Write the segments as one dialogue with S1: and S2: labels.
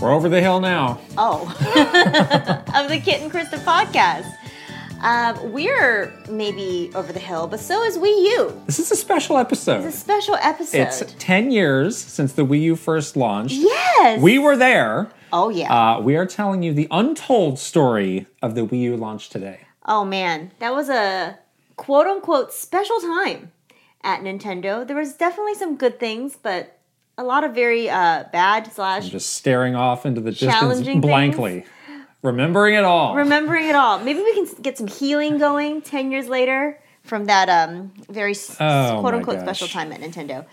S1: We're over the hill now.
S2: Oh, of the Kit and Krista podcast. Uh, we're maybe over the hill, but so is Wii U.
S1: This is a special episode.
S2: It's a special episode.
S1: It's 10 years since the Wii U first launched.
S2: yes.
S1: We were there.
S2: oh, yeah.
S1: Uh, we are telling you the untold story of the Wii U launch today.
S2: oh, man. That was a quote unquote special time at Nintendo. There was definitely some good things, but a lot of very uh, bad slash
S1: Just staring off into the distance
S2: Challenging
S1: blankly, remembering it all.
S2: remembering it all. Maybe we can s- get some healing going 10 years later from that um, very s
S1: Oh,
S2: quote
S1: my
S2: unquote
S1: gosh.
S2: special time at Nintendo.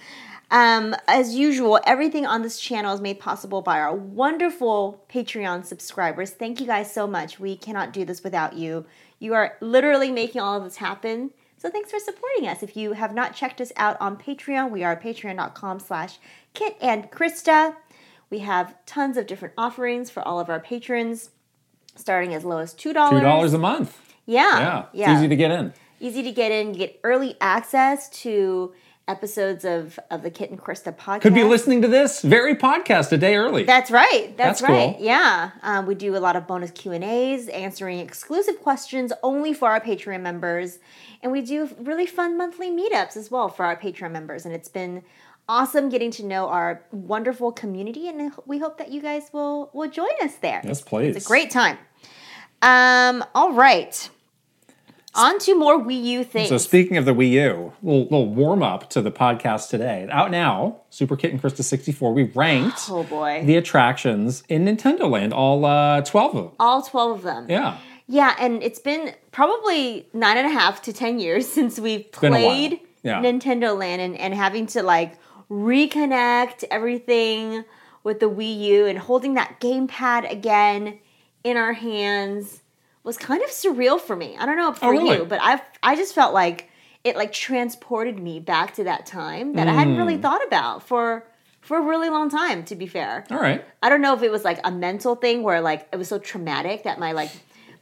S2: Um, as usual, everything on this channel is made possible by our wonderful Patreon subscribers. Thank you guys so much. We cannot do this without you. You are literally making all of this happen. So thanks for supporting us. If you have not checked us out on Patreon, we are patreon.com slash Kit and Krista. We have tons of different offerings for all of our patrons, starting as low as $2.
S1: Two dollars a month.
S2: Yeah.
S1: Yeah, It's easy to get in.
S2: Easy to get in. You get early access to episodes of, of the Kit and Krista podcast.
S1: Could be listening to this very podcast a day early.
S2: That's right. That's,
S1: That's
S2: right.
S1: cool.
S2: Yeah, um, we do a lot of bonus Q and A's, answering exclusive questions only for our Patreon members, and we do really fun monthly meetups as well for our Patreon members. And it's been awesome getting to know our wonderful community, and we hope that you guys will will join us there.
S1: yes, please.
S2: It's a great time. Um, all right. On to more Wii U things.
S1: So speaking of the Wii U, little, little warm up to the podcast today. Out now, Super Kit and Krista 64. We ranked
S2: oh boy.
S1: the attractions in Nintendo Land, all uh, 12 of them.
S2: all 12 of them.
S1: Yeah.
S2: Yeah, and it's been probably nine and a half to ten years since we've
S1: been a while.
S2: played
S1: Yeah.
S2: Nintendo Land and, and having to like reconnect everything with the Wii U and holding that gamepad again in our hands was kind of surreal for me. I don't know for
S1: Oh, really?
S2: you, but I I just felt like it like transported me back to that time that I hadn't
S1: Mm.
S2: really thought about for for a really long time to be fair.
S1: All right.
S2: I don't know if it was like a mental thing where like it was so traumatic that my like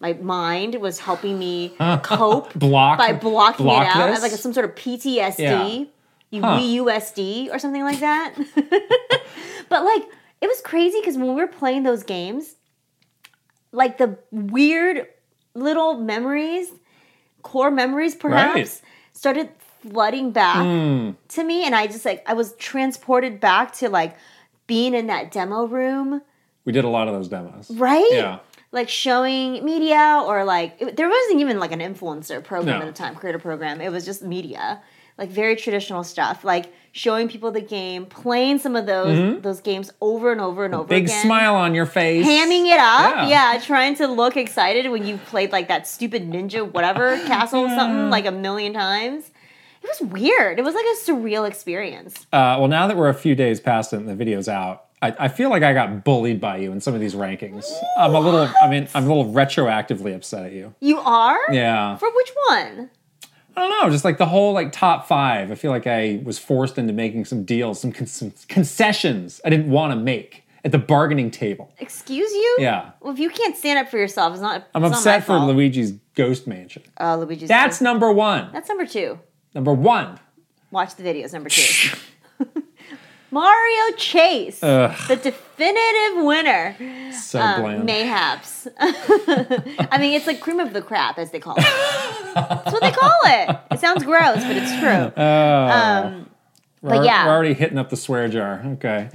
S2: my mind was helping me cope
S1: Block.
S2: by blocking
S1: block
S2: it out. I had
S1: this.
S2: like some sort of PTSD, you
S1: Huh.
S2: WUSD or something like that. but like it was crazy because when we were playing those games, like the weird little memories, core memories perhaps,
S1: Right. Hmm.
S2: started flooding back to me and I just like I was transported back to like being in that demo room,
S1: we did a lot of those demos.
S2: right?
S1: Yeah.
S2: Like showing media or like it- there wasn't even like an influencer program at
S1: No.
S2: the time, creator program. It was just media. Like very traditional stuff, like showing people the game, playing some of those those games over and over and over
S1: Mm-hmm. Big
S2: again.
S1: smile on your face.
S2: Hamming it up,
S1: Yeah.
S2: yeah. trying to look excited when you played like that stupid ninja whatever castle something like a million times. It was weird. It was like a surreal experience.
S1: Uh, well, now that we're a few days past it and the video's out, I, I feel like I got bullied by you in some of these rankings. I'm a little, I mean, I'm a little retroactively upset at you.
S2: You are?
S1: Yeah.
S2: For which one?
S1: I don't know, just like the whole like top five. I feel like I was forced into making some deals, some, con- some concessions I didn't want to make at the bargaining table.
S2: Excuse you?
S1: Yeah.
S2: Well, if you can't stand up for yourself, it's not.
S1: I'm
S2: it's not
S1: upset
S2: my
S1: for
S2: fault.
S1: Luigi's Ghost Mansion.
S2: Oh, Luigi's.
S1: That's number one.
S2: that's number two.
S1: Number one.
S2: Watch the videos. Number two. Mario Chase, the definitive winner.
S1: So
S2: Um,
S1: bland.
S2: Mayhaps. I mean, it's like cream of the crap, as they call it. That's what they call it. It sounds gross, but it's
S1: Uh,
S2: true.
S1: We're,
S2: But yeah.
S1: we're already hitting up the swear jar. Okay.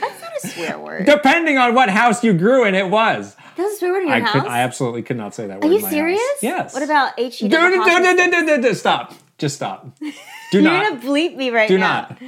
S2: That's not a swear word.
S1: Depending on what house you grew in, it was.
S2: That's a swear word in your
S1: I
S2: house.
S1: could. I absolutely could not say that word.
S2: Are
S1: in
S2: you
S1: my
S2: serious?
S1: House. Yes.
S2: What about H? E
S1: Do, do, do, do, do, do, do, do, stop. Just stop. Do
S2: You're
S1: not.
S2: gonna bleep me right
S1: Do
S2: now.
S1: not.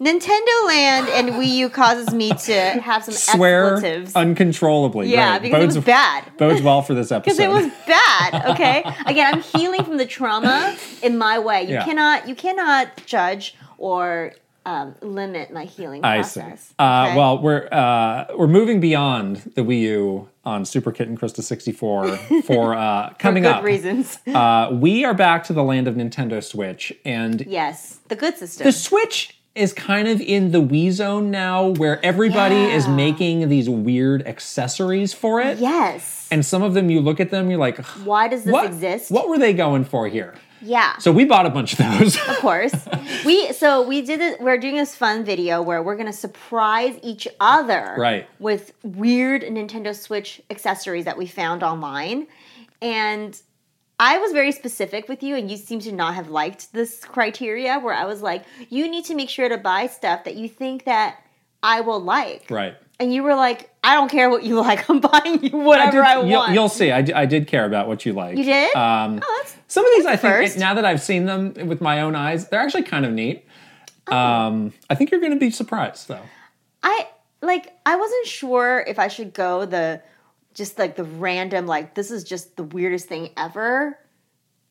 S2: Nintendo Land and Wii U causes me to have some
S1: Swear
S2: expletives.
S1: uncontrollably.
S2: Yeah,
S1: right.
S2: because it was bad.
S1: Bodes well for this episode.
S2: because it was bad okay again i'm healing from the trauma in my way you
S1: Yeah.
S2: cannot you cannot judge or um, limit my healing
S1: I see.
S2: process
S1: Uh,
S2: okay?
S1: Well, we're uh, we're moving beyond the Wii U on Super Kit and Krista 64 for uh, coming
S2: good
S1: up.
S2: reasons
S1: Uh, we are back to the land of Nintendo Switch, and
S2: yes the good system
S1: the Switch is kind of in the Wii zone now, where everybody is
S2: Yeah.
S1: making these weird accessories for it.
S2: yes
S1: And some of them, you look at them, you're like,
S2: why does this
S1: what
S2: exist
S1: What were they going for here?
S2: yeah
S1: So we bought a bunch of those.
S2: of course we so we did it we're doing this fun video where we're gonna surprise each other
S1: Right.
S2: with weird nintendo switch accessories that we found online and I was very specific with you, and you seem to not have liked this criteria. Where I was like, you need to make sure to buy stuff that you think that I will like,
S1: right.
S2: and you were like, I don't care what you like. I'm buying you whatever I,
S1: you'll,
S2: want.
S1: you'll see. I, d- I did care about what you like.
S2: you did?
S1: Um,
S2: oh, that's
S1: Some of these, I think,
S2: first.
S1: now that I've seen them with my own eyes, they're actually kind of neat.
S2: Oh.
S1: Um, I think you're going to be surprised, though.
S2: I like I wasn't sure if I should go the just like the random like this is just the weirdest thing ever.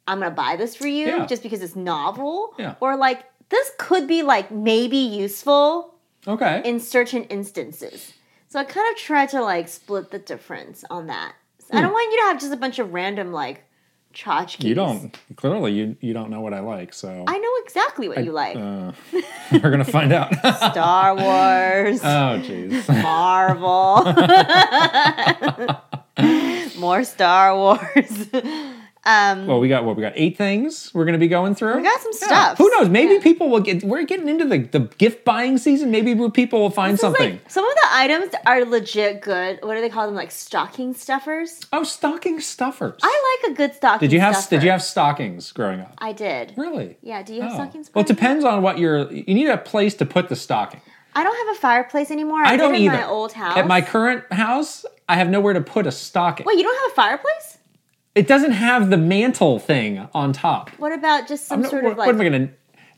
S2: I'm gonna buy this for you
S1: Yeah.
S2: just because it's novel.
S1: Yeah.
S2: Or like this could be like maybe useful
S1: Okay.
S2: in certain instances. So I kind of tried to like split the difference on that. So I don't want you to have just a bunch of random like tchotchkes.
S1: Hmm. you don't clearly you you don't know what I like, so
S2: I know exactly what you like.
S1: uh, we're gonna find out. oh
S2: Star Wars.
S1: Uh, jeez.
S2: Marvel. More Star Wars. um,
S1: Well, we got what we got eight things we're gonna be going through. We
S2: got some stuff.
S1: Who knows? Maybe people will get. We're getting into the, the gift buying season. Maybe we- people will find
S2: this is
S1: something.
S2: like some of the items are legit good. What do they call them? Like stocking stuffers.
S1: oh, stocking stuffers.
S2: I like a good stocking.
S1: did you have
S2: stuffer.
S1: did you have stockings growing up?
S2: I did.
S1: Really?
S2: Yeah. Do you have
S1: Oh.
S2: stockings?
S1: Well,
S2: growing
S1: it
S2: up?
S1: depends on what you're. You need a place to put the stocking.
S2: I don't have a fireplace anymore. I,
S1: I don't
S2: live in
S1: either.
S2: my old house.
S1: At my current house, I have nowhere to put a stocking.
S2: Wait, you don't have a fireplace?
S1: It doesn't have the mantle thing on top.
S2: What about just some
S1: No,
S2: sort
S1: what,
S2: of like
S1: what am I gonna?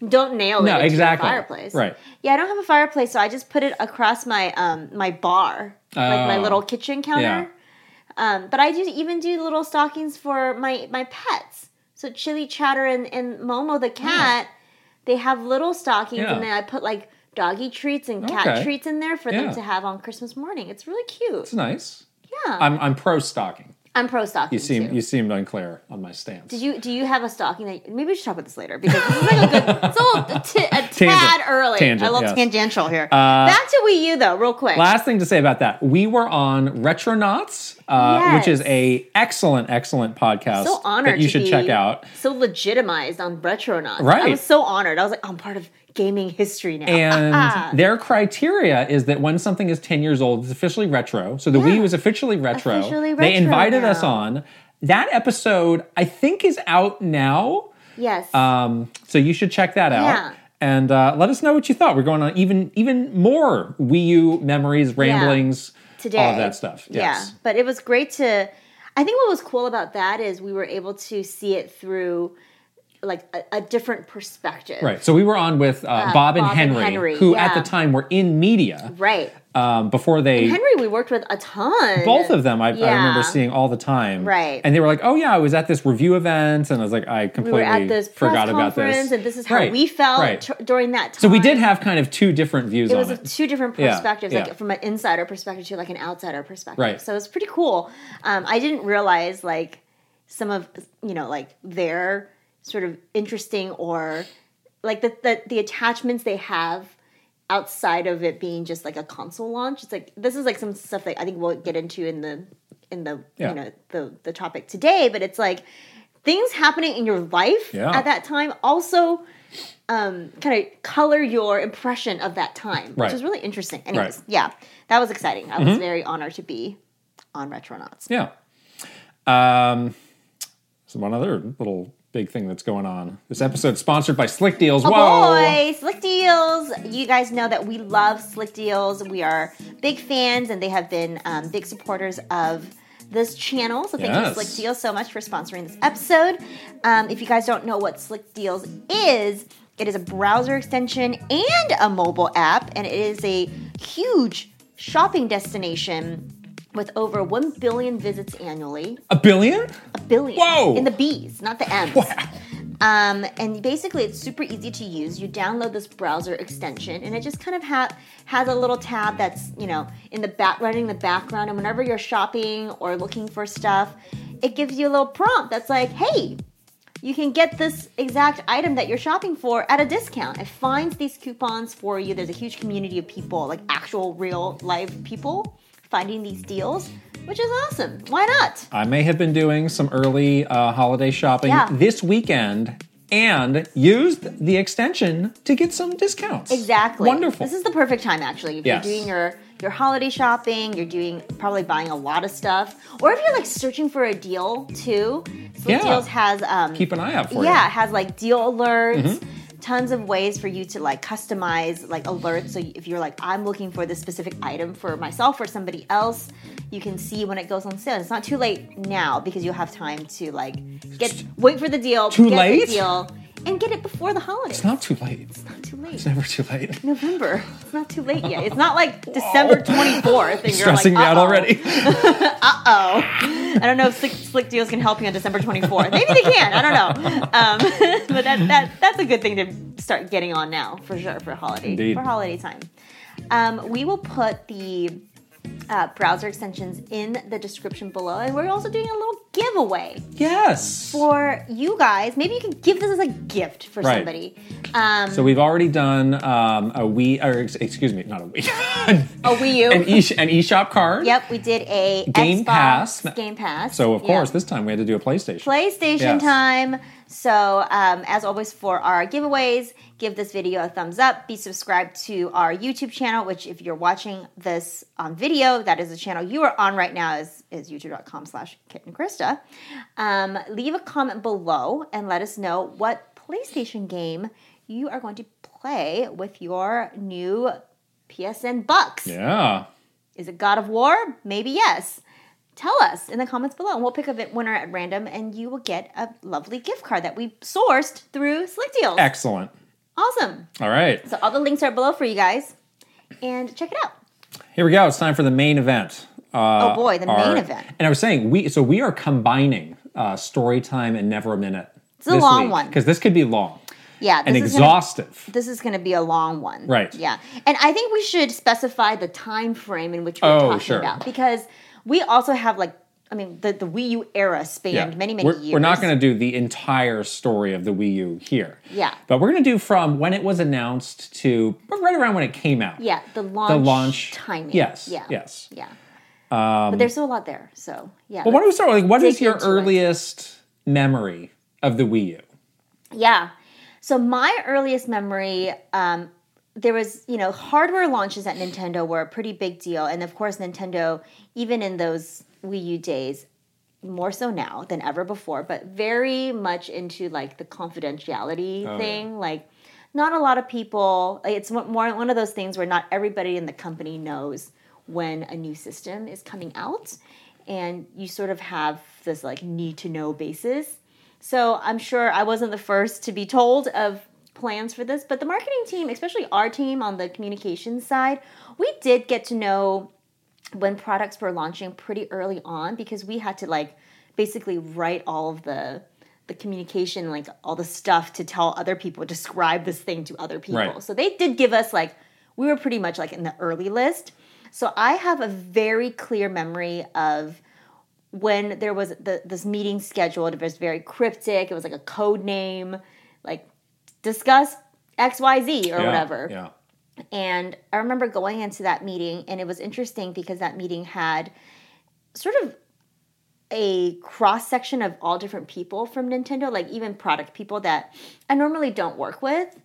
S2: don't nail it
S1: No,
S2: into
S1: exactly.
S2: the fireplace.
S1: Right.
S2: Yeah, I don't have a fireplace, so I just put it across my um my bar, like my
S1: Oh.
S2: little kitchen counter.
S1: Yeah.
S2: Um, but I do even do little stockings for my my pets. So Chili Chatter and, and Momo the cat, they have little stockings,
S1: Oh. Yeah.
S2: and then I put like doggy treats and cat
S1: Okay.
S2: treats in there for
S1: Yeah.
S2: them to have on Christmas morning. It's really cute.
S1: It's nice.
S2: Yeah, I'm,
S1: I'm I'm pro stocking.
S2: pro stocking.
S1: You seem
S2: too.
S1: you seemed unclear on my stance.
S2: Did you do you have a stocking that maybe we should talk about this later because this is like a good it's a, little, a, t- a tad early
S1: Tangent,
S2: a little
S1: yes. Uh,
S2: tangential here. Back to Wii U though, real quick.
S1: Last thing to say about that, we were on Retronauts, uh,
S2: Yes.
S1: which is a excellent, excellent podcast
S2: so honored
S1: that you
S2: to
S1: should
S2: be
S1: check out.
S2: So legitimized on Retronauts. I
S1: Right.
S2: was so honored. I was like, I'm part of gaming history now.
S1: And their criteria is that when something is 10 years old, it's officially retro. So the Wii U is officially retro.
S2: Officially
S1: they
S2: retro
S1: invited us
S2: now.
S1: on. That episode, I think, is out now.
S2: yes.
S1: Um, so you should check that out.
S2: Yeah.
S1: And uh, let us know what you thought. We're going on even even more Wii U memories, ramblings,
S2: today.
S1: all of that stuff. Yes.
S2: Yeah, but it was great to. I think what was cool about that is we were able to see it through, like a, a different perspective.
S1: Right. So we were on with uh, Bob, and,
S2: Bob and
S1: Henry,
S2: Henry,
S1: who at
S2: yeah.
S1: the time were in media
S2: Right.
S1: um, before they.
S2: Henry, we worked with a ton.
S1: both of them I, I remember
S2: Yeah.
S1: seeing all the time.
S2: Right.
S1: And they were like, oh, yeah, I was at this review event. And I was like, I
S2: we
S1: completely
S2: were at this press
S1: forgot about
S2: conference,
S1: this.
S2: and this is how
S1: Right,
S2: we felt
S1: Right.
S2: t- during that time.
S1: so we did have kind of two different views
S2: It
S1: on
S2: was
S1: it.
S2: two different
S1: Yeah,
S2: perspectives,
S1: yeah.
S2: like from an insider perspective to like an outsider perspective.
S1: Right.
S2: So it's pretty cool. Um, I didn't realize like some of you know like their sort of interesting or like the the, the attachments they have outside of it being just like a console launch. It's like this is like some stuff that I think we'll get into in the in the
S1: Yeah.
S2: you know the the topic today, but it's like things happening in your life
S1: Yeah.
S2: at that time also um, kind of color your impression of that time,
S1: Right.
S2: which is really interesting. Anyways,
S1: Right. Mm-hmm.
S2: yeah, that was exciting. I was very honored to be on Retronauts.
S1: Yeah. Um, so one other little big thing that's going on. This episode's sponsored by Slick Deals.
S2: Oh
S1: Whoa.
S2: boy, Slick Deals! You guys know that we love Slick Deals. We are big fans, and they have been um, big supporters of this channel. So thank
S1: Yes.
S2: you, Slick Deals, so much for sponsoring this episode. Um, if you guys don't know what Slick Deals is, It is a browser extension and a mobile app, and it is a huge shopping destination with over 1 billion visits annually.
S1: A billion?
S2: A billion.
S1: Whoa.
S2: In the B's, not the M's. Um, and basically, it's super easy to use. You download this browser extension, and it just kind of ha- has a little tab that's you know in the back, running in the background. And whenever you're shopping or looking for stuff, it gives you a little prompt that's like, "Hey, you can get this exact item that you're shopping for at a discount. It finds these coupons for you. There's a huge community of people, like actual real live people, finding these deals, which is awesome. Why not?
S1: I may have been doing some early uh, holiday shopping
S2: Yeah.
S1: this weekend and used the extension to get some discounts.
S2: Exactly.
S1: Wonderful.
S2: This is the perfect time actually. If
S1: Yes.
S2: you're doing your your holiday shopping, you're doing probably buying a lot of stuff, or if you're like searching for a deal too. Slim
S1: Yeah.
S2: Deals has um
S1: Keep an eye out for Mm-hmm.
S2: yeah,
S1: it.
S2: it has like deal alerts. Tons of ways for you to like customize like alerts. So if you're like, I'm looking for this specific item for myself or somebody else, you can see when it goes on sale. It's not too late now because you'll have time to like get wait for the deal,
S1: Too
S2: get
S1: late?
S2: the deal, and get it before the holidays.
S1: It's not too late.
S2: not too late.
S1: It's never too late.
S2: November. It's not too late yet. It's not like December 24th and you're
S1: Stressing
S2: like,
S1: me out
S2: "Uh-oh."
S1: already.
S2: I don't know if Slick, Slick Deals can help you on December 24th. Maybe they can. I don't know. Um, but that, that that's a good thing to start getting on now for sure for holiday
S1: Indeed.
S2: for holiday time. Um, we will put the uh, browser extensions in the description below, and we're also doing a little giveaway
S1: yes.
S2: for you guys. Maybe you can give this as a gift for
S1: Right.
S2: somebody. Um,
S1: So we've already done um, a Wii, or ex- excuse me, not a Wii,
S2: a Wii U.
S1: an, e- an eShop card.
S2: Oh. Yep, we did a
S1: Game
S2: Xbox
S1: Pass.
S2: Game Pass.
S1: So of
S2: Yeah.
S1: course, this time we had to do a PlayStation.
S2: PlayStation
S1: Yes.
S2: time. So um, as always for our giveaways, give this video a thumbs up. Be subscribed to our YouTube channel, which if you're watching this on video, that is the channel you are on right now is, is youtube.com slash Kit and Krista. Um, leave a comment below and let us know what PlayStation game you are going to play with your new PSN bucks.
S1: yeah.
S2: Is it God of War? Maybe yes. Tell us in the comments below, and we'll pick a vi- winner at random, and you will get a lovely gift card that we sourced through Slick Deals.
S1: Excellent.
S2: Awesome.
S1: All right.
S2: So all the links are below for you guys, and check it out.
S1: Here we go. It's time for the main event. Uh,
S2: oh boy, the
S1: our-
S2: main event.
S1: And I was saying we so we are combining uh, story time and never a minute. It's
S2: a long one.
S1: because this could be long
S2: Yeah, this
S1: and
S2: is gonna,
S1: exhaustive.
S2: this is going to be a long one.
S1: Right.
S2: Yeah, and I think we should specify the time frame in which we're
S1: Oh,
S2: talking
S1: sure.
S2: about because we also have like, I mean, the, the Wii U era spanned many many
S1: we're,
S2: years.
S1: We're not going to do the entire story of the Wii U here.
S2: Yeah.
S1: But we're going to do from when it was announced to right around when it came out.
S2: Yeah, the launch.
S1: The launch
S2: timing.
S1: Yes.
S2: Yeah.
S1: Yes.
S2: Yeah. but there's still a lot there. So, yeah.
S1: Well, why don't we start? with, Like, what is
S2: Dig
S1: your
S2: into it.
S1: earliest memory of the Wii U?
S2: yeah. So, my earliest memory, um, there was, you know, hardware launches at Nintendo were a pretty big deal. And of course, Nintendo, even in those Wii U days, more so now than ever before, but very much into like the confidentiality thing. Like, not a lot of people, like, it's one- more one of those things where not everybody in the company knows when a new system is coming out. And you sort of have this like need to know basis. So I'm sure I wasn't the first to be told of plans for this, but the marketing team, especially our team on the communications side, we did get to know when products were launching pretty early on because we had to like basically write all of the the communication like all the stuff to tell other people describe this thing to other people
S1: Right.
S2: so they did give us like we were pretty much like in the early list so i have a very clear memory of when there was the, this meeting scheduled it was very cryptic it was like a code name like discuss xyz or
S1: Yeah,
S2: whatever
S1: Yeah.
S2: and I remember going into that meeting, and it was interesting because that meeting had sort of a cross section of all different people from Nintendo, like even product people that I normally don't work with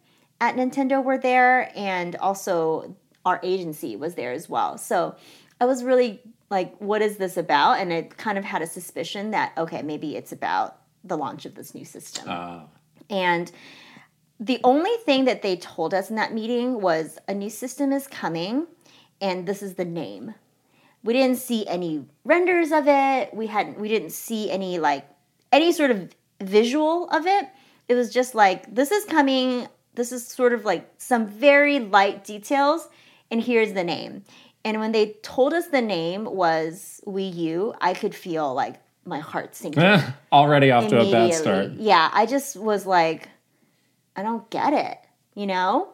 S2: at Nintendo were there, and also our agency was there as well. So I was really like, what is this about? And it kind of had a suspicion that, okay, maybe it's about the launch of this new system. And the only thing that they told us in that meeting was a new system is coming and this is the name. We didn't see any renders of it. We hadn't we didn't see any like any sort of visual of it. It was just like this is coming this is sort of like some very light details, and here's the name. And when they told us the name was Wii U, I could feel like my heart sinking.
S1: Eh, Already off to a bad start.
S2: Immediately. Yeah, I just was like, I don't get it, you know?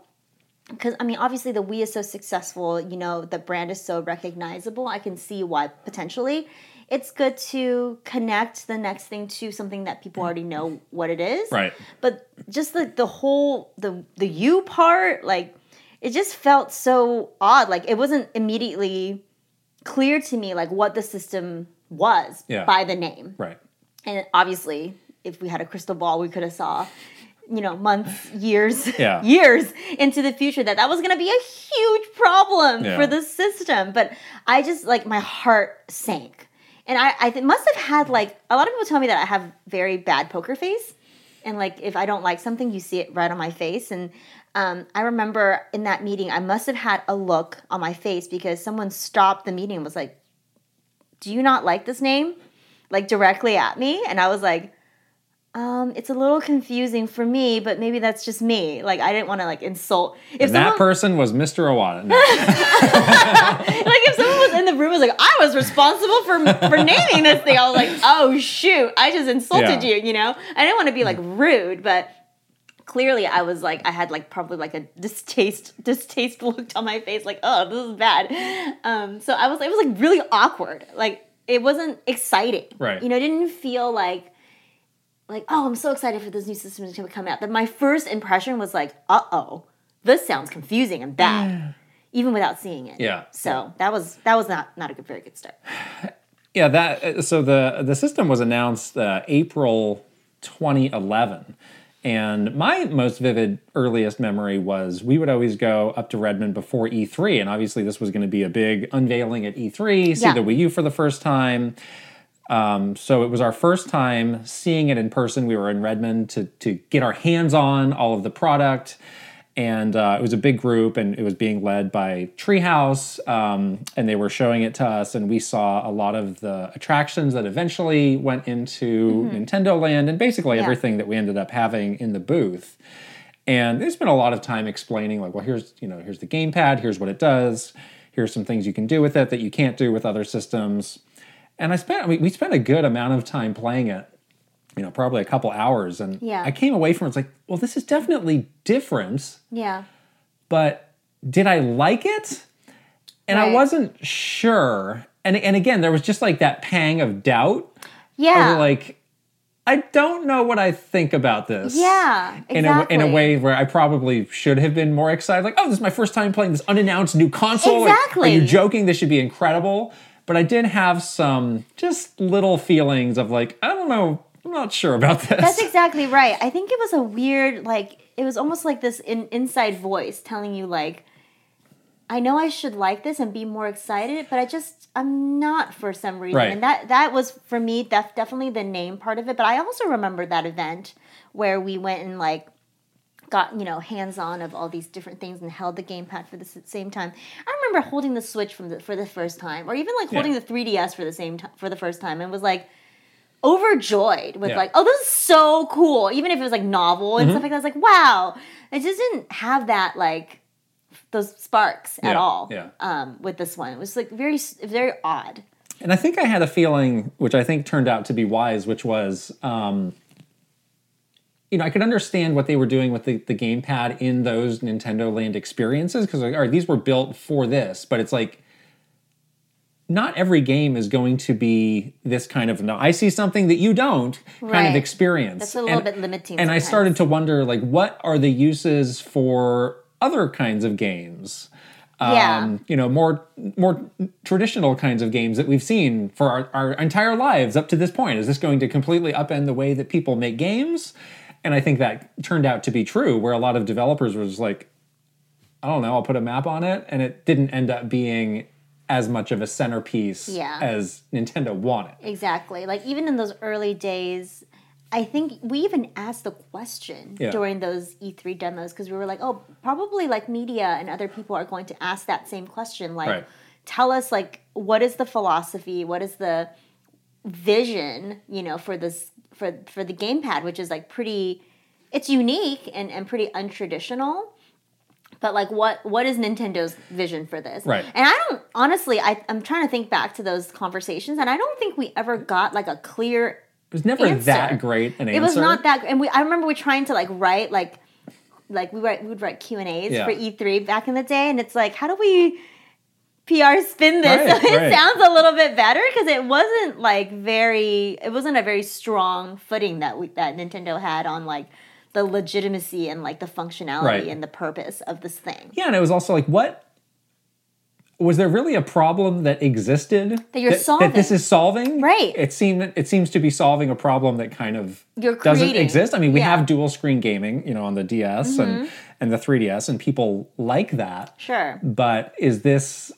S2: Because, I mean, obviously the Wii is so successful, you know, the brand is so recognizable. I can see why potentially it's good to connect the next thing to something that people already know what it is.
S1: Right.
S2: But just like the whole, the, the you part, like, it just felt so odd. Like, it wasn't immediately clear to me, like, what the system was
S1: Yeah.
S2: by the name
S1: Right.
S2: and obviously if we had a crystal ball we could have saw you know months years
S1: Yeah.
S2: years into the future that that was going to be a huge problem
S1: Yeah.
S2: for the system but i just like my heart sank and i i th- must have had like a lot of people tell me that i have very bad poker face and like if i don't like something you see it right on my face and um, i remember in that meeting i must have had a look on my face because someone stopped the meeting and was like do you not like this name like directly at me and i was like um, it's a little confusing for me but maybe that's just me like i didn't want to like insult if
S1: And that
S2: someone
S1: person was Mr. Iwata. No.
S2: like if someone was in the room was like i was responsible for for naming this thing i was like oh shoot i just insulted
S1: Yeah.
S2: you you know i didn't want to be like rude but clearly i was like i had like probably like a distaste distaste look on my face like oh this is bad um so i was it was like really awkward like it wasn't exciting
S1: Right.
S2: you know it didn't feel like like, oh, I'm so excited for this new system to come out. That my first impression was like, uh oh, this sounds confusing and bad, even without seeing it.
S1: Yeah.
S2: So that was that was not not a good, very good start.
S1: Yeah, that uh, so the the system was announced uh, April 2011. And my most vivid earliest memory was we would always go up to Redmond before E3 and obviously this was going to be a big unveiling at E3, see
S2: Yeah.
S1: the Wii U for the first time. Um, so it was our first time seeing it in person. We were in Redmond to to get our hands on all of the product, and uh, it was a big group, and it was being led by Treehouse, um, and they were showing it to us, and we saw a lot of the attractions that eventually went into Nintendo Land, and basically everything that we ended up having in the booth. And they spent a lot of time explaining, like, well, here's you know, here's the gamepad, here's what it does, here's some things you can do with it that you can't do with other systems. And I spent we, we spent a good amount of time playing it, you know, probably a couple hours. And
S2: Yeah.
S1: I came away from it, it's like, well, this is definitely different,
S2: Yeah.
S1: but did I like it? And I
S2: Right.
S1: wasn't sure. And and again, there was just like that pang of doubt
S2: Yeah.
S1: of like, I don't know what I think about this
S2: yeah. Exactly.
S1: in a, in a way where I probably should have been more excited. Like, oh, this is my first time playing this unannounced new console. Like,
S2: Exactly.
S1: are you joking? This should be incredible. But I did have some just little feelings of like, I don't know, I'm not sure about this.
S2: That's exactly right. I think it was a weird, like, it was almost like this in, inside voice telling you, like, I know I should like this and be more excited, but I just I'm not for some reason.
S1: Right.
S2: And that that was for me def- definitely the name part of it. But I also remember that event where we went and like got you know hands on of all these different things and held the gamepad for the s- same time. I remember holding the Switch from the, for the first time, or even like holding the 3DS for the same time for the first time, and was like overjoyed with
S1: Yeah. Mm-hmm.
S2: like, oh, this is so cool. Even if it was like novel and stuff like that, I was like, wow. It just didn't have that like those sparks at
S1: Yeah,
S2: all
S1: yeah.
S2: um, with this one. It was like very s- very odd.
S1: And I think I had a feeling, which I think turned out to be wise, which was, um, you know, I could understand what they were doing with the, the gamepad in those Nintendo Land experiences because, like, all right, these were built for this, but it's like, not every game is going to be this kind of no. I see something that you don't kind of
S2: Right.
S1: experience.
S2: That's a little
S1: And-
S2: bit limiting.
S1: and I
S2: sometimes.
S1: started to wonder, like, what are the uses for other kinds of games? Um,
S2: Yeah.
S1: you know, more more traditional kinds of games that we've seen for our, our entire lives up to this point. Is this going to completely upend the way that people make games? And I think that turned out to be true, where a lot of developers were just like, I don't know, I'll put a map on it, and it didn't end up being as much of a centerpiece
S2: Yeah.
S1: as Nintendo wanted.
S2: Exactly. Like even in those early days, I think we even asked the question
S1: Yeah.
S2: during those E3 demos because we were like, oh, probably like media and other people are going to ask that same question. Like,
S1: Right.
S2: tell us like what is the philosophy? What is the vision? You know, for this for for the gamepad, which is like pretty it's unique and, and pretty untraditional but like what what is nintendo's vision for this
S1: Right.
S2: and i don't honestly I, i'm trying to think back to those conversations and i don't think we ever got like a clear
S1: It was never
S2: Answer.
S1: that great an answer.
S2: it was not that and we i remember we trying to like write like like we write we would write q and a's
S1: Yeah.
S2: for e3 back in the day and it's like how do we pr spin this
S1: Right,
S2: so it
S1: right.
S2: sounds a little bit better because it wasn't like very it wasn't a very strong footing that we that nintendo had on like the legitimacy and like the functionality
S1: Right.
S2: and the purpose of this thing
S1: Yeah, and it was also like, what was there really a problem that existed
S2: That you're
S1: That this
S2: solving.
S1: is solving,
S2: Right.
S1: It seemed it seems to be solving a problem that kind of
S2: You're
S1: doesn't
S2: creating.
S1: exist. I mean, we
S2: Yeah. Mm-hmm.
S1: have dual screen gaming, you know, on the DS and and the 3DS, and people like that.
S2: sure
S1: But is this,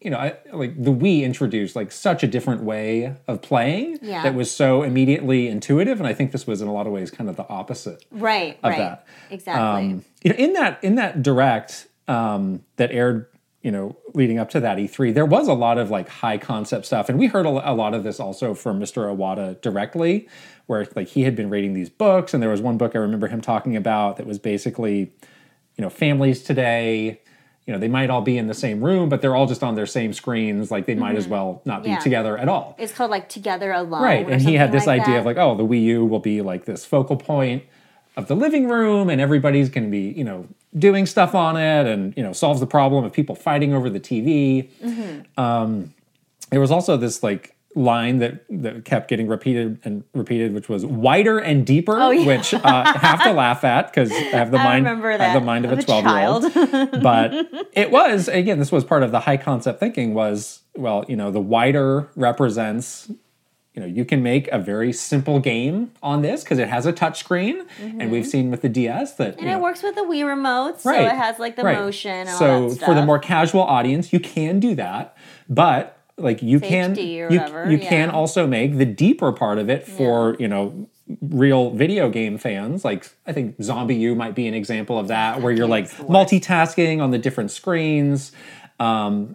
S1: you know, I, like the Wii introduced like such a different way of playing
S2: Yeah.
S1: that was so immediately intuitive, and I think this was in a lot of ways kind of the opposite
S2: right
S1: of
S2: right
S1: that.
S2: exactly
S1: Um, you know, in that in that direct um, that aired, you know, leading up to that E3, there was a lot of like high concept stuff, and we heard a, lo- a lot of this also from Mr. Awada directly, where like he had been reading these books, and there was one book I remember him talking about that was basically, you know, families today. You know, they might all be in the same room, but they're all just on their same screens. Like they might as well not be
S2: Yeah.
S1: together at all.
S2: it's called like together alone
S1: Right.
S2: or
S1: And he had
S2: something
S1: this idea of
S2: that.
S1: like, oh, the Wii U will be like this focal point of the living room and everybody's going to be, you know, doing stuff on it and, you know, solves the problem of people fighting over the TV. Um,
S2: Mm-hmm.
S1: there was also this like line that, that kept getting repeated and repeated, which was wider and deeper,
S2: Oh, yeah.
S1: which uh, I have to laugh at because I have the
S2: I
S1: mind,
S2: remember
S1: I have the
S2: that
S1: mind of,
S2: of
S1: a
S2: a
S1: 12 year old but it was again this was part of the high concept thinking was well you know the wider represents you know you can make a very simple game on this because it has a touch screen and we've seen with the ds that you
S2: Mm-hmm. and it
S1: know,
S2: works with the Wii remote, so
S1: right,
S2: it has like the
S1: right.
S2: motion and
S1: so
S2: all that stuff.
S1: for the more casual audience you can do that but like you can
S2: HD or
S1: you,
S2: whatever,
S1: you can
S2: yeah.
S1: also make the deeper part of it for you know real video game fans like i think zombie u might be an example of that where you're like multitasking on the different screens um,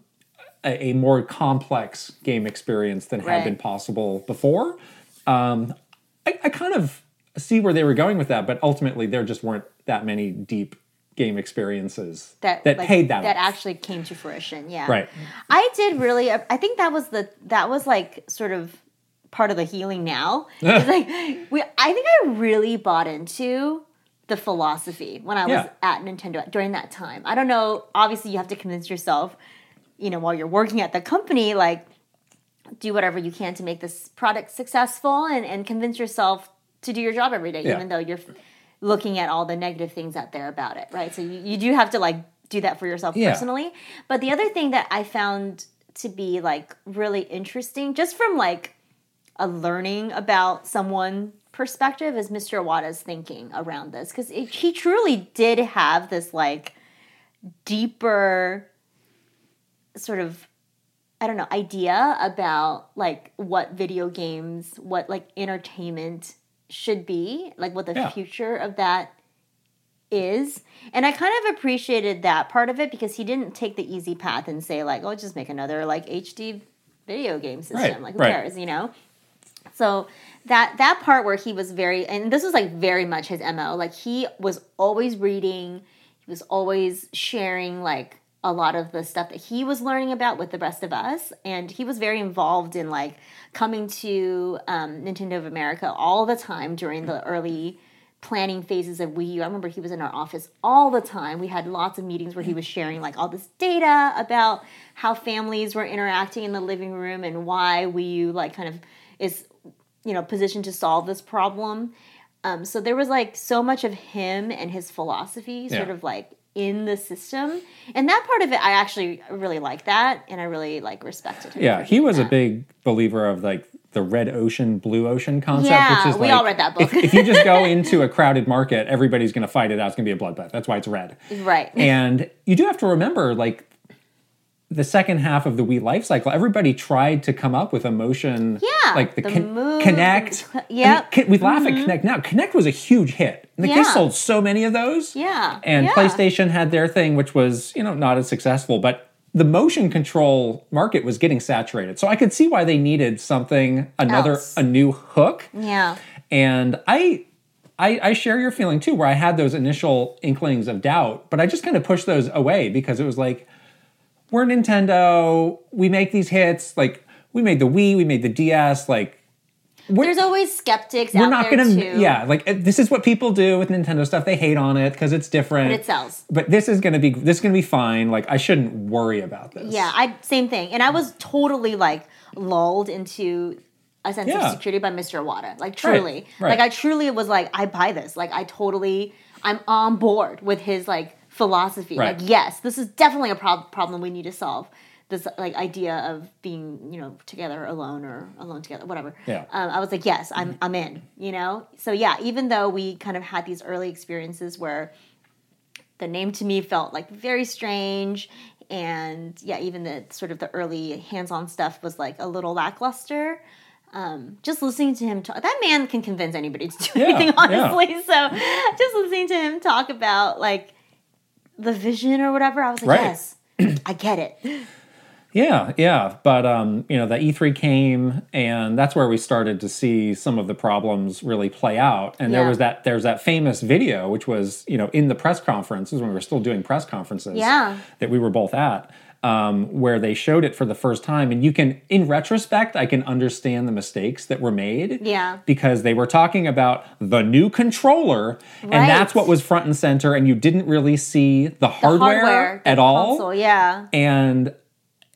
S1: a, a more complex game experience than had
S2: Right.
S1: been possible before um, I, I kind of see where they were going with that but ultimately there just weren't that many deep game experiences
S2: that like,
S1: paid that
S2: that
S1: off.
S2: actually came to fruition. Yeah,
S1: Right.
S2: I did really. uh, I think that was the that was like sort of part of the healing. Now, it's like we. I think I really bought into the philosophy when I
S1: Yeah.
S2: was at Nintendo during that time. I don't know. Obviously, you have to convince yourself. You know, while you're working at the company, like do whatever you can to make this product successful and, and convince yourself to do your job every day,
S1: Yeah.
S2: even though you're looking at all the negative things out there about it, right? So you, you do have to like do that for yourself
S1: Yeah.
S2: personally. But the other thing that I found to be like really interesting, just from like a learning about someone perspective, is Mr. Wada's thinking around this. Because he truly did have this like deeper sort of I don't know, idea about like what video games, what like entertainment should be, like what the
S1: Yeah.
S2: future of that is. And I kind of appreciated that part of it because he didn't take the easy path and say like, "Oh, just make another like HD video game system."
S1: Right,
S2: like who
S1: right.
S2: cares, you know? So that that part where he was very and this was like very much his MO. Like he was always reading, he was always sharing like a lot of the stuff that he was learning about with the rest of us and he was very involved in like coming to um, Nintendo of America all the time during the early planning phases of Wii U. I remember he was in our office all the time. We had lots of meetings where he was sharing like all this data about how families were interacting in the living room and why Wii U like kind of is you know positioned to solve this problem. Um, so there was like so much of him and his philosophy sort
S1: Yeah.
S2: of like in the system, and that part of it I actually really liked that, and I really like respected him.
S1: Yeah, he was a big believer of like the red ocean, blue ocean concept.
S2: Yeah,
S1: which is
S2: we
S1: like,
S2: all read that book.
S1: if, if you just go into a crowded market, everybody's going to fight it out. It's going to be a bloodbath. That's why it's red.
S2: right.
S1: And you do have to remember, like the second half of the Wii life cycle, everybody tried to come up with emotion.
S2: Yeah,
S1: like the,
S2: the
S1: con-
S2: move,
S1: connect.
S2: the-
S1: I mean,
S2: yep. Mm-hmm.
S1: Con- we laugh at connect now. Connect was a huge hit. Like, They
S2: Yeah.
S1: sold so many of those.
S2: Yeah,
S1: And
S2: yeah.
S1: PlayStation had their thing, which was you know not as successful, but the motion control market was getting saturated. So I could see why they needed something another
S2: Else.
S1: a new hook.
S2: yeah.
S1: And I I, I share your feeling too, where I had those initial inklings of doubt, but I just kind of pushed those away because it was like, we're Nintendo, we make these hits, like we made the Wii, we made the DS, like
S2: There's always skeptics
S1: we're
S2: out
S1: not
S2: there
S1: gonna
S2: too.
S1: yeah, like uh, this is what people do with Nintendo stuff. They hate on it because it's different.
S2: But it sells.
S1: But this is gonna be this is gonna be fine. Like I shouldn't worry about this.
S2: Yeah, I same thing. And I was totally like lulled into a sense
S1: Yeah.
S2: of security by Mr. Wada. Like truly.
S1: right.
S2: Like I truly was like, I buy this. Like I totally I'm on board with his like philosophy.
S1: Right.
S2: Like, yes, this is definitely a prob- problem we need to solve. This like idea of being, you know, together alone or alone together, whatever.
S1: Yeah. Mm-hmm.
S2: Um, I was like, yes, I'm I'm in, you know? So yeah, even though we kind of had these early experiences where the name to me felt like very strange and yeah even the sort of the early hands-on stuff was like a little lackluster um, just listening to him talk that man can convince anybody to do
S1: Yeah,
S2: anything
S1: yeah.
S2: honestly so just listening to him talk about like the vision or whatever i was like
S1: Right.
S2: yes i get it
S1: Yeah, yeah. But um, you know, the E3 came and that's where we started to see some of the problems really play out. And
S2: Yeah.
S1: there was that there's that famous video which was, you know, in the press conference, this is when we were still doing press conferences
S2: Yeah.
S1: that we were both at. Um, where they showed it for the first time, and you can, in retrospect, I can understand the mistakes that were made.
S2: Yeah.
S1: because they were talking about the new controller,
S2: Right.
S1: and that's what was front and center, and you didn't really see the
S2: The
S1: hardware,
S2: the
S1: at all.
S2: console, yeah
S1: And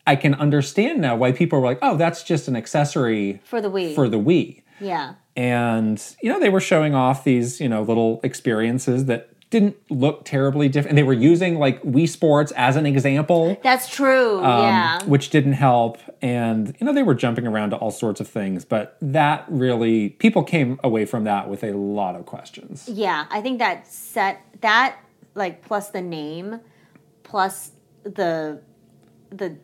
S1: I can understand now why people were like, oh, that's just an accessory
S2: for the week
S1: for the Wii.
S2: yeah
S1: And, you know, they were showing off these, you know, little experiences that didn't look terribly different. And they were using like Wii Sports as an example,
S2: that's true
S1: um,
S2: yeah
S1: which didn't help. And, you know, they were jumping around to all sorts of things. But that really, people came away from that with a lot of questions.
S2: Yeah, I think that set that like plus the name, plus the the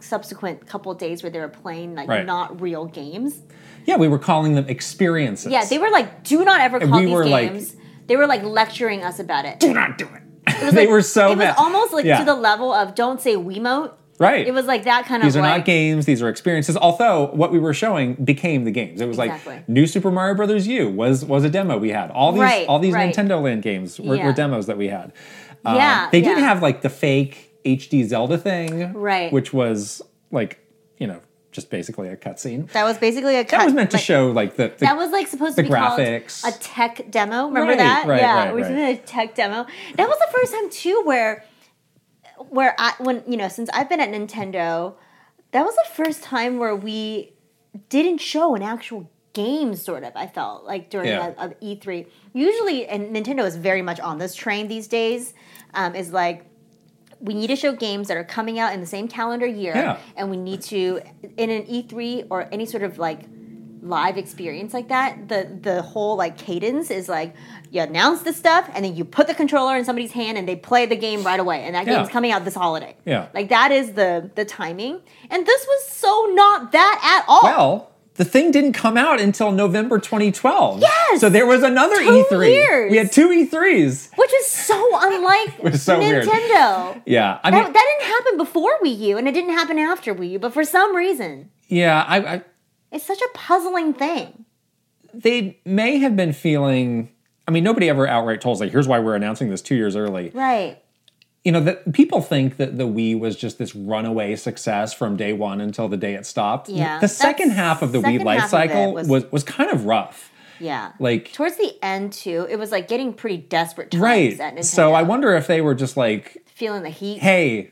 S2: subsequent couple days where they were playing like
S1: Right.
S2: not real games.
S1: Yeah, we were calling them experiences.
S2: Yeah, they were like, do not ever call
S1: we
S2: these
S1: were, like-
S2: games. they were like lecturing us about it.
S1: do not do it. they were
S2: it
S1: so
S2: was
S1: mad.
S2: almost like
S1: Yeah.
S2: to the level of don't say Wiimote.
S1: Right.
S2: It was like that kind
S1: These
S2: of
S1: are
S2: like
S1: not games, these are experiences. Although what we were showing became the games. It was
S2: Exactly.
S1: like New Super Mario Brothers U was was a demo we had. All these
S2: Right,
S1: all these
S2: right.
S1: Nintendo Land games were,
S2: Yeah.
S1: were demos that we had. Um,
S2: Yeah,
S1: they did
S2: yeah.
S1: have like the fake HD Zelda thing.
S2: Right.
S1: Which was like, you know, just basically a cutscene.
S2: that was basically a cut.
S1: That was meant to
S2: like,
S1: show like the, the
S2: That was like supposed to
S1: the
S2: be called
S1: graphics.
S2: a tech demo. Remember
S1: Right,
S2: that?
S1: right,
S2: yeah,
S1: right,
S2: we
S1: right.
S2: did a tech demo. That was the first time too where where I when you know since I've been at Nintendo, that was the first time where we didn't show an actual game. Sort of, I felt like during
S1: Yeah.
S2: a, a E3. Usually, and Nintendo is very much on this train these days. Um, is like we need to show games that are coming out in the same calendar year
S1: Yeah.
S2: and we need to in an e3 or any sort of like live experience like that the the whole like cadence is like you announce the stuff and then you put the controller in somebody's hand and they play the game right away and that
S1: Yeah.
S2: game's coming out this holiday
S1: Yeah.
S2: like that is the the timing and this was so not that at all
S1: well, the thing didn't come out until November 2012. Yes. So there was another
S2: Two
S1: E3.
S2: years.
S1: We had two E E3s.
S2: which is so unlike
S1: was so weird.
S2: nintendo
S1: Yeah, I mean,
S2: That, that didn't happen before Wii U, and it didn't happen after Wii U. But for some reason,
S1: yeah, I, I
S2: it's such a puzzling thing.
S1: they may have been feeling. I mean, nobody ever outright told us like, "Here's why we're announcing this two years early."
S2: Right.
S1: You know, that people think that the Wii was just this runaway success from day one until the day it stopped.
S2: Yeah,
S1: the second
S2: that's-
S1: half of the
S2: second
S1: Wii life
S2: half of it
S1: cycle
S2: was-
S1: was, was kind of rough.
S2: Yeah.
S1: Like,
S2: towards the end too, it was like getting pretty desperate times at
S1: right?
S2: Nintendo.
S1: So I wonder if they were just like,
S2: feeling the heat.
S1: "Hey,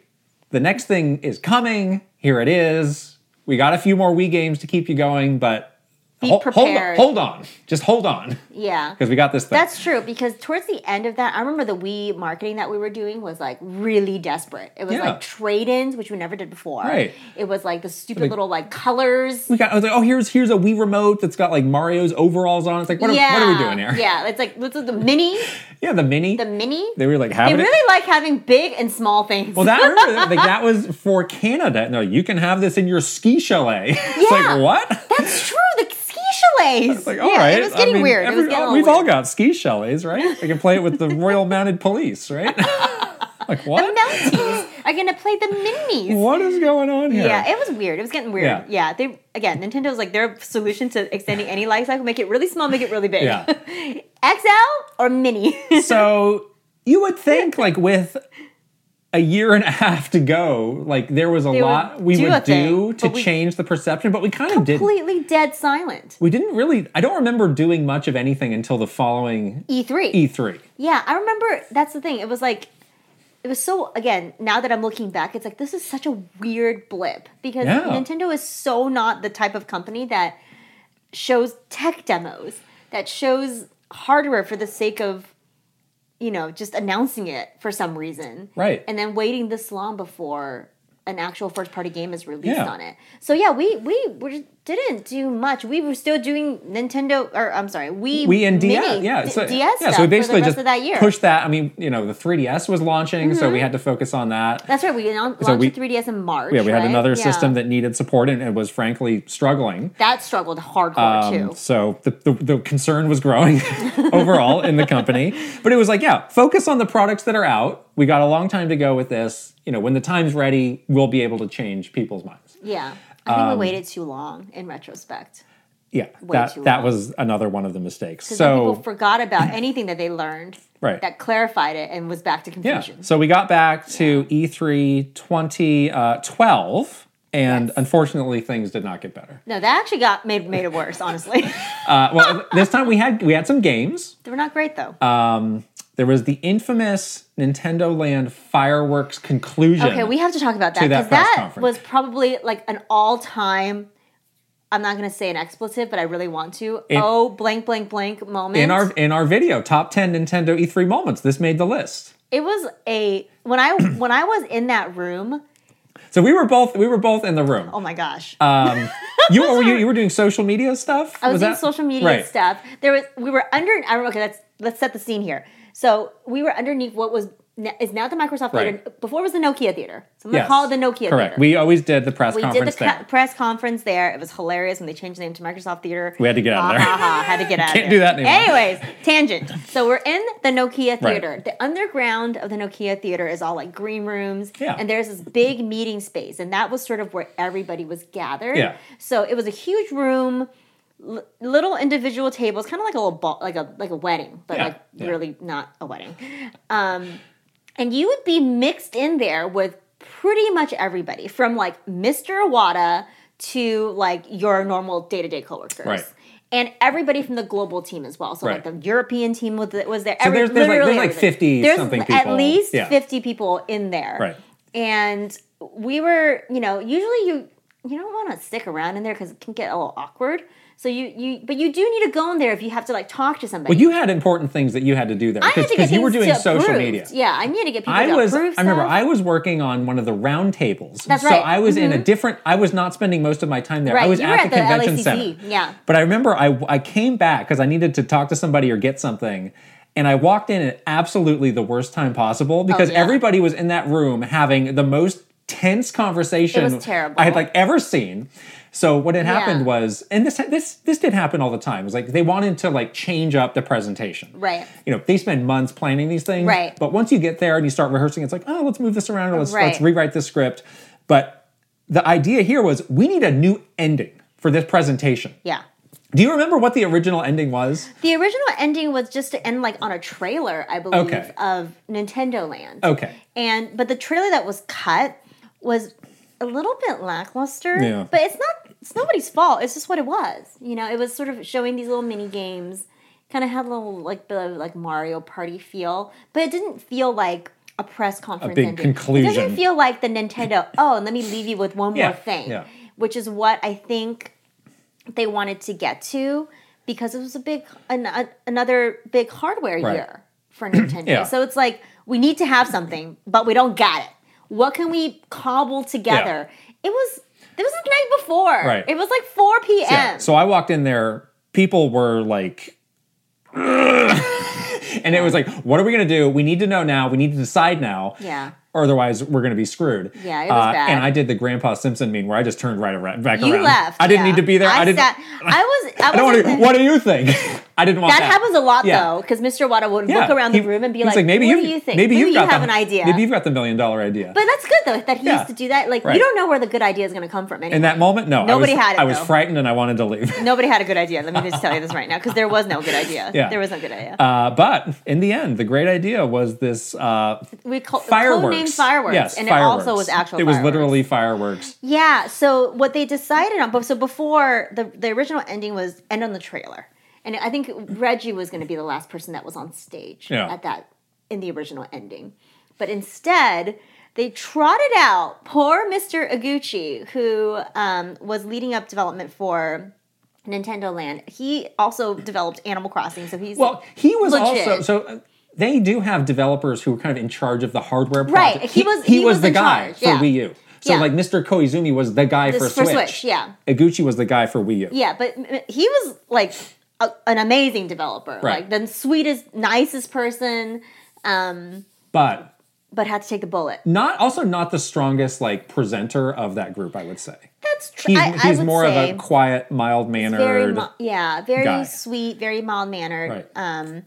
S1: the next thing is coming. Here it is. We got a few more Wii games to keep you going, but
S2: Be
S1: hol- hold, on,
S2: prepared.
S1: hold on, just hold on,
S2: yeah.
S1: because we got this thing."
S2: That's true because towards the end of that, I remember the Wii marketing that we were doing was like really desperate. It was
S1: Yeah.
S2: like trade-ins, which we never did before.
S1: Right.
S2: It was like the stupid little like colors.
S1: we got. I was like, oh, here's here's a Wii remote that's got like Mario's overalls on. it. It's like, what,
S2: yeah.
S1: are, what are we doing here?
S2: Yeah, it's like this is the mini,
S1: Yeah, the mini.
S2: the mini.
S1: they were like
S2: They
S1: having
S2: really
S1: it.
S2: like having big and small things.
S1: Well, that I remember that, like that was for Canada. No, you can have this in your ski chalet. it's
S2: Yeah.
S1: like what?
S2: That's true. The ski chalets.
S1: It's like
S2: yeah,
S1: all right.
S2: It was getting
S1: I mean,
S2: weird. it was
S1: every-
S2: getting
S1: oh,
S2: all
S1: we've
S2: weird.
S1: all got ski chalets, right? We can play it with the Royal Mounted Police, right? like what?
S2: Mounties are gonna play the minis.
S1: what is going on here?
S2: Yeah, it was weird. It was getting weird. Yeah,
S1: Yeah.
S2: they again, Nintendo's like their solution to extending any life cycle, make it really small, make it really big.
S1: Yeah.
S2: XL or mini?
S1: so you would think like with a year and a half to go, like there was a
S2: would
S1: lot we
S2: do a
S1: would do
S2: thing,
S1: to
S2: but we-
S1: change the perception, but we kind of didn't.
S2: Completely dead silent.
S1: We didn't really. I don't remember doing much of anything until the following E
S2: E3.
S1: E3.
S2: Yeah, I remember. That's the thing. It was like, it was so. Again, now that I'm looking back, it's like this is such a weird blip because
S1: Yeah.
S2: Nintendo is so not the type of company that shows tech demos, that shows hardware for the sake of, you know, just announcing it for some reason,
S1: Right.
S2: And then waiting this long before an actual first party game is released
S1: Yeah.
S2: on it. So yeah, we we were, didn't do much. We were still doing Nintendo, or I'm sorry, we
S1: We and DS,
S2: Mini,
S1: yeah,
S2: D-
S1: so,
S2: DS
S1: yeah.
S2: stuff
S1: So we
S2: for the
S1: basically
S2: rest
S1: just
S2: of that year. Mm-hmm.
S1: pushed that. I mean, you know, the 3DS was launching, so we had to focus on that.
S2: That's right. We announced
S1: So we-
S2: launched the 3DS in March.
S1: Yeah, we had
S2: right?
S1: another
S2: Yeah.
S1: system that needed support and it was frankly struggling.
S2: that struggled hardcore
S1: Um,
S2: too.
S1: so the, the, the concern was growing overall in the company. But it was like, yeah, focus on the products that are out. We got a long time to go with this. You know, when the time's ready, we'll be able to change people's minds.
S2: Yeah, I think
S1: um,
S2: we waited too long in retrospect.
S1: Yeah, that
S2: too
S1: that
S2: long.
S1: was another one of the mistakes.
S2: So then people
S1: So
S2: forgot about anything that they learned
S1: Right.
S2: that clarified it and was back to
S1: yeah,
S2: confusion.
S1: so we got back to E E3 2012, uh, and unfortunately, things did not get better.
S2: No, that actually got made made it worse. Honestly,
S1: Uh, well, this time we had we had some games.
S2: they were not great though.
S1: Um, There was the infamous Nintendo Land fireworks conclusion.
S2: okay, we have to talk about that
S1: to that
S2: because
S1: press
S2: that,
S1: conference.
S2: was probably like an all time. I'm not going to say an expletive, but I really want to. oh, blank, blank, blank moment
S1: in our in our video top 10 Nintendo E3 moments. This made the list.
S2: It was a when I when I was in that room.
S1: So we were both we were both in the room.
S2: Oh my gosh!
S1: Uh, you were you, you were doing social media stuff?
S2: I was, doing social media
S1: right.
S2: stuff. There was we were under. I remember. Okay, let's let's set the scene here. So we were underneath what was n- is now the Microsoft
S1: Right.
S2: Theater. Before it was the Nokia Theater. So I'm gonna
S1: Yes.
S2: call it the Nokia Theater.
S1: Correct. We always did the press
S2: We did the
S1: conference
S2: ca-
S1: there.
S2: press conference there. It was hilarious when they changed the name to Microsoft Theater.
S1: We had to get out of
S2: Ha, ha,
S1: there.
S2: ha, had to get out.
S1: Can't
S2: of
S1: do
S2: there.
S1: that anymore.
S2: Anyways, tangent. So we're in the Nokia Theater. The underground of the Nokia Theater is all like green rooms,
S1: Yeah.
S2: and there's this big meeting space, and that was sort of where everybody was gathered.
S1: Yeah.
S2: So it was a huge room, l- little individual tables, kind of like a little ball, like a like a wedding, but
S1: Yeah,
S2: like
S1: yeah.
S2: really not a wedding. Um, and you would be mixed in there with pretty much everybody from like Mr. Wada to like your normal day to day coworkers.
S1: Right.
S2: And everybody from the global team as well. So
S1: Right.
S2: like the European team was, was there.
S1: So there's- there's like-
S2: literally
S1: there's like
S2: everybody.
S1: 50
S2: There's
S1: something people.
S2: At least
S1: Yeah.
S2: 50 people in there.
S1: Right.
S2: And we were, you know, usually you you don't want to stick around in there because it can get a little awkward. So you you but you do need to go in there if you have to like talk to somebody.
S1: Well, you had important things that you had to do there
S2: I had to get
S1: because you were
S2: things
S1: doing
S2: to
S1: social
S2: approved.
S1: media.
S2: Yeah, I need to get people
S1: I
S2: to
S1: was I
S2: approve
S1: remember
S2: stuff.
S1: I was working on one of the round tables.
S2: That's
S1: so
S2: right. Mm-hmm.
S1: I was in a different I was not spending most of my time there. I
S2: Right,
S1: was
S2: you
S1: at
S2: were
S1: the
S2: at the
S1: convention
S2: LACC,
S1: center.
S2: yeah.
S1: But I remember I I came back because I needed to talk to somebody or get something. And I walked in at absolutely the worst time possible because
S2: Oh, yeah.
S1: everybody was in that room having the most tense conversation
S2: It was terrible.
S1: I had like ever seen. So what had happened
S2: Yeah.
S1: was, and this this this did happen all the time. It was like they wanted to like change up the presentation.
S2: Right.
S1: You know, they spend months planning these things.
S2: Right.
S1: But once you get there and you start rehearsing, it's like, oh, let's move this around or let's, let's
S2: Right.
S1: rewrite the script. But the idea here was we need a new ending for this presentation.
S2: yeah.
S1: Do you remember what the original ending was?
S2: The original ending was just to end like on a trailer, I believe,
S1: Okay.
S2: of Nintendo Land.
S1: Okay.
S2: And but the trailer that was cut was a little bit lackluster.
S1: Yeah.
S2: But it's not it's nobody's fault. It's just what it was. You know, it was sort of showing these little mini games, kind of had a little like bit of like Mario Party feel, but it didn't feel like a press conference
S1: big
S2: ending. It
S1: conclusion.
S2: doesn't feel like the Nintendo, oh, and let me leave you with one
S1: Yeah,
S2: more thing.
S1: yeah.
S2: Which is what I think they wanted to get to because it was a big an, a, another big hardware
S1: Right.
S2: year for Nintendo.
S1: Yeah.
S2: So it's like we need to have something, but we don't got it. What can we cobble together? It was it was the night before.
S1: Right.
S2: It was like 4 p.m.
S1: So I walked in there, people were like, "Ugh." and it was like, what are we going to do? We need to know now. We need to decide now.
S2: yeah.
S1: or otherwise we're going to be screwed. Uh,
S2: Yeah, it was bad.
S1: And I did the Grandpa Simpson meme where I just turned right around, back
S2: You
S1: around.
S2: left.
S1: I didn't
S2: yeah.
S1: need to be there. I, didn't.
S2: Sat, I was. I,
S1: I
S2: wasn't
S1: don't want to.
S2: there.
S1: What do you think? I didn't want
S2: that,
S1: that.
S2: happens a lot
S1: Yeah.
S2: though, because Mr. Wada would look around the
S1: he-
S2: room and be
S1: he's
S2: like,
S1: maybe
S2: "What
S1: you,
S2: do you think?
S1: Maybe, you've got
S2: have
S1: the-
S2: an idea."
S1: Maybe you've got the million dollar idea.
S2: but that's good though that he
S1: Yeah.
S2: used to do that. Like
S1: Right.
S2: you don't know where the good idea is going to come from. Anyway.
S1: in that moment, no.
S2: Nobody
S1: I was,
S2: had it,
S1: I was
S2: though.
S1: frightened and I wanted to leave.
S2: Nobody had a good idea. Let me just tell you this right now, because there was no good idea.
S1: Yeah.
S2: There was no good idea.
S1: Uh, but in the end, the great idea was this uh,
S2: we call
S1: fireworks.
S2: codenamed fireworks,
S1: Yes,
S2: and
S1: fireworks.
S2: it also was actual.
S1: It was
S2: fireworks.
S1: literally fireworks.
S2: Yeah. So what they decided on, but so before the the original ending was end on the trailer, and I think Reggie was going to be the last person that was on stage
S1: Yeah.
S2: at that in the original ending, but instead they trotted out poor Mr. Aguchi, who um, was leading up development for. Nintendo Land. He also developed Animal Crossing, so he's
S1: Well, he was
S2: Legit.
S1: also so. uh, They do have developers who are kind of in charge of the hardware.
S2: Right,
S1: Project.
S2: he was- he was
S1: the
S2: in
S1: guy
S2: charge,
S1: for
S2: yeah.
S1: Wii U. So
S2: Yeah.
S1: like Mr. Koizumi was the guy
S2: This-
S1: for,
S2: for
S1: Switch.
S2: Switch, yeah.
S1: Iguchi was the guy for Wii U.
S2: Yeah, but m- m- he was like a, an amazing developer, like
S1: Right.
S2: the sweetest, nicest person,
S1: But
S2: but had to take the bullet.
S1: not also not the strongest like presenter of that group. I would say
S2: That's true.
S1: he's,
S2: I, I
S1: he's
S2: would
S1: more
S2: say
S1: of a quiet, mild
S2: very,
S1: mannered.
S2: mi- yeah, very
S1: guy.
S2: sweet, very mild mannered.
S1: Right.
S2: Um,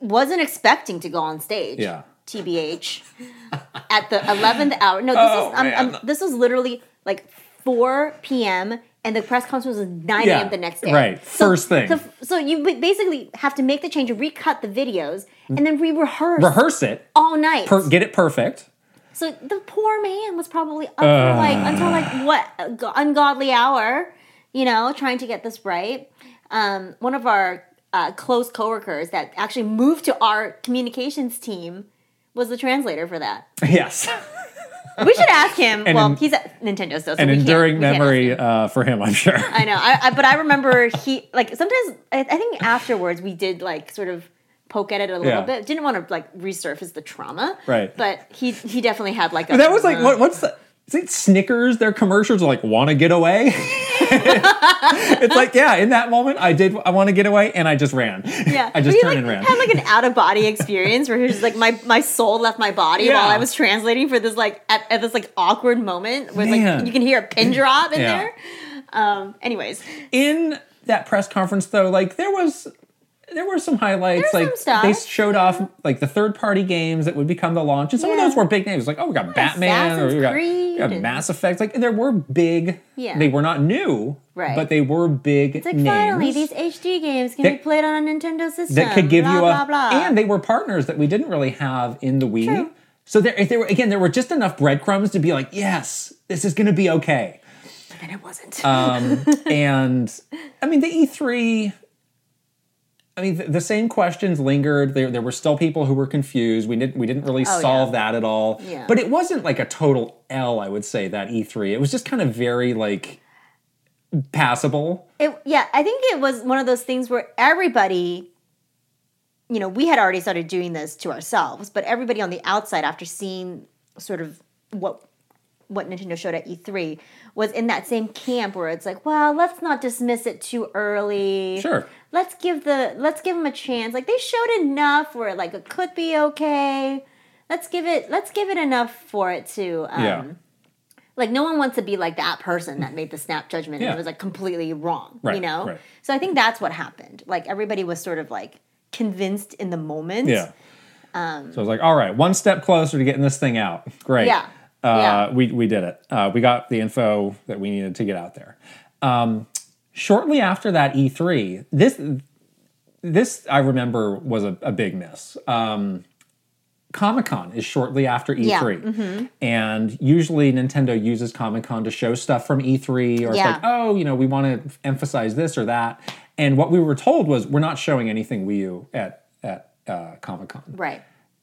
S2: wasn't expecting to go on stage.
S1: Yeah.
S2: TBH at the eleventh hour. No, this
S1: Oh,
S2: is I'm, I'm-
S1: man.
S2: this was literally like four p.m. and the press conference was nine
S1: Yeah,
S2: a.m. the next day.
S1: right. First thing.
S2: So, so you ba- basically have to make the change, recut the videos, and then re-rehearse
S1: Rehearse it,
S2: all night.
S1: Mm. per, get it perfect.
S2: So the poor man was probably up for like until
S1: Uh.
S2: like what a go- ungodly hour, you know, trying to get this right. Um, one of our uh, close coworkers that actually moved to our communications team was the translator for that.
S1: Yes,
S2: We should ask him. well,
S1: en-
S2: he's at Nintendo, so, so
S1: an
S2: we can't-
S1: enduring
S2: we can't ask
S1: memory
S2: him.
S1: uh, for him, I'm sure.
S2: I know, I, I, but I remember he like sometimes I, I think afterwards we did like sort of poke at it a little
S1: Yeah.
S2: bit. Didn't want to like resurface the trauma,
S1: Right.
S2: But he he definitely had like a,
S1: But that was like
S2: "Uh,
S1: what, what's the is it Snickers? Their commercials are like "Want to get away." it's like yeah, in that moment, I did. I want to get away, and I just ran.
S2: Yeah,
S1: I just
S2: But
S1: turned
S2: he,
S1: and
S2: like,
S1: ran.
S2: Had like an out of body experience where he was just like my my soul left my body
S1: Yeah.
S2: while I was translating for this like at, at this like awkward moment where
S1: Man.
S2: like you can hear a pin drop in
S1: Yeah.
S2: there. Um. Anyways,
S1: in that press conference, though, like there was. There were some highlights,
S2: There's some
S1: like
S2: stuff, Mm-hmm.
S1: they showed off like the third party games that would become the launch, and some
S2: Yeah.
S1: of those were big names, like oh we got Batman or we
S2: Assassin's
S1: got, we got
S2: Creed and-
S1: Mass Effect. Like there were big,
S2: Yeah.
S1: they were not new,
S2: Right.
S1: But they were big
S2: it's like
S1: names.
S2: finally these HD games can
S1: That-
S2: be played on a Nintendo system
S1: that could give
S2: blah,
S1: you a
S2: blah blah.
S1: and they were partners that we didn't really have in the Wii.
S2: True.
S1: So there, if there were again, there were just enough breadcrumbs to be like, yes, this is going to be okay.
S2: and it wasn't.
S1: Um, and I mean, the E3. I mean, the, the same questions lingered. There, there were still people who were confused. We didn't, we didn't really
S2: Oh,
S1: solve
S2: yeah.
S1: that at all.
S2: Yeah.
S1: But it wasn't like a total L. I would say that E3. It was just kind of very like passable.
S2: It, yeah, I think it was one of those things where everybody, you know, we had already started doing this to ourselves, but everybody on the outside, after seeing sort of what what Nintendo showed at E3, was in that same camp where it's like, well, let's not dismiss it too early.
S1: Sure.
S2: Let's give the let's give them a chance. Like they showed enough where like it could be okay. Let's give it let's give it enough for it to um,
S1: Yeah.
S2: like no one wants to be like that person that made the snap judgment and
S1: Yeah.
S2: it was like completely wrong you
S1: Right,
S2: know
S1: right.
S2: so i think that's what happened like everybody was sort of like convinced in the moment
S1: Yeah. so I was like, all right, one step closer to getting this thing out.
S2: Um,
S1: Great.
S2: Yeah.
S1: Uh,
S2: Yeah.
S1: We, we did it. Uh, we got the info that we needed to get out there. Um, shortly after that E3, this this I remember was a, a big miss. Um, Comic Con is shortly after E3,
S2: Yeah, Mm-hmm.
S1: and usually Nintendo uses Comic Con to show stuff from E3, or it's
S2: Yeah.
S1: like, oh, you know, we want to emphasize this or that. And what we were told was, we're not showing anything Wii U at at uh, Comic Con.
S2: right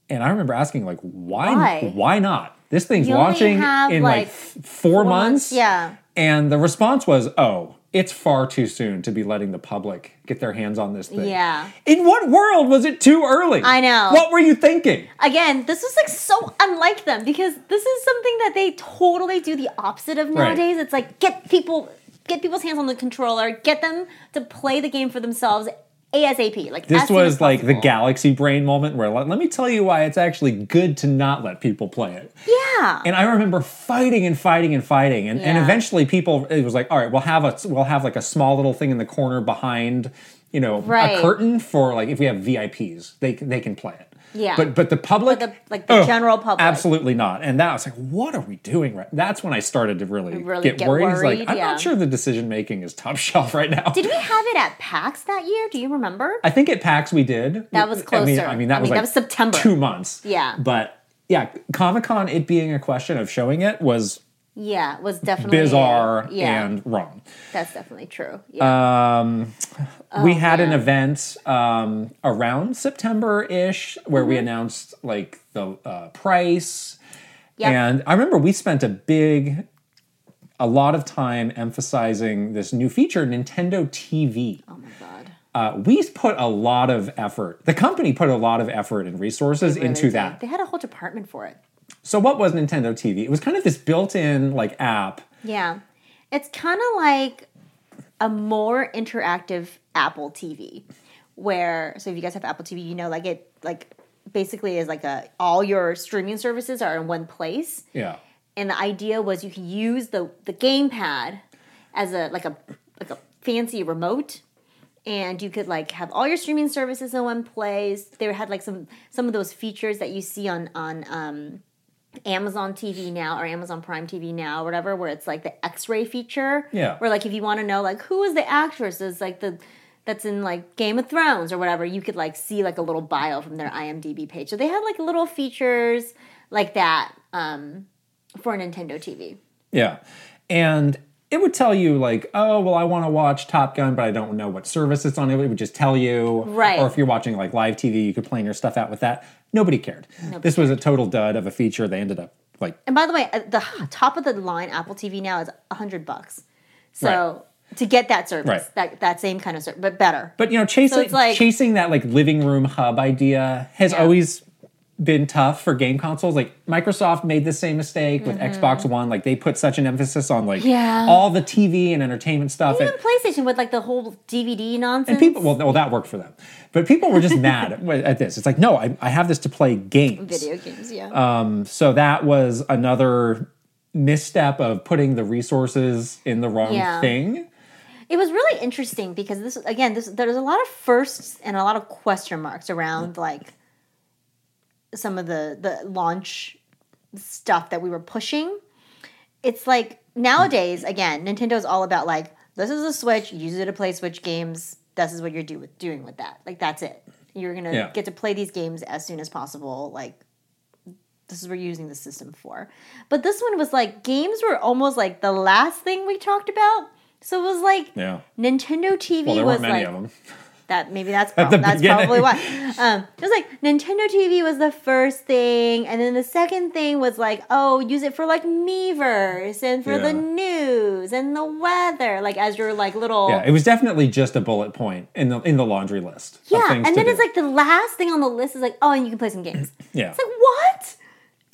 S1: And I remember asking, like, why?
S2: Why?
S1: Why, not? This thing's
S2: You only
S1: launching
S2: have,
S1: in
S2: like,
S1: like, f four, months.
S2: yeah
S1: And the response was, oh, it's far too soon to be letting the public get their hands on this thing.
S2: Yeah.
S1: In what world was it too early?
S2: I know.
S1: What were you thinking?
S2: again this was like so unlike them because this is something that they totally do the opposite of
S1: Right.
S2: nowadays it's like get people get people's hands on the controller get them to play the game for themselves ASAP. Like as
S1: This
S2: soon
S1: was
S2: as
S1: like the
S2: possible.
S1: galaxy brain moment where let, let me tell you why it's actually good to not let people play it.
S2: Yeah.
S1: And I remember fighting and fighting and fighting, and, and
S2: Yeah.
S1: eventually people it was like, all right, we'll have a we'll have like a small little thing in the corner behind, you know,
S2: Right.
S1: a curtain for like if we have VIPs, they can- they can play it.
S2: Yeah.
S1: But but the public,
S2: the- like the general public.
S1: Oh, absolutely not. And that I was like, what are we doing? Right. That's when I started to really,
S2: Really
S1: get,
S2: get
S1: worried. It's
S2: worried,
S1: like I'm
S2: yeah.
S1: not sure the decision making is top shelf right now.
S2: Did we have it at PAX that year? Do you remember?
S1: I think at PAX we did.
S2: That was
S1: I mean,
S2: closer.
S1: I mean that,
S2: I
S1: was,
S2: mean, that
S1: like
S2: was September.
S1: Two months.
S2: Yeah.
S1: But yeah, Comic Con, it being a question of showing it was
S2: Yeah, it was definitely
S1: bizarre
S2: Yeah, Um,
S1: and uh, wrong.
S2: that's definitely true. Yeah, oh,
S1: we had an event um, around September ish where we
S2: Mm-hmm.
S1: announced like the uh, price.
S2: Yep.
S1: And I remember we spent a big, a lot of time emphasizing this new feature, Nintendo TV.
S2: oh my god.
S1: Uh, we put a lot of effort, the company put a lot of effort and resources
S2: Really
S1: into
S2: did.
S1: that.
S2: They had a whole department for it.
S1: So what was Nintendo TV? It was kind of this built-in like app.
S2: Yeah. It's kind of like a more interactive Apple TV where so if you guys have Apple TV, you know like it like basically is like a all your streaming services are in one place
S1: Yeah.
S2: and the idea was you could use the the gamepad as a like a like a fancy remote and you could like have all your streaming services in one place they had like some some of those features that you see on on um Amazon TV now or Amazon Prime TV now, or whatever, where it's like the X-ray feature.
S1: Yeah.
S2: Where like if you want to know like who is the actress is like the that's in like Game of Thrones or whatever, you could like see like a little bio from their IMDb page. So they had like little features like that um, for Nintendo TV.
S1: Yeah. And it would tell you like, oh, well, I want to watch Top Gun, but I don't know what service it's on. It would just tell you.
S2: Right.
S1: Or if you're watching like live TV, you could plan your stuff out with that. Nobody cared. this was a total dud of a feature. They ended up like
S2: And by the way, at the
S1: Hmm.
S2: h- top of the line Apple TV now is hundred bucks. So to get that service,
S1: Right.
S2: that that same kind of service, but better.
S1: But you know, chasing
S2: it's like-
S1: chasing that like living room hub idea has always been tough for game consoles. Like Microsoft made the same mistake with Xbox One. Like they put such an emphasis on like
S2: Mm-hmm. Yeah.
S1: all the TV and entertainment stuff. And,
S2: Even PlayStation with like the whole DVD nonsense.
S1: and people, well, well, that worked for them, but people were just mad at- at this. It's like, no, I, I have this to play games.
S2: video games, yeah.
S1: So that was another misstep of putting the resources in the wrong
S2: Yeah.
S1: thing.
S2: It was really interesting because this again, this there's a lot of firsts and a lot of question marks around like some of the the launch stuff that we were pushing. It's like nowadays again, Nintendo's all about like this is a Switch, use it to play Switch games. This is what you're do with, doing with that. Like that's it. You're gonna
S1: Yeah.
S2: get to play these games as soon as possible. Like this is what we're using the system for. But this one was like games were almost like the last thing we talked about. So it was like
S1: Yeah.
S2: Nintendo TV
S1: Well, there
S2: was
S1: weren't many
S2: like
S1: of them.
S2: that. Maybe that's prob- that's
S1: beginning.
S2: probably why. Um, it was like Nintendo TV was the first thing, and then the second thing was like, oh, use it for like Meverse and for the
S1: Yeah.
S2: news and the weather, like as your like little
S1: Yeah, it was definitely just a bullet point in the in the laundry list. of
S2: Yeah, and
S1: things to
S2: then
S1: do.
S2: it's like the last thing on the list is like, oh, and you can play some games.
S1: yeah.
S2: It's like what?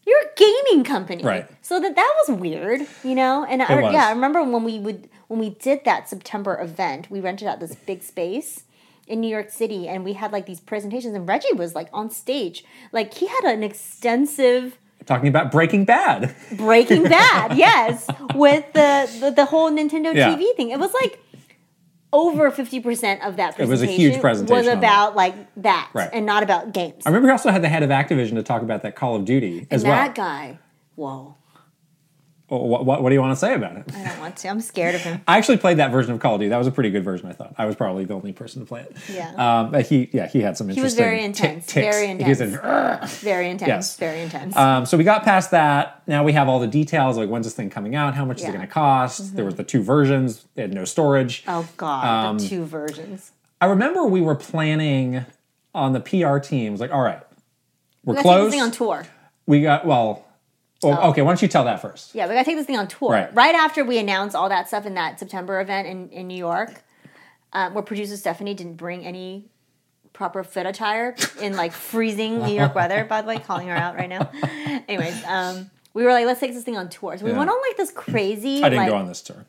S2: You're a gaming company,
S1: Right.
S2: So that that was weird, you know. And I,
S1: It was.
S2: yeah, I remember when we would when we did that September event, we rented out this big space in New York City, and we had like these presentations, and Reggie was like on stage, like he had an extensive
S1: talking about Breaking Bad.
S2: Breaking Bad, yes, with the the, the whole Nintendo
S1: Yeah.
S2: TV thing. It was like over fifty percent of that.
S1: It was a
S2: Presentation
S1: huge presentation on
S2: Was
S1: that.
S2: about like that,
S1: Right.
S2: and not about games.
S1: I remember he also had the head of Activision to talk about that Call of Duty as well.
S2: that guy, whoa.
S1: Well, What, what, what do you want to say about it?
S2: I don't want to. I'm scared of him.
S1: I actually played that version of Call of Duty. That was a pretty good version, I thought. I was probably the only person to play it.
S2: Yeah.
S1: Um, but he, yeah, he had some interesting.
S2: was very
S1: tick-
S2: intense,
S1: ticks.
S2: very
S1: He was
S2: intense.
S1: an-
S2: Very intense.
S1: Yes.
S2: Very intense.
S1: um, so we got past that. Now we have all the details. Like, when's this thing coming out? How much is
S2: Yeah. Mm-hmm.
S1: it going to cost? There was the two versions. They had no storage.
S2: oh God,
S1: um,
S2: the two versions.
S1: I remember we were planning on the PR team. It was like, all right, we're
S2: We gotta take this
S1: close.
S2: thing on Oh. tour.
S1: we got well. well Okay, why don't you tell that first?
S2: Yeah, we gotta take this thing on tour.
S1: Right.
S2: after we announce all that stuff in that September event in, in New York, um, where producer Stephanie didn't bring any proper fit attire in like freezing New York weather, by the way, calling her out right now. Anyways, um, we were like, let's take this thing on tour. So we
S1: Yeah.
S2: went on like this crazy
S1: I didn't
S2: like,
S1: go on this tour.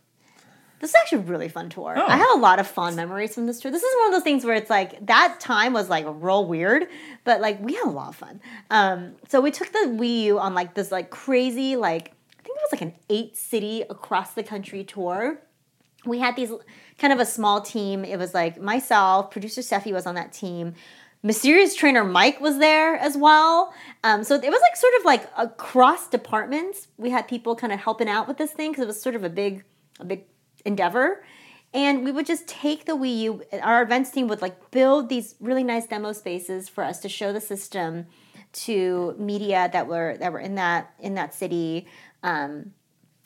S2: This is actually a really fun tour. I have a lot of fond memories from this tour. This is one of those things where it's like that time was like real weird, but like we had a lot of fun. Um, so we took the Wii U on like this like crazy like I think it was like an eight city across the country tour we had these kind of a small team. It was like myself, producer Steffi was on that team. Mysterious trainer Mike was there as well. Um, so it was like sort of like across departments. We had people kind of helping out with this thing because it was sort of a big, a big endeavor. And we would just take the Wii U. Our events team would like build these really nice demo spaces for us to show the system to media that were that were in that in that city. Um,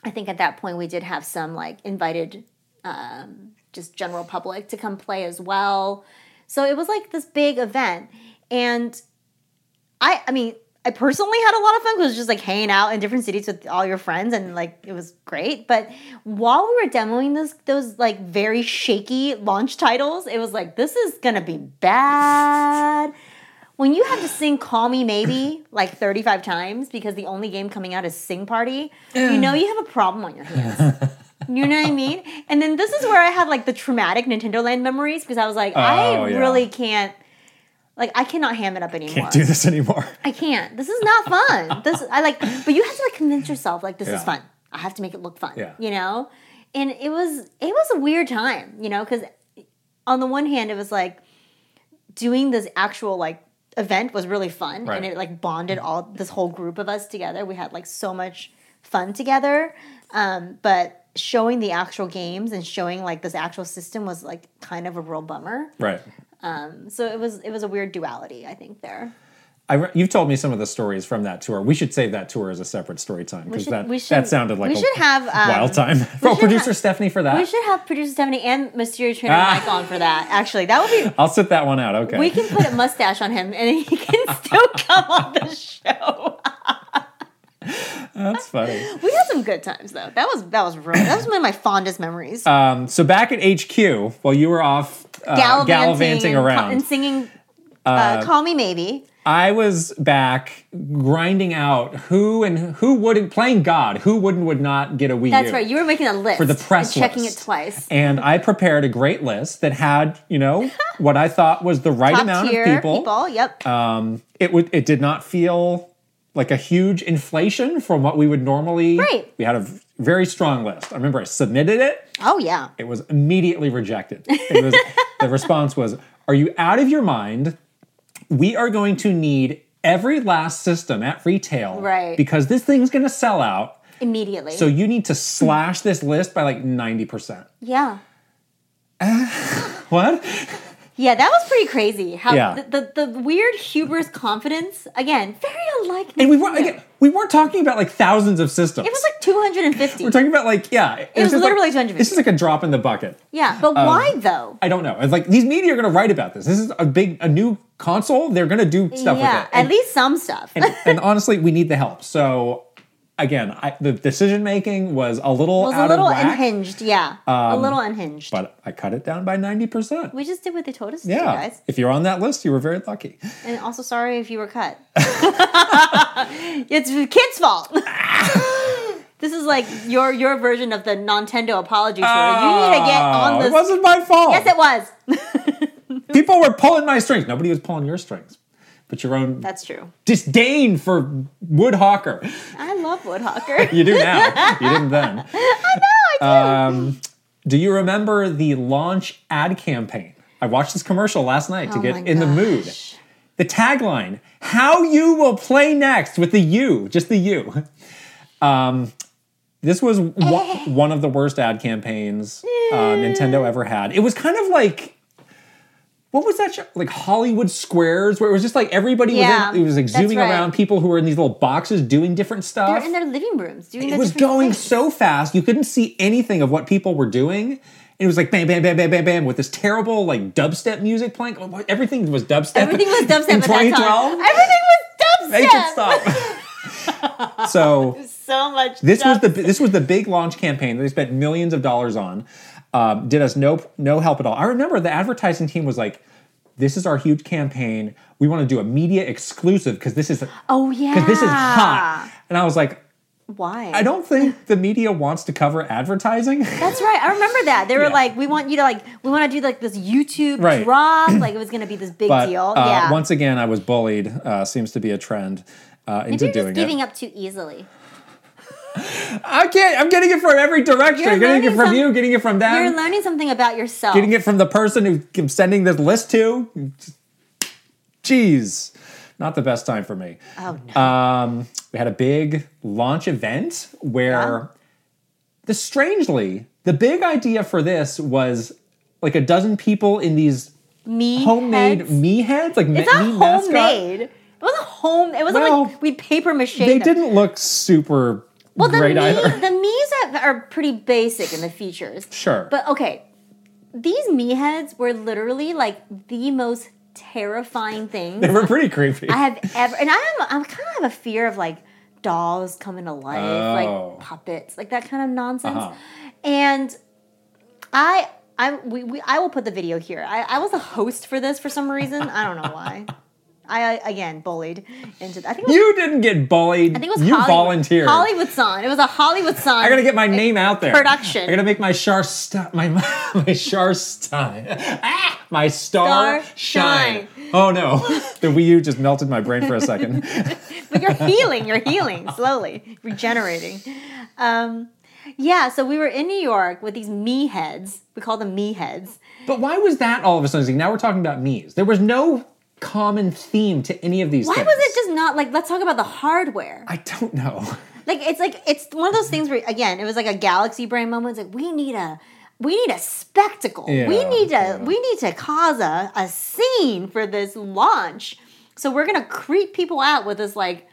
S2: I think at that point we did have some like invited um, just general public to come play as well. So it was like this big event, and I I mean I personally had a lot of fun because it was just like hanging out in different cities with all your friends and like it was great. But while we were demoing those those like very shaky launch titles, it was like this is gonna be bad. When you have to sing Call Me Maybe like 35 times because the only game coming out is Sing Party, you know you have a problem on your hands. You know what I mean? And then this is where I had like the traumatic Nintendo Land memories because I was like,
S1: Oh,
S2: I
S1: yeah.
S2: really can't, like, I cannot ham it up anymore.
S1: Can't do this anymore.
S2: I can't. This is not fun. this I like, but you have to like convince yourself like this is
S1: Yeah.
S2: fun. I have to make it look fun.
S1: Yeah.
S2: You know, and it was it was a weird time. You know, because on the one hand, it was like doing this actual like event was really fun,
S1: Right. Mm-hmm.
S2: and it like bonded all this whole group of us together. We had like so much fun together, um, but showing the actual games and showing like this actual system was like kind of a real bummer.
S1: Right.
S2: So it was it was a weird duality, I think there.
S1: I re- you've told me some of the stories from that tour. We should save that tour as a separate story time because
S2: should-
S1: that,
S2: we should-
S1: that sounded like
S2: we
S1: a
S2: should have, um,
S1: wild time. Well,
S2: should
S1: producer
S2: have-
S1: Stephanie for that.
S2: We should have producer Stephanie and Mysterio Trainer
S1: Ah.
S2: Mike on for that. Actually, that would be.
S1: I'll sit that one out. Okay.
S2: We can put a mustache on him, and he can still come on the show.
S1: That's funny.
S2: We had some good times, though. That was that was real. That was one of my fondest memories.
S1: Um, so back at HQ, while you were off uh, gallivanting,
S2: and,
S1: around,
S2: and singing. Uh, Call me maybe.
S1: I was back grinding out who and who wouldn't playing God, who wouldn't would not get a Wii
S2: That's
S1: U.
S2: right. You were making a list
S1: for the press
S2: and checking
S1: list.
S2: it twice.
S1: And I prepared a great list that had, you know, what I thought was the right
S2: Top
S1: amount
S2: tier
S1: of people. Uh,
S2: Yep.
S1: It would it did not feel like a huge inflation from what we would normally
S2: Right.
S1: we had a v- very strong list. I remember I submitted it.
S2: oh yeah.
S1: It was immediately rejected. It was the response was, "Are you out of your mind? We are going to need every last system at retail,
S2: Right.
S1: Because this thing's going to sell out.
S2: Immediately.
S1: So you need to slash this list by like ninety percent.
S2: yeah.
S1: What?
S2: Yeah, that was pretty crazy. How
S1: Yeah.
S2: the, the the weird hubris confidence again, very unlike.
S1: And we were not again, we weren't talking about like thousands of systems.
S2: It was like 250.
S1: we're talking about like yeah, it
S2: was
S1: just
S2: literally
S1: like,
S2: 250.
S1: This is like a drop in the bucket.
S2: yeah,
S1: Um,
S2: but why though?
S1: I don't know. It's like these media are going to write about this. This is a big a new console. They're going to do stuff
S2: yeah,
S1: with it.
S2: at least some stuff.
S1: and, and honestly, we need the help. So again, I, the decision making was a little
S2: was
S1: out
S2: a little
S1: of whack, Um,
S2: unhinged. Yeah, a little unhinged.
S1: but I cut it down by ninety percent.
S2: we just did what they told us to, do,
S1: Yeah,
S2: guys.
S1: if you're on that list, you were very lucky.
S2: And also, sorry if you were cut. it's the kid's fault. this is like your your version of the Nintendo apology tour. you need to get on
S1: Oh,
S2: this.
S1: It wasn't my fault.
S2: yes, it was.
S1: People were pulling my strings. Nobody was pulling your strings, but your own
S2: That's true.
S1: disdain for Wood Hawker.
S2: I love Woodhawker.
S1: You do now. you didn't then. Um, do you remember the launch ad campaign? I watched this commercial last night to
S2: Oh
S1: get
S2: my
S1: in the mood.
S2: gosh.
S1: The tagline, how you will play next with the U, just the U. Um, this was one, one of the worst ad campaigns uh, Nintendo ever had. It was kind of like, what was that show? Like Hollywood Squares, where it was just like everybody
S2: Yeah,
S1: was in, it was like
S2: that's
S1: zooming
S2: right.
S1: around people who were in these little boxes doing different stuff
S2: They're in their living rooms doing.
S1: it
S2: their
S1: was
S2: different
S1: going
S2: things.
S1: so fast you couldn't see anything of what people were doing and it was like bam bam bam bam bam bam with this terrible like dubstep music playing Oh, what- everything was dubstep
S2: Everything was dubstep at
S1: in
S2: that
S1: 2012
S2: time. Everything
S1: make
S2: was dubstep.
S1: it stop so
S2: So much.
S1: this was the this was the big launch campaign that they spent millions of dollars on um, did us no no help at all i remember the advertising team was like this is our huge campaign we want to do a media exclusive because this is
S2: Oh yeah.
S1: because this is hot. And I was like,
S2: Why?
S1: I don't think the media wants to cover advertising.
S2: That's right. I remember that. They were like, we want you to like, we want to do like this YouTube
S1: Right.
S2: drop. Like it was going to be this big
S1: but
S2: deal.
S1: uh,
S2: yeah.
S1: once again, I was bullied. Uh, seems to be a trend uh, into
S2: You're
S1: doing
S2: just giving
S1: it.
S2: up too easily.
S1: I can't. I'm getting it from every direction.
S2: You're
S1: getting it
S2: learning
S1: from
S2: some-
S1: you. Getting it from them.
S2: You're learning something about yourself.
S1: Um, getting it from the person who I'm sending this list to. Jeez, not the best time for me.
S2: oh no.
S1: Um, we had a big launch event where the strangely the big idea for this was like a dozen people in these
S2: me
S1: homemade
S2: heads?
S1: me heads like
S2: It's not
S1: me mascot.
S2: homemade. It wasn't home. It wasn't
S1: Well,
S2: like we paper mache.
S1: They didn't look super
S2: Well, the
S1: great
S2: me,
S1: either.
S2: the me's are, are pretty basic in the features.
S1: Sure.
S2: But okay, these me heads were literally like the most terrifying thing
S1: They were pretty creepy.
S2: I have ever, and I am I kind of have a fear of like dolls coming to life,
S1: Oh. Uh-huh.
S2: like puppets, like that kind of nonsense. And I, I, we, we, I will put the video here. I, I was a host for this for some reason. I don't know why. I again bullied into. I think it was,
S1: you didn't get bullied.
S2: I think it was
S1: you
S2: Holly-
S1: volunteered.
S2: Hollywood song. It was a Hollywood song.
S1: I gotta get my name out there.
S2: production.
S1: I gotta make my star st- my my star stein. Ah, my star,
S2: Star
S1: shine.
S2: shine.
S1: Oh no, the Wii U just melted my brain for a second.
S2: but you're healing. You're healing slowly, regenerating. Um, yeah. So we were in New York with these me heads. We call them me heads.
S1: but why was that all of a sudden? It's like, Now we're talking about me's. There was no common theme to any of these.
S2: Why
S1: things.
S2: was it just not like? Let's talk about the hardware.
S1: I don't know.
S2: Like it's like it's one of those things where again it was like a galaxy brain moment. It's like we need a we need a spectacle. we
S1: Yeah,
S2: need to
S1: yeah.
S2: we need to cause a, a scene for this launch. So we're gonna creep people out with this like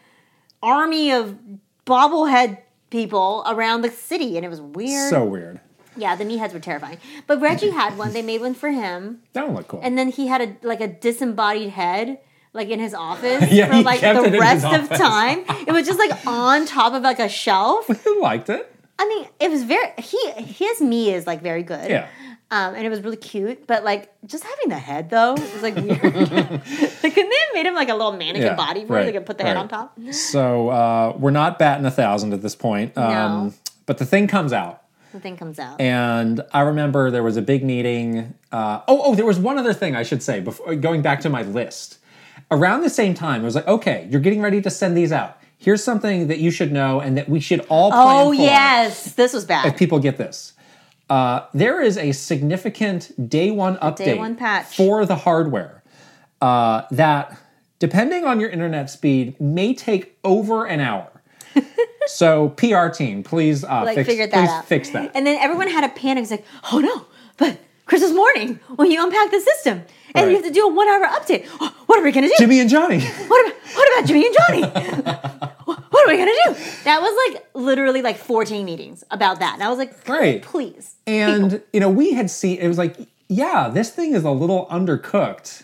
S2: army of bobblehead people around the city, and it was weird.
S1: So weird.
S2: yeah, the knee heads were terrifying. But Reggie had one. They made one for him,
S1: That one looked cool.
S2: and then he had a like a disembodied head. Like in his office
S1: Yeah,
S2: for
S1: he
S2: like
S1: kept it in
S2: the
S1: his
S2: rest of
S1: office.
S2: time. It was just like on top of like a shelf.
S1: I liked it.
S2: I mean, it was very he his me is like very good.
S1: Yeah.
S2: Um, and it was really cute, but like just having the head though was like weird. like couldn't they have made him like a little mannequin
S1: Yeah,
S2: body where
S1: right,
S2: they could put the head
S1: right.
S2: on top?
S1: So uh, we're not batting a thousand at this point. um,
S2: No.
S1: But the thing comes out.
S2: The thing comes out.
S1: And I remember there was a big meeting. Uh, oh, oh, there was one other thing I should say before going back to my list. Around the same time, it was like, okay, you're getting ready to send these out. Here's something that you should know and that we should all plan
S2: oh
S1: for
S2: yes, this was
S1: if
S2: bad.
S1: people get this. Uh, there is a significant day one update
S2: one patch.
S1: for the hardware uh, that, depending on your internet speed, may take over an hour. so, PR team, please uh,
S2: Like
S1: fix,
S2: figured that
S1: please
S2: out.
S1: fix that.
S2: And then everyone had a panic. It's like, oh no, but Christmas morning when you unpack the system and
S1: Right.
S2: you have to do a one hour update. Oh, what are we gonna do?
S1: Jimmy and Johnny.
S2: what about, what about Jimmy and Johnny? Wh- what are we gonna do? That was like literally like 14 meetings about that. And I was like,
S1: Right.
S2: great, please.
S1: And you know, we had seen it was like, yeah, this thing is a little undercooked.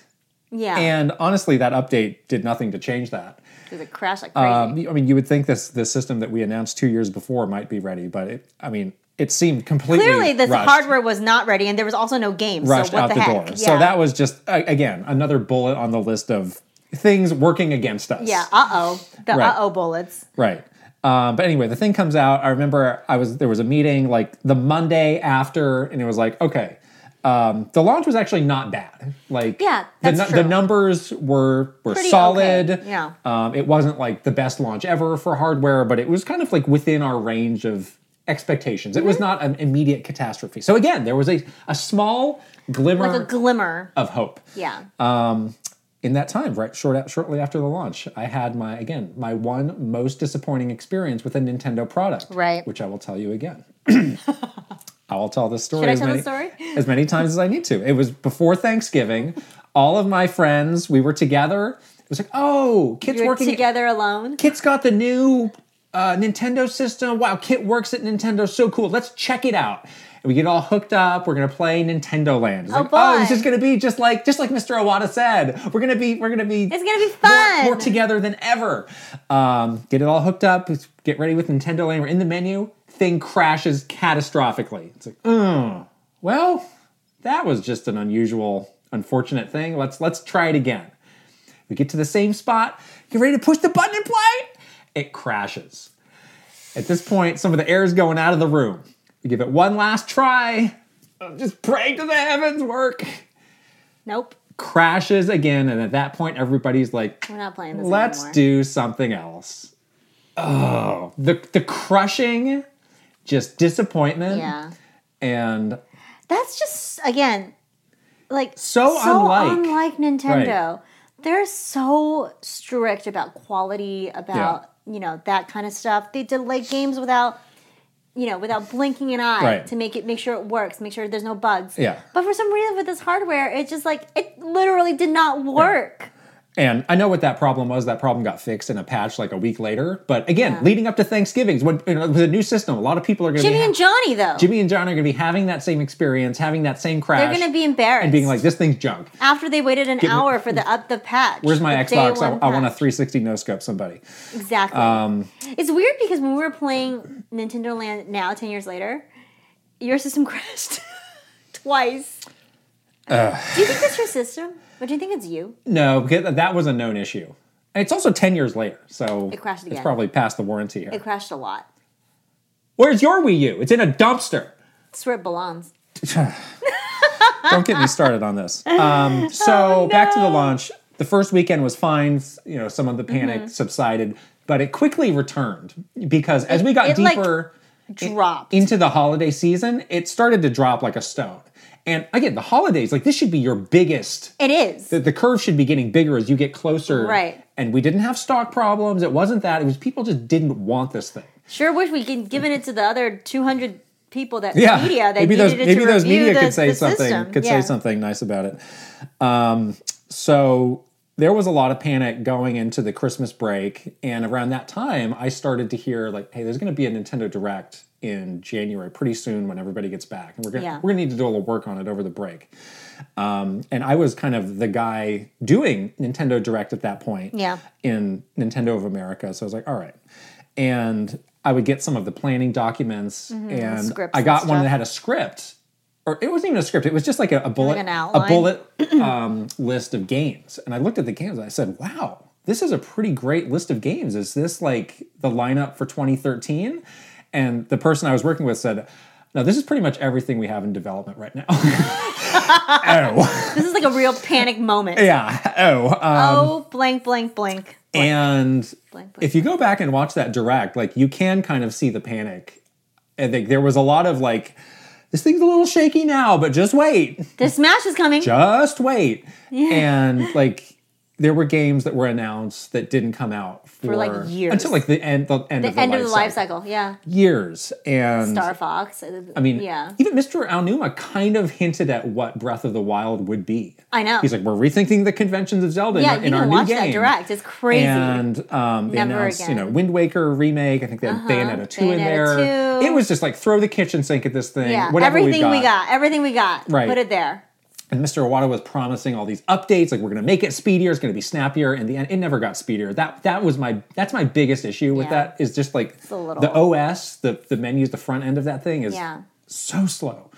S2: Yeah.
S1: And honestly, that update did nothing to change that.
S2: it was a crash like crazy.
S1: Um, I mean, you would think this this system that we announced two years before might be ready, but it, I mean, it seemed completely
S2: Clearly, this
S1: rushed,
S2: hardware was not ready, and there was also no game. So
S1: rushed
S2: what
S1: out
S2: the,
S1: the, door.
S2: heck?
S1: So that was just a- again another bullet on the list of things working against us.
S2: yeah. Uh oh. The
S1: Right.
S2: uh oh bullets.
S1: Right. Um, but anyway, the thing comes out. I remember I was there was a meeting like the Monday after, and it was like, okay, um, the launch was actually not bad. Like,
S2: Yeah,
S1: the,
S2: that's
S1: nu-
S2: true.
S1: the numbers were were
S2: Pretty
S1: solid.
S2: okay, yeah.
S1: um, it wasn't like the best launch ever for hardware, but it was kind of like within our range of expectations. It was
S2: Mm-hmm.
S1: not an immediate catastrophe. So again, there was a a small glimmer
S2: Like a glimmer.
S1: of hope
S2: Yeah.
S1: uh, in that time, right short shortly after the launch, I had my again my one most disappointing experience with a Nintendo product,
S2: Right.
S1: Which I will tell you again. I will tell this story.
S2: Should I
S1: as
S2: tell
S1: many,
S2: the story?
S1: as many times as I need to. It was before Thanksgiving. All of my friends, we were together. It was like, oh, Kit's
S2: You're
S1: working.
S2: together alone.
S1: Kit's got the new uh, Nintendo system. Wow, Kit works at Nintendo. So cool. Let's check it out. And we get all hooked up. We're gonna play Nintendo Land. It's
S2: Oh,
S1: like, oh, this
S2: boy.
S1: is gonna be just like just like Mr. Awada said. We're gonna be we're gonna be
S2: It's gonna be
S1: more-
S2: fun.
S1: More, together than ever. Um, get it all hooked up. Get ready with Nintendo Land. We're in the menu. Thing crashes catastrophically. It's like, mm, well, that was just an unusual, unfortunate thing. Let's let's try it again. We get to the same spot. Get ready to push the button and play. It crashes. At this point, some of the air is going out of the room. We give it one last try. I'm just praying to the heavens work.
S2: Nope.
S1: Crashes again, and at that point, everybody's like,
S2: We're not playing this
S1: let's
S2: anymore.
S1: do something else. Oh, the the crushing, just disappointment,
S2: Yeah.
S1: and
S2: That's just again, like
S1: So unlike.
S2: unlike Nintendo. They're so strict about quality, about you know that kind of stuff. They delay games without, you know, without blinking an eye
S1: Right.
S2: to make it make sure it works, make sure there's no bugs.
S1: Yeah.
S2: But for some reason, with this hardware, it just like it literally did not work.
S1: and I know what that problem was. That problem got fixed in a patch like a week later. But again, leading up to Thanksgiving's when you know, with a new system, a lot of people are going to be
S2: Jimmy
S1: ha-
S2: and Johnny though,
S1: Jimmy and John are going to be having that same experience, having that same crash.
S2: they're gonna be embarrassed
S1: and being like, "This thing's junk.
S2: after they waited an hour for the up the patch.
S1: Where's my
S2: the day
S1: Xbox? I,
S2: one
S1: I want a
S2: patch.
S1: 360 no scope somebody."
S2: Exactly.
S1: Um,
S2: it's weird because when we were playing Nintendo Land now, 10 years later, your system crashed twice. do you think that's your system? Or do you think it's you?
S1: No, because that was a known issue. And it's also 10 years later, so
S2: It crashed
S1: It's
S2: again.
S1: probably past the warranty here.
S2: It crashed a lot.
S1: Where's your Wii U? It's in a dumpster.
S2: That's where it belongs.
S1: Don't get me started on this. Um, so back to the launch. The first weekend was fine. s- You know, some of the panic subsided, but it quickly returned because as we got
S2: it, like,
S1: deeper
S2: Dropped.
S1: into the holiday season, it started to drop like a stone. And again, the holidays, like this should be your biggest
S2: it is.
S1: the, the curve should be getting bigger as you get closer.
S2: Right.
S1: And we didn't have stock problems. It wasn't that. It was people just didn't want this thing.
S2: Sure wish we could given it to the other 200 people that
S1: Yeah.
S2: media that
S1: maybe those
S2: needed it
S1: maybe
S2: to
S1: those
S2: review
S1: media
S2: the,
S1: could say
S2: the
S1: something
S2: system.
S1: could
S2: Yeah.
S1: say something nice about it. Um, so there was a lot of panic going into the Christmas break, and around that time, I started to hear like, "Hey, there's going to be a Nintendo Direct in January, pretty soon, when everybody gets back, and we're gonna
S2: Yeah.
S1: we're gonna need to do a little work on it over the break." Um, and I was kind of the guy doing Nintendo Direct at that point
S2: Yeah.
S1: in Nintendo of America. So I was like, all right. And I would get some of the planning documents
S2: Mm-hmm.
S1: and
S2: scripts
S1: I
S2: and
S1: got one
S2: stuff.
S1: that had a script. Or it wasn't even a script, it was just like a, a bullet
S2: an
S1: a
S2: outline?
S1: bullet um, list of games. And I looked at the games and I said, wow, this is a pretty great list of games. Is this like the lineup for 2013? And the person I was working with said, no, this is pretty much everything we have in development right now. oh,
S2: This is like a real panic moment.
S1: yeah. Oh, um,
S2: Oh, blank, blank, blank.
S1: and
S2: Blank, blank.
S1: if you go back and watch that direct, like you can kind of see the panic. I think there was a lot of like, this thing's a little shaky now, but just wait,
S2: This match is coming.
S1: just wait. And like, there were games that were announced that didn't come out for,
S2: like, years.
S1: until like the end, the end
S2: the
S1: of the
S2: end
S1: life
S2: of the life
S1: cycle.
S2: cycle. Yeah.
S1: Years and
S2: Star Fox. uh,
S1: I mean,
S2: yeah.
S1: even Mr. Aonuma kind of hinted at what Breath of the Wild would be.
S2: I know.
S1: He's like, we're rethinking the conventions of Zelda in-
S2: Yeah,
S1: in,
S2: you
S1: our
S2: can
S1: new
S2: watch
S1: game.
S2: that direct. It's crazy.
S1: And um, they
S2: Never
S1: announced, you
S2: again. Uh-huh.
S1: know, Wind Waker remake. I think they had Bayonetta 2
S2: Bayonetta
S1: in there.
S2: 2.
S1: It was just like throw the kitchen sink at this thing.
S2: yeah,
S1: whatever we've
S2: everything we got, everything we got,
S1: Right.
S2: put it there.
S1: And Mr. Iwata was promising all these updates, like we're going to make it speedier, it's going to be snappier. In the end, it never got speedier. That that was my that's my biggest issue with
S2: Yeah.
S1: that is just like
S2: a little-
S1: the OS, the the menus, the front end of that thing is
S2: Yeah,
S1: so slow.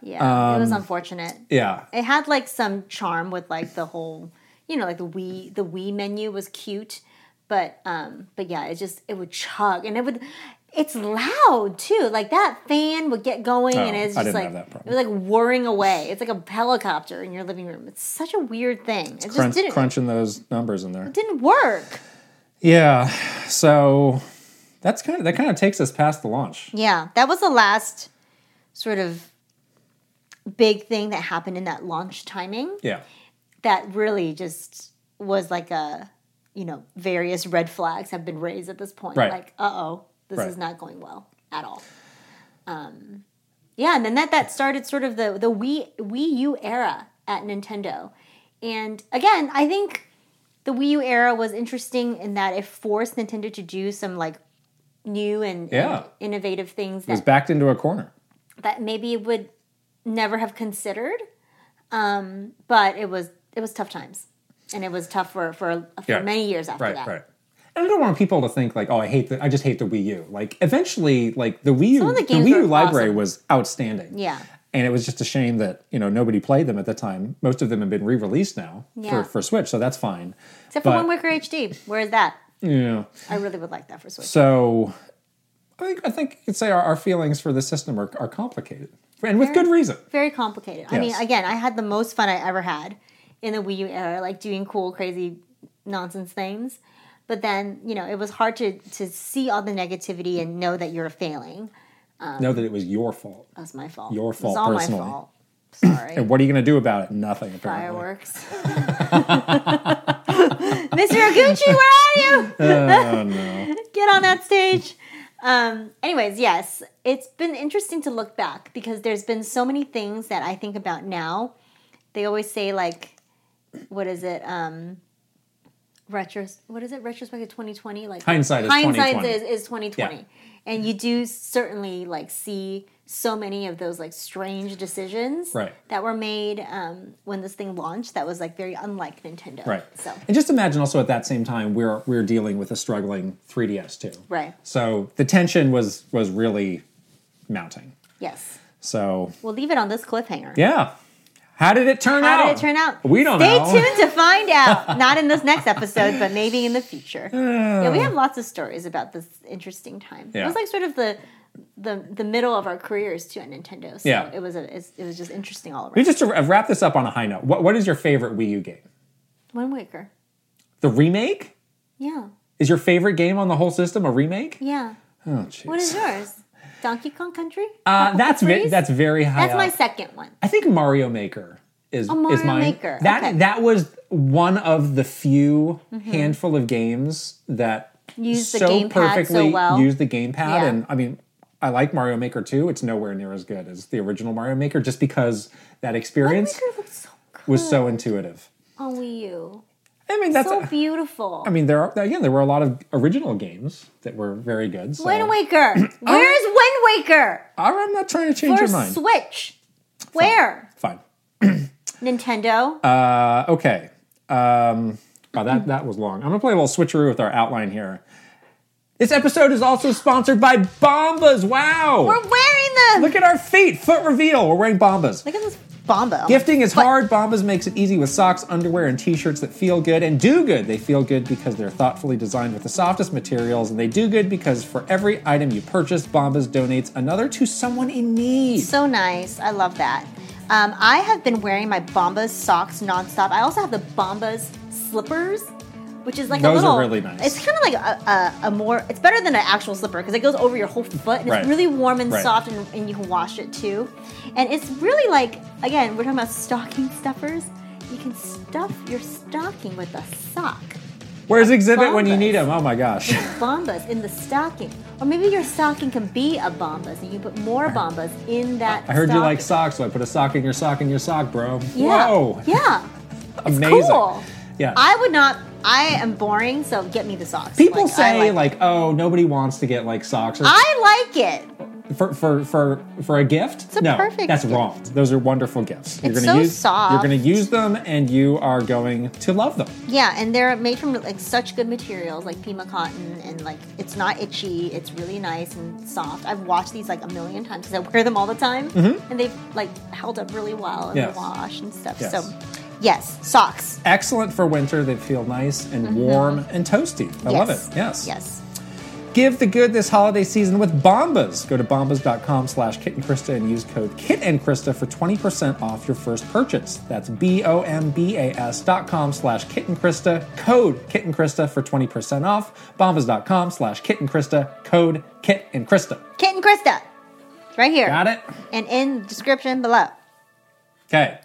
S2: yeah. it was
S1: Um,
S2: unfortunate.
S1: Yeah,
S2: It had like some charm with like the whole, you know, like the Wii. The Wii menu was cute, but um, but yeah, it just it would chug and it would. It's loud too. Like that fan would get going, and
S1: Oh,
S2: it's
S1: I
S2: just
S1: didn't
S2: like
S1: have that
S2: it was like whirring away. It's like a helicopter in your living room. It's such a weird thing. It just
S1: Crunch,
S2: didn't
S1: crunching those numbers in there.
S2: didn't work.
S1: Yeah. So that's kind of that kind of takes us past the launch.
S2: Yeah, that was the last sort of big thing that happened in that launch timing
S1: Yeah.
S2: that really just was like a, you know, various red flags have been raised at this point.
S1: Right.
S2: Like, uh oh, this
S1: Right.
S2: is not going well at all. Um, yeah, and then that that started sort of the the Wii Wii U era at Nintendo, and again, I think the Wii U era was interesting in that it forced Nintendo to do some like new and,
S1: Yeah.
S2: and innovative things
S1: It was
S2: that
S1: backed into a corner.
S2: that maybe it would never have considered. Um, but it was it was tough times, and it was tough for for, for
S1: Yeah.
S2: many years after that.
S1: And I don't want people to think like, oh, I hate the I just hate the Wii U. Like eventually, like the Wii U
S2: of the
S1: the,
S2: games
S1: Wii U
S2: were
S1: library
S2: awesome.
S1: was outstanding.
S2: Yeah.
S1: And it was just a shame that, you know, nobody played them at the time. Most of them have been re-released now
S2: Yeah.
S1: for, for Switch, so that's fine.
S2: Except for
S1: But-
S2: One Wicker HD. Where is that?
S1: Yeah.
S2: I really would like that for Switch.
S1: So I think I think you could say our, our feelings for the system are, are complicated, and with good reason.
S2: Very complicated. I mean,
S1: Yes.
S2: again, I had the most fun I ever had in the Wii U era, like doing cool, crazy, nonsense things. But then, you know, it was hard to, to see all the negativity and know that you're failing.
S1: know that it was your fault.
S2: That's my fault.
S1: Your
S2: It's
S1: fault,
S2: all
S1: personally.
S2: my fault. Sorry.
S1: And what are you going to do about it? Nothing. Apparently.
S2: Fireworks. Mr. Oguchi, where are you?
S1: Oh no.
S2: get on that stage. Um, anyways, yes, it's been interesting to look back because there's been so many things that I think about now. They always say like, what is it? Um, retros. What is it? Retrospective 2020. Like
S1: Hindsight is
S2: hindsight
S1: 2020.
S2: is, is 2020,
S1: Yeah.
S2: and you do certainly like see so many of those like strange decisions
S1: Right.
S2: that were made um, when this thing launched. That was like very unlike Nintendo.
S1: Right.
S2: So
S1: And just imagine also at that same time we're we're dealing with a struggling 3DS too.
S2: right.
S1: So the tension was was really mounting.
S2: Yes.
S1: So
S2: We'll leave it on this cliffhanger.
S1: yeah. How did it turn out?
S2: How did it turn out?
S1: We don't
S2: Stay
S1: know.
S2: tuned to find out. Not in this next episode, but maybe in the future. yeah, we have lots of stories about this interesting time. It
S1: Yeah.
S2: was like sort of the the the middle of our careers too at Nintendo. So
S1: Yeah.
S2: it was a it's, it was just interesting all
S1: We
S2: around.
S1: just to wrap this up on a high note. What what is your favorite Wii U game?
S2: Wind Waker.
S1: The remake
S2: Yeah.
S1: is your favorite game on the whole system. A remake?
S2: Yeah.
S1: Oh jeez.
S2: What is yours? Donkey Kong Country?
S1: Uh, that's ve-
S2: Freeze?
S1: that's very high.
S2: That's my
S1: up.
S2: second one.
S1: I think Mario Maker is is
S2: Mario
S1: mine.
S2: Maker,
S1: That
S2: okay.
S1: that was one of the few handful of games that
S2: Use the
S1: so
S2: gamepad so
S1: perfectly
S2: well.
S1: used the gamepad,
S2: Yeah.
S1: and I mean, I like Mario Maker too. It's nowhere near as good as the original Mario Maker, just because that
S2: Wind
S1: experience
S2: Waker looks so good
S1: was so intuitive.
S2: on Wii U.
S1: I mean, that's
S2: so beautiful.
S1: I mean, there are again, there were a lot of original games that were very good. So.
S2: Wind Waker. Where's Wind Waker?
S1: All right, I'm not trying to change
S2: Or
S1: your mind.
S2: Switch. Where?
S1: Fine.
S2: Nintendo.
S1: Uh, okay. Um, wow, that, that was long. I'm going to play a little switcheroo with our outline here. This episode is also sponsored by Bombas. Wow.
S2: We're wearing them. Look,
S1: Look at our feet. Foot reveal. We're wearing Bombas.
S2: at this bombo.
S1: Gifting is hard. Bombas makes it easy with socks, underwear, and t-shirts that feel good and do good. They feel good because they're thoughtfully designed with the softest materials, and they do good because for every item you purchase, Bombas donates another to someone in need.
S2: So nice. I love that. Um, I have been wearing my Bombas socks nonstop. I also have the Bombas slippers, which is like a
S1: Those are
S2: little.
S1: really nice.
S2: It's kind of like a, a, a more. It's better than an actual slipper because it goes over your whole foot and
S1: Right.
S2: it's really warm and
S1: Right.
S2: soft and, and you can wash it too. And it's really like, again, we're talking about stocking stuffers. You can stuff your stocking with a sock.
S1: Where's exhibit when you
S2: Bombas.
S1: need them? Oh my gosh.
S2: bombas in the stocking. Or maybe your stocking can be a bombas and you put more bombas in that
S1: I heard you like
S2: stocking.
S1: socks, so I put a sock in your sock in your sock, bro.
S2: Yeah.
S1: Whoa.
S2: Yeah. It's
S1: Amazing.
S2: cool.
S1: Yeah.
S2: I would not I am boring, so get me the socks.
S1: People
S2: Like, I
S1: say
S2: like,
S1: like, oh, nobody wants to get like socks or
S2: I like it.
S1: for, for for for a gift.
S2: a
S1: no,
S2: perfect
S1: that's
S2: gift.
S1: wrong. Those are wonderful gifts.
S2: It's so
S1: use you're
S2: soft.
S1: gonna use them, and you are going to love them.
S2: Yeah, and they're made from like such good materials like Pima cotton and like it's not itchy, it's really nice and soft. I've watched these like a million times because I wear them all the time and they've like held up really well in
S1: Mm-hmm. Yes.
S2: the wash and stuff.
S1: Yes.
S2: So yes, socks.
S1: Excellent for winter. They feel nice and warm and toasty. I love
S2: Yes.
S1: it. Yes.
S2: Yes.
S1: Give the good this holiday season with Bombas. Go to bombas.com slash Kit and Krista and use code Kit and Krista for 20% off your first purchase. That's B-O-M-B-A-S dot com slash Kit and Krista, code Kit and Krista for 20% off. Bombas.com slash Kit and Krista, code Kit and Krista.
S2: Kit and Krista. Right here.
S1: Got it?
S2: And in the description below.
S1: Okay.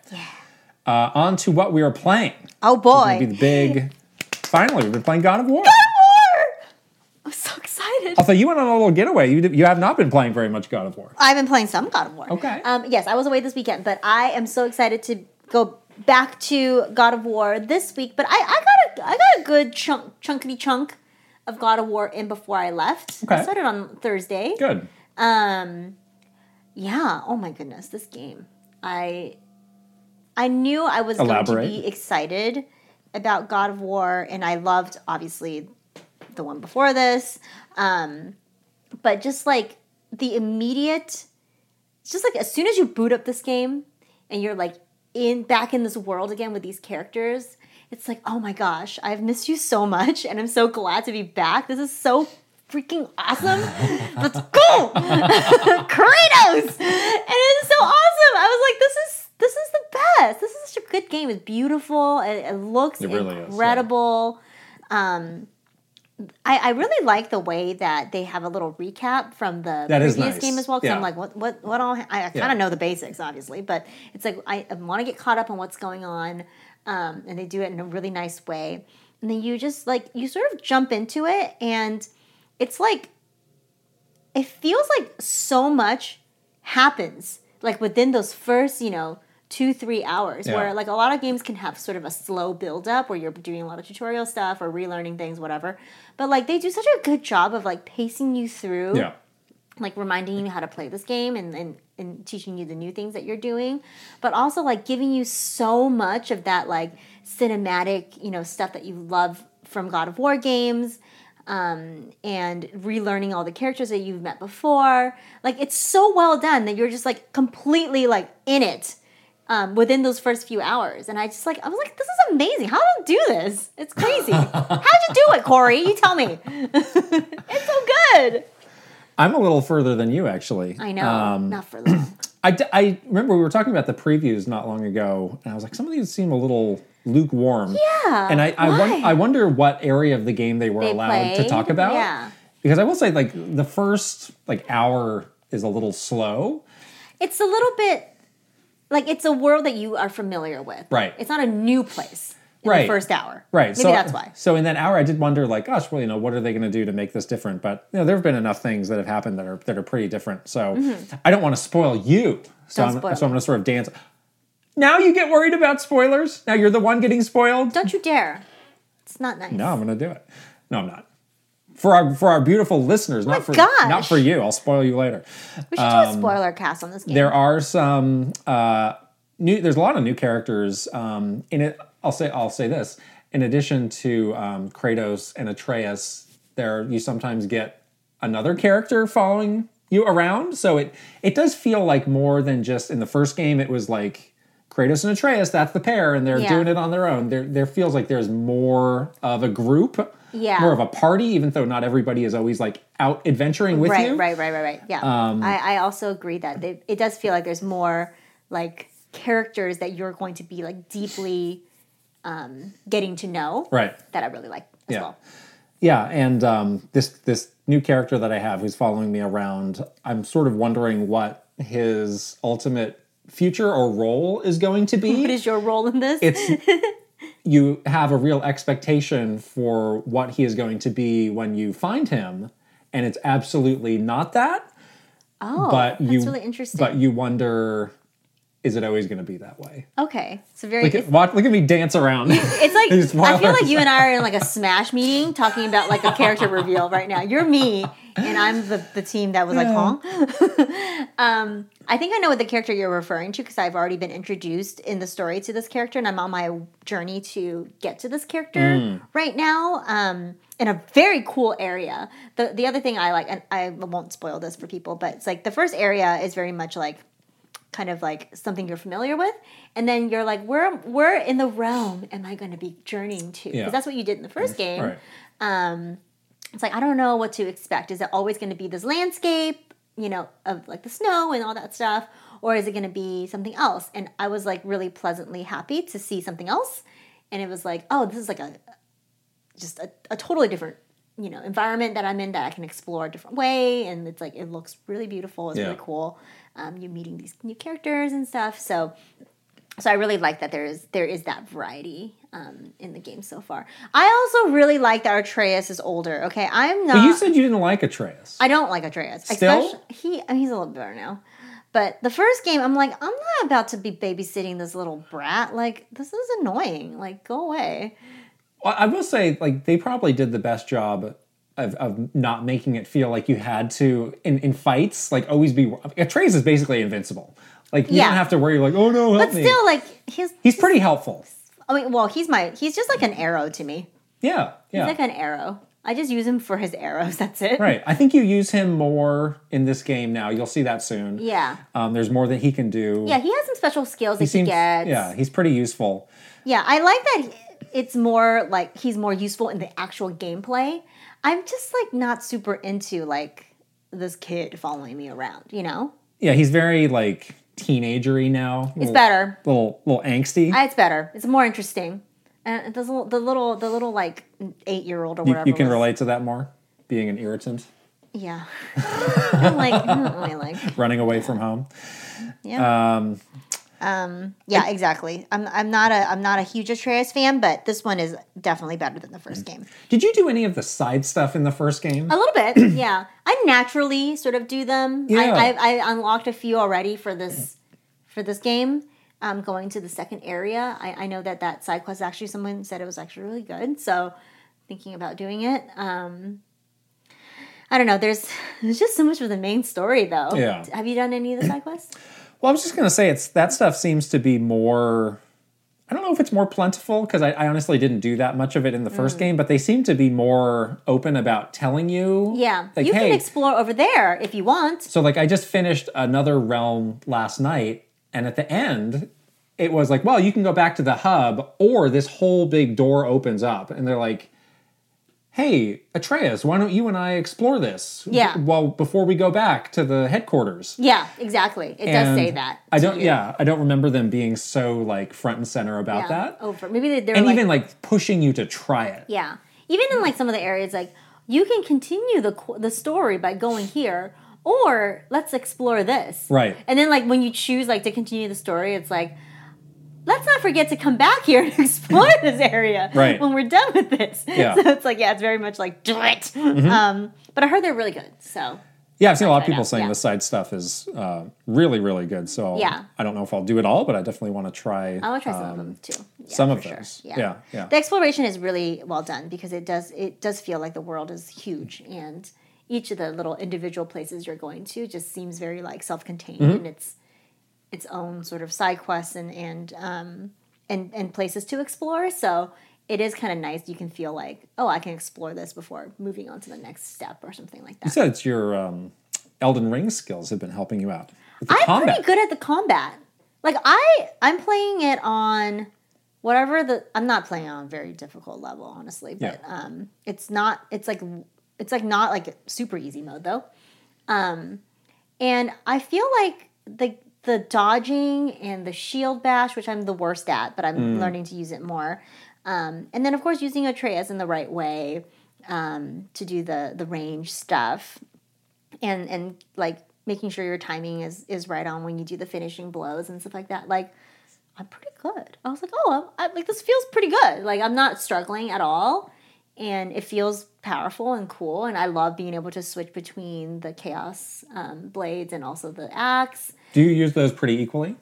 S1: Uh, on to what we are playing.
S2: Oh boy.
S1: Gonna be the big. Finally, we've been playing God of War.
S2: I'm so excited.
S1: Although you went on a little getaway, you, you have not been playing very much God of War.
S2: I've been playing some God of War.
S1: Okay.
S2: Um, yes, I was away this weekend, but I am so excited to go back to God of War this week. But I, I got a I got a good chunk chunkity chunk of God of War in before I left. I
S1: Okay.
S2: started on Thursday.
S1: Good.
S2: Um, yeah. Oh my goodness, this game. I I knew I was going
S1: Elaborate.
S2: to be excited about God of War, and I loved obviously the one before this. Um, but just like the immediate, it's just like as soon as you boot up this game and you're like in back in this world again with these characters, it's like oh my gosh, I've missed you so much, and I'm so glad to be back. This is so freaking awesome. Let's go, Kratos! And it's so awesome. I was like, this is this is the best. This is such a good game. It's beautiful. It, it looks
S1: It really is, yeah.
S2: incredible. Um, I, I really like the way that they have a little recap from the
S1: That is
S2: previous
S1: nice.
S2: game as well. Because
S1: Yeah.
S2: I'm like, what what what all? I, I kind of
S1: Yeah.
S2: know the basics, obviously, but it's like I, I want to get caught up on what's going on, um, and they do it in a really nice way. And then you just like you sort of jump into it, and it's like it feels like so much happens like within those first you know two three hours
S1: Yeah.
S2: where like a lot of games can have sort of a slow build up where you're doing a lot of tutorial stuff or relearning things whatever but like they do such a good job of like pacing you through
S1: Yeah.
S2: like reminding you how to play this game and, and and teaching you the new things that you're doing but also like giving you so much of that like cinematic you know stuff that you love from god of war games um, and relearning all the characters that you've met before like it's so well done that you're just like completely like in it um, within those first few hours and i just like i was like this is amazing how do you do this it's crazy how'd you do it corey you tell me it's so good
S1: I'm a little further than you, actually.
S2: I know.
S1: Um,
S2: not for long.
S1: I, d- I remember we were talking about the previews not long ago, and I was like, some of these seem a little lukewarm. Yeah. And I I, won-
S2: why?
S1: I wonder what area of the game they were
S2: They
S1: allowed to
S2: played,
S1: talk about.
S2: yeah.
S1: Because I will say, like the first like hour is a little slow.
S2: it's a little bit like it's a world that you are familiar with.
S1: Right.
S2: It's not a new place in
S1: Right.
S2: the first hour.
S1: Right.
S2: Maybe
S1: so
S2: that's why.
S1: So in that hour, I did wonder, like, gosh, well, you know, what are they going to do to make this different? But you know, there have been enough things that have happened that are that are pretty different. So I don't want to spoil you. So
S2: Mm-hmm. Don't
S1: I'm,
S2: spoil
S1: so I'm going to sort of dance. Now you get worried about spoilers. Now you're the one getting spoiled.
S2: Don't you dare. It's not nice.
S1: No, I'm going to do it. No, I'm not. For our for our beautiful listeners, not for
S2: Oh gosh.
S1: not for you. I'll spoil you later.
S2: We should
S1: Um,
S2: do a spoiler cast on this game.
S1: There are some uh, new. There's a lot of new characters um, in it. I'll say. I'll say this. In addition to um, Kratos and Atreus, there you sometimes get another character following you around. So it it does feel like more than just in the first game. It was like Kratos and Atreus. That's the pair, and they're
S2: Yeah.
S1: doing it on their own. There there feels like there's more of a group.
S2: Yeah.
S1: More of a party, even though not everybody is always like out adventuring with
S2: right,
S1: you. Um,
S2: right, right, right, right. Yeah. I, I also agree that they, it does feel like there's more like characters that you're going to be like deeply um, getting to know
S1: Right.
S2: that I really like as
S1: Yeah.
S2: well.
S1: Yeah, and um, this this new character that I have who's following me around, I'm sort of wondering what his ultimate future or role is going to
S2: What
S1: be.
S2: is your role in this?
S1: It's you have a real expectation for what he is going to be when you find him, and it's absolutely not that.
S2: oh,
S1: but you
S2: that's really interesting.
S1: But you wonder, is it always going to be that way?
S2: okay. It's a very
S1: Look
S2: it's-
S1: at, watch, look at me dance around.
S2: It's like
S1: These
S2: I feel like
S1: spoilers.
S2: you and I are in like a smash meeting talking about like a character reveal right now. You're me, and I'm the, the team that was like, huh? um, I think I know what the character you're referring to because I've already been introduced in the story to this character, and I'm on my journey to get to this character
S1: Hmm.
S2: right now. Um, in a very cool area. The the other thing I like, and I won't spoil this for people, but it's like the first area is very much like kind of like something you're familiar with and then you're like where where in the realm am i going to be journeying to because
S1: Yeah. Mm-hmm.
S2: that's what you did in the first game
S1: Right.
S2: it's like i don't know what to expect is it always going to be this landscape you know of like the snow and all that stuff or is it going to be something else and i was like really pleasantly happy to see something else and it was like oh this is like a just a, a totally different you know environment that i'm in that i can explore a different way and it's like it looks really beautiful it's
S1: Yeah.
S2: really cool um, you're meeting these new characters and stuff so so i really like that there is there is that variety um, in the game so far i also really like that artreus is older okay i'm not
S1: But you said you didn't like Atreus.
S2: I don't like Atreus.
S1: Still?
S2: Especially- he I mean, he's a little better now. But the first game, I'm like, I'm not about to be babysitting this little brat. Like, this is annoying. Like, go away.
S1: Well, I will say, like they probably did the best job of, of not making it feel like you had to in, in fights, like always be. Atreus is basically invincible. Like you
S2: Yeah.
S1: don't have to worry, like oh no, help
S2: But
S1: me.
S2: still, like, he's
S1: he's pretty helpful.
S2: I mean, well, he's my he's just like an arrow to me.
S1: Yeah,
S2: He's
S1: yeah,
S2: like an arrow. I just use him for his arrows. That's it.
S1: right. I think you use him more in this game now. You'll see that soon.
S2: Yeah.
S1: Um, there's more that he can do.
S2: Yeah, he has some special skills that he
S1: seems.
S2: gets.
S1: Yeah, he's pretty useful.
S2: Yeah, I like that. He, it's more like he's more useful in the actual gameplay. I'm just like not super into like this kid following me around, you know?
S1: Yeah, he's very like teenagery now.
S2: It's better. Uh,
S1: Little little angsty.
S2: It's better. It's more interesting. And it doesn't the little the little like eight year old or
S1: you,
S2: whatever.
S1: you can
S2: was-
S1: relate to that more, being an irritant,
S2: Yeah. I'm like, I don't really like.
S1: running away from home.
S2: Yeah. Um, yeah, exactly. I'm I'm not a I'm not a huge Atreus fan, but this one is definitely better than the
S1: Mm.
S2: first game.
S1: Did you do any of the side stuff in the first game?
S2: A little bit, yeah. I naturally sort of do them.
S1: Yeah.
S2: I, I, I unlocked a few already for this for this game. Um, going to the second area, I, I know that that side quest actually someone said it was actually really good. So thinking about doing it. Um, I don't know. There's there's just so much of the main story though.
S1: Yeah.
S2: Have you done any of the side quests?
S1: Well, I was just gonna say it's that stuff seems to be more. I don't know if it's more plentiful because I, I honestly didn't do that much of it in the first
S2: Mm.
S1: game, but they seem to be more open about telling you.
S2: Yeah.
S1: like
S2: you
S1: hey,
S2: can explore over there if you want.
S1: So like I just finished another realm last night, and at the end, it was like, well, you can go back to the hub, or this whole big door opens up, and they're like, hey, Atreus, why don't you and I explore this?
S2: Yeah.
S1: Well, before we go back to the headquarters.
S2: Yeah, exactly. It does
S1: And
S2: say that.
S1: I
S2: to
S1: don't.
S2: you.
S1: Yeah, I don't remember them being so like front and center about
S2: Yeah,
S1: that,
S2: Over. Maybe they- they're
S1: and
S2: like,
S1: even like pushing you to try it.
S2: Yeah, even in like some of the areas, like you can continue the qu- the story by going here, or let's explore this.
S1: Right.
S2: And then like when you choose like to continue the story, it's like let's not forget to come back here and explore this area
S1: Right.
S2: when we're done with this.
S1: Yeah. Mm-hmm.
S2: So it's like yeah, it's very much like do it. Um, but I heard they're really good. So
S1: Yeah, I've seen a lot of people
S2: out,
S1: saying
S2: yeah.
S1: the side stuff is uh, really, really good. So
S2: Yeah.
S1: I don't know if I'll do it all, but I definitely want to try.
S2: I want to try some of them too. Yeah,
S1: um, some of
S2: for sure.
S1: those. Yeah, yeah.
S2: The exploration is really well done because it does it does feel like the world is huge and each of the little individual places you're going to just seems very like self-contained
S1: Mm-hmm.
S2: and it's its own sort of side quests and and um and and places to explore. So it is kind of nice. You can feel like, oh, I can explore this before moving on to the next step or something like
S1: You
S2: that.
S1: said it's your um, Elden Ring skills have been helping you out with the
S2: I'm
S1: combat.
S2: pretty good at the combat. Like I I'm playing it on whatever the I'm not playing it on a very difficult level, honestly. But um it's not it's like it's like not like super easy mode though. Um and I feel like the the dodging and the shield bash, which I'm the worst at, but I'm learning to use it more. Um, and then of course using Atreus in the right way um, to do the the range stuff and and like making sure your timing is is right on when you do the finishing blows and stuff like that like i'm pretty good i was like oh I'm, I, like this feels pretty good like i'm not struggling at all and it feels powerful and cool and i love being able to switch between the chaos um, blades and also the axe
S1: Do you use those pretty equally?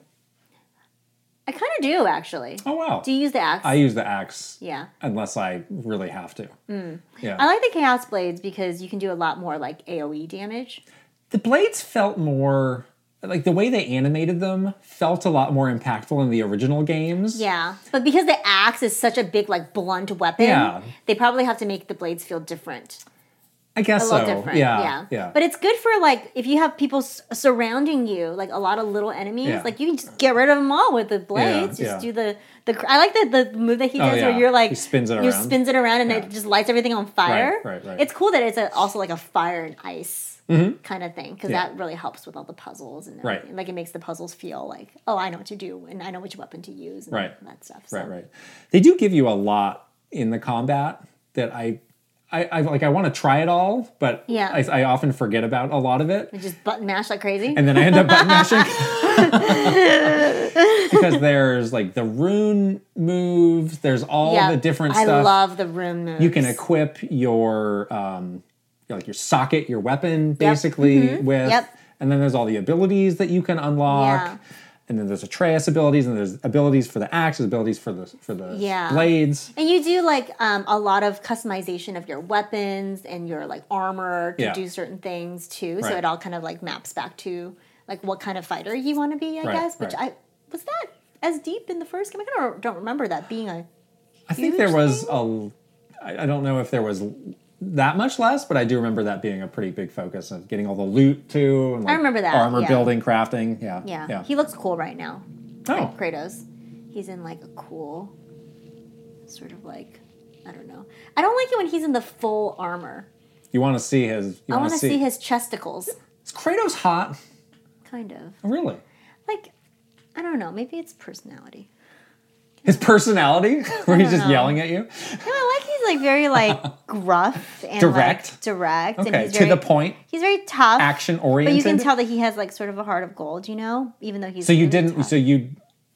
S2: i kind of do actually
S1: Oh wow!
S2: do you use the axe
S1: I use the axe
S2: yeah
S1: unless I really have to. Yeah,
S2: i like the chaos blades because you can do a lot more like aoe damage
S1: the blades felt more like the way they animated them felt a lot more impactful in the original games.
S2: Yeah, but because the axe is such a big, like blunt weapon,
S1: Yeah.
S2: they probably have to make the blades feel different,
S1: I guess
S2: a
S1: so.
S2: little different.
S1: Yeah,
S2: yeah,
S1: yeah.
S2: But it's good for like if you have people s- surrounding you, like a lot of little enemies,
S1: Yeah.
S2: like you can just get rid of them all with the blades.
S1: Yeah,
S2: just
S1: yeah.
S2: do the the. cr- I like the the move that he
S1: Oh,
S2: does
S1: yeah.
S2: where you're like
S1: He spins it
S2: You
S1: around.
S2: spins it around and
S1: Yeah.
S2: it just lights everything on fire.
S1: right, right. Mm-hmm.
S2: It's cool that it's a, also like a fire and ice. Kind of thing, because
S1: Yeah.
S2: that really helps with all the puzzles and
S1: Right.
S2: everything. like it makes the puzzles feel like, oh, I know what to do and I know which weapon to use and
S1: Right.
S2: that stuff. So.
S1: Right, right. They do give you a lot in the combat that I, I, I like. I want to try it all, but
S2: Yeah.
S1: I, I often forget about a lot of it,
S2: And just button mash like crazy.
S1: and then I end up button mashing because there's like the rune move. There's all the different
S2: I
S1: stuff
S2: love the room moves.
S1: you can equip your, um, your like your socket, your weapon, basically with,
S2: Mm-hmm. Yep.
S1: and then there's all the abilities that you can unlock.
S2: Yeah.
S1: And then there's Atreus abilities, and there's abilities for the axe, there's abilities for the for the
S2: Yeah.
S1: blades.
S2: and you do like um, a lot of customization of your weapons and your like armor to
S1: Yeah.
S2: do certain things too. So
S1: Right.
S2: it all kind of like maps back to like what kind of fighter you want to be, I
S1: Right,
S2: guess. Which
S1: right.
S2: I was that as deep in the first game. I kind of don't remember that being a
S1: I think there was a. I I don't know if there was that much less, but I do remember that being a pretty big focus of getting all the loot too. And like
S2: remember that,
S1: armor
S2: yeah.
S1: building, crafting. Yeah,
S2: yeah.
S1: yeah.
S2: He looks cool right now,
S1: oh,
S2: Kratos. He's in like a cool sort of like I don't know. I don't like it when he's in the full armor.
S1: You want to see his. You
S2: I want to see
S1: his.
S2: his chesticles,
S1: Is Kratos hot?
S2: kind of.
S1: Really?
S2: Like I don't know. Maybe it's personality.
S1: His personality, where he's just
S2: know.
S1: yelling at you.
S2: No, I like he's like very like gruff and like,
S1: Direct?
S2: direct. and
S1: Okay,
S2: he's
S1: to
S2: very-
S1: the point,
S2: He's very tough,
S1: action
S2: but you
S1: oriented.
S2: can tell that he has like sort of a heart of gold. You know, even though he's
S1: So you
S2: really
S1: didn't.
S2: tough.
S1: So you.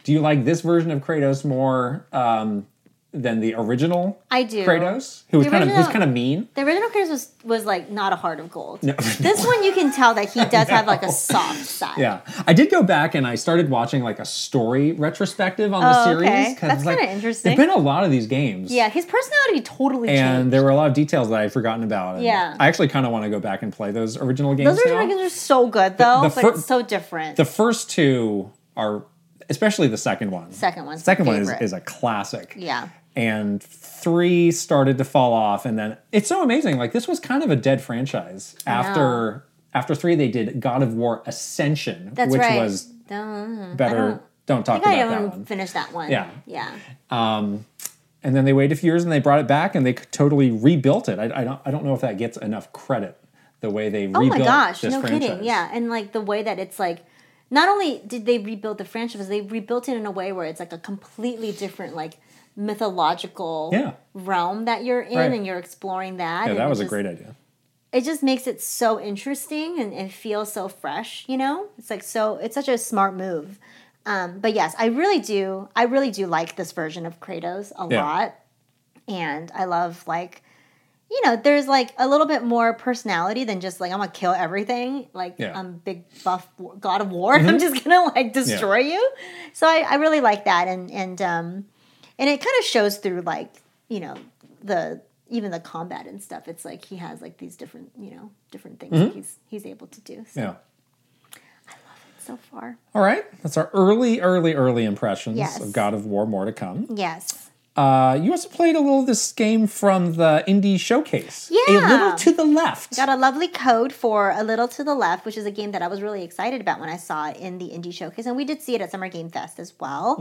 S1: Do you like this version of Kratos more um, than the original
S2: I do.
S1: Kratos, who was
S2: The
S1: kind of who's
S2: original-
S1: kind of mean?
S2: The original Kratos was, was like not a heart of gold. This one you can tell that he does have like a soft side.
S1: Yeah, I did go back and I started watching like a story retrospective on the
S2: Oh,
S1: series.
S2: okay.
S1: 'cause,
S2: That's
S1: like,
S2: kinda interesting.
S1: There've been a lot of these games.
S2: Yeah, his personality totally
S1: And
S2: changed.
S1: there were a lot of details that I had forgotten about. and
S2: Yeah.
S1: I actually kind of want to go back and play those original games.
S2: Those original
S1: now.
S2: games are so good though,
S1: the
S2: but
S1: fir-
S2: it's so different.
S1: The first two are, especially the second one.
S2: Second one's
S1: Second
S2: my
S1: one is,
S2: favorite.
S1: is a classic.
S2: yeah.
S1: And three started to fall off, and then it's so amazing. Like this was kind of a dead franchise after after three. They did God of War Ascension,
S2: That's
S1: which
S2: right.
S1: was
S2: Dun-
S1: better.
S2: don't-
S1: don't
S2: I
S1: talk
S2: think I
S1: about that
S2: haven't
S1: one.
S2: finished that one.
S1: Yeah.
S2: Yeah.
S1: and then they waited a few years and they brought it back and they c- totally rebuilt it. I, I don't I don't know if that gets enough credit the way they
S2: Oh
S1: rebuilt
S2: my gosh,
S1: this
S2: no
S1: franchise.
S2: kidding. Yeah. And like the way that it's like not only did they rebuild the franchise, they rebuilt it in a way where it's like a completely different like mythological
S1: Yeah.
S2: realm that you're in
S1: Right.
S2: and you're exploring that.
S1: Yeah,
S2: and
S1: that
S2: it
S1: was a
S2: just-
S1: great idea.
S2: it just makes it so interesting and it feels so fresh you know it's like so it's such a smart move um, but yes i really do i really do like this version of kratos a
S1: Yeah.
S2: lot and i love like you know there's like a little bit more personality than just like i'm gonna kill everything like
S1: Yeah. Mm-hmm.
S2: i'm big buff war- god of war i'm just gonna like destroy you so I, I really like that and and um and it kind of shows through like you know the even the combat and stuff it's like he has like these different you know different things that he's he's able to do so,
S1: Yeah.
S2: so far
S1: All right, that's our early, early, early impressions
S2: Yes.
S1: of God of War. More to come.
S2: yes
S1: Uh, you also played a little of this game from the indie showcase. a
S2: Yeah.
S1: little to the left.
S2: got a lovely code for a little to the left which is a game that i was really excited about when i saw it in the indie showcase and we did see it at summer game fest as well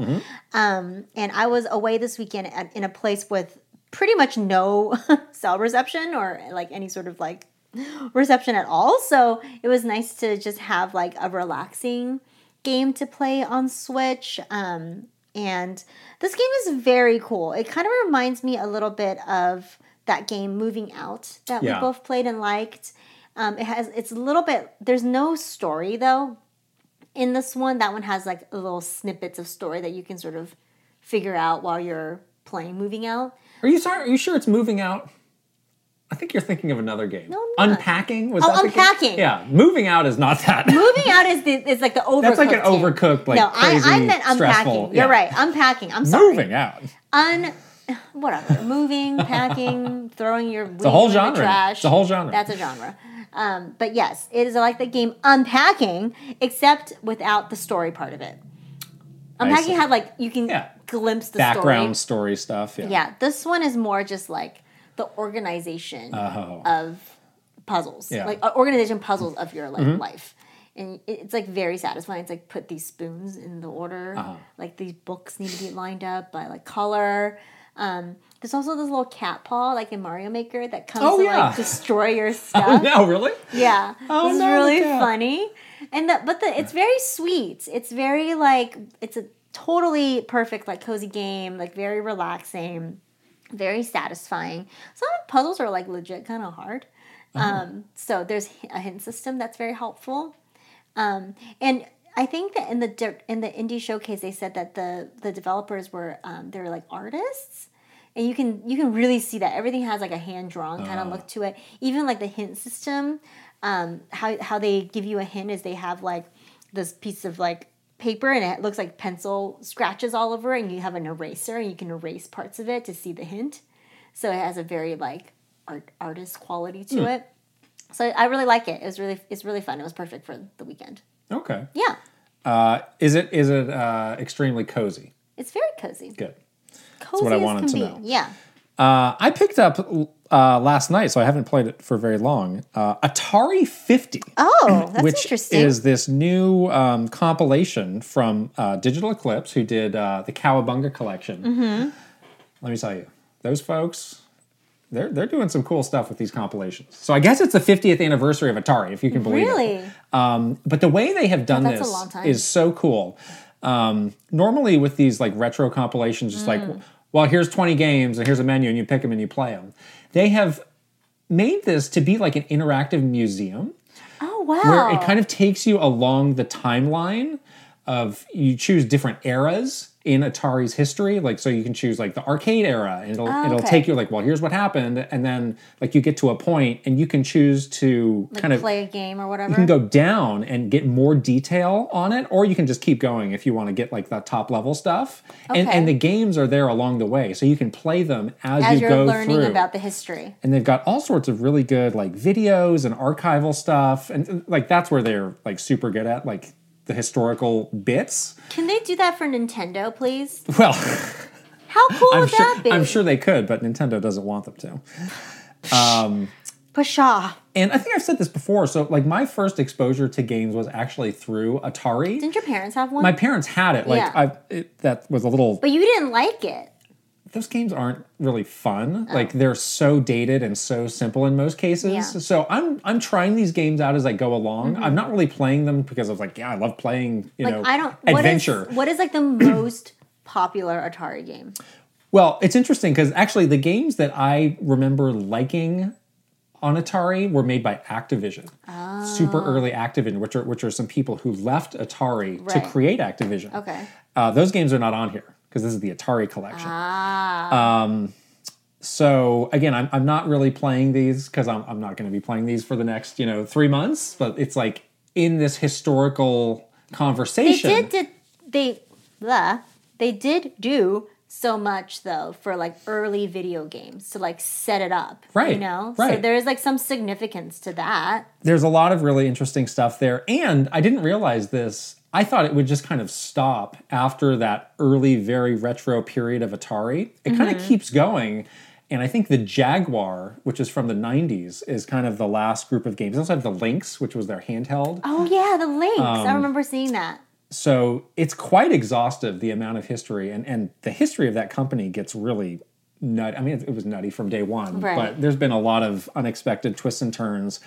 S2: um, and i was away this weekend at, in a place with pretty much no cell reception or like any sort of like reception at all so it was nice to just have like a relaxing game to play on switch um, and this game is very cool it kind of reminds me a little bit of that game moving out that
S1: Yeah.
S2: we both played and liked um, it has it's a little bit there's no story though in this one that one has like little snippets of story that you can sort of figure out while you're playing moving out
S1: Are you sorry? Are you sure it's moving out? I think you're thinking of another game.
S2: No, I'm not.
S1: Unpacking was
S2: Oh,
S1: that the game?
S2: Unpacking.
S1: Yeah, moving out is not that.
S2: moving out is the is like the overcooked
S1: That's like an
S2: game.
S1: overcooked, like
S2: no
S1: crazy,
S2: I, I meant
S1: stressful.
S2: unpacking you're
S1: yeah.
S2: right unpacking i'm sorry
S1: Moving out.
S2: un whatever moving packing throwing your it's
S1: whole genre.
S2: trash
S1: It's a whole genre.
S2: that's a genre um, but yes it is like the game unpacking except without the story part of it
S1: see.
S2: unpacking had like you can
S1: Yeah.
S2: glimpse the
S1: background
S2: story
S1: story stuff. Yeah.
S2: yeah this one is more just like the organization of puzzles
S1: Uh-huh. Yeah. Mm-hmm.
S2: like uh, organization puzzles of your like life and it- it's like very satisfying it's like put these spoons in the order
S1: Uh-huh.
S2: like these books need to be lined up by like color um there's also this little cat paw like in mario maker that comes
S1: Oh,
S2: to
S1: yeah.
S2: like destroy your
S1: Oh,
S2: stuff
S1: no, really?
S2: yeah.
S1: Oh,
S2: this
S1: no,
S2: is
S1: the
S2: really
S1: cat.
S2: funny. And the, but the it's very sweet. It's very like it's a totally perfect like cozy game, like very relaxing, very satisfying. Some of the puzzles are like legit kind of hard.
S1: Uh-huh.
S2: Um, so there's a hint system that's very helpful. Um, and I think that in the di- in the indie showcase they said that the the developers were um, they were like artists and you can you can really see that everything has like a hand drawn
S1: Oh.
S2: kind of look to it. Even like the hint system, um, how how they give you a hint is they have like this piece of like paper and it looks like pencil scratches all over, and you have an eraser and you can erase parts of it to see the hint. So it has a very like art artist quality
S1: Hmm.
S2: to it. So I really like it. It was really it's really fun. It was perfect for the weekend.
S1: Okay.
S2: Yeah,
S1: Uh, is it is it uh, extremely cozy?
S2: it's very cozy.
S1: Good.
S2: Cozy
S1: what I
S2: as
S1: wanted
S2: can
S1: to
S2: be.
S1: know.
S2: Yeah.
S1: Uh, I picked up uh, last night, so I haven't played it for very long. Uh, Atari 50,
S2: Oh, that's
S1: which
S2: interesting.
S1: is this new um,
S2: Mm-hmm.
S1: compilation from uh, Digital Eclipse, who did uh, the Cowabunga collection. let me tell you, those folks, they're they're doing some cool stuff with these compilations. So I guess it's the 50th anniversary of Atari, if you can believe it.
S2: Really?
S1: Um, but the way they have done
S2: Well, that's a long
S1: this
S2: time.
S1: is so cool. Um, normally with these like retro compilations, just like,
S2: Mm.
S1: well, here's 20 games and here's a menu and you pick them and you play them. They have made this to be like an interactive museum
S2: Oh wow.
S1: where it kind of takes you along the timeline of you choose different eras in Atari's history. Like so you can choose like the arcade era and it'll it'll
S2: Oh, okay.
S1: take you like, well, here's what happened. And then like you get to a point and you can choose to
S2: like
S1: kind of
S2: play a game or whatever.
S1: you can go down and get more detail on it, or you can just keep going if you want to get like that top level stuff. And
S2: Okay.
S1: and the games are there along the way. So you can play them as,
S2: as
S1: you
S2: you're
S1: go
S2: learning
S1: through
S2: about the history.
S1: and they've got all sorts of really good like videos and archival stuff and like that's where they're like super good at like the historical bits
S2: Can they do that for Nintendo, please?
S1: well
S2: How cool
S1: I'm,
S2: would
S1: sure,
S2: that be?
S1: I'm sure they could but nintendo doesn't want them to
S2: Pasha.
S1: and i think i've said this before so like my first exposure to games was actually through atari
S2: Didn't your parents have one?
S1: my parents had it like
S2: Yeah.
S1: i it, that was a little
S2: but you didn't like it.
S1: those games aren't really fun. Like they're so dated and so simple in most cases.
S2: Yeah. Mm-hmm.
S1: So I'm I'm trying these games out as I go along. I'm not really playing them because I was like, yeah, I love playing, you
S2: Like
S1: know,
S2: I don't what is-
S1: adventure.
S2: what is like the most popular Atari game?
S1: Well, it's interesting because actually the games that I remember liking on Atari were made by Activision,
S2: Ah.
S1: super early Activision, which are which are some people who left Atari to Right. create Activision.
S2: Okay.
S1: uh, those games are not on here because this is the Atari collection. Ah. Um, so again, I'm I'm not really playing these because I'm I'm not going to be playing these for the next you know three months. But it's like in this historical
S2: They
S1: conversation.
S2: did, did they the they did do so much though for like early video games to like set it up. You
S1: Right,
S2: know? So
S1: right.
S2: there is like some significance to that.
S1: there's a lot of really interesting stuff there. And I didn't realize this. I thought it would just kind of stop after that early, very retro period of Atari. It kind of keeps going. And I think the Jaguar, which is from the 90s, is kind of the last group of games. They also have the Lynx, which was their handheld.
S2: Oh yeah, the links.
S1: Um,
S2: I remember seeing that.
S1: So it's quite exhaustive, the amount of history. And, and the history of that company gets really nut. I mean, it, it was nutty from day one,
S2: Right.
S1: but there's been a lot of unexpected twists and turns.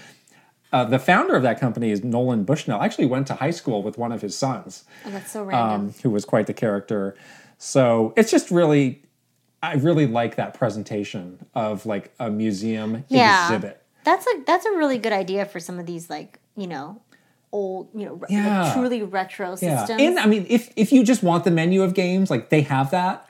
S1: Uh, the founder of that company is Nolan Bushnell. I actually went to high school with one of his sons,
S2: Oh, that's so random.
S1: um, who was quite the character. So it's just really, I really like that presentation of like a museum
S2: Yeah.
S1: exhibit.
S2: That's a that's a really good idea for some of these like you know old you know re- like,
S1: Yeah.
S2: truly retro
S1: Yeah,
S2: systems.
S1: and I mean, if if you just want the menu of games, like they have that.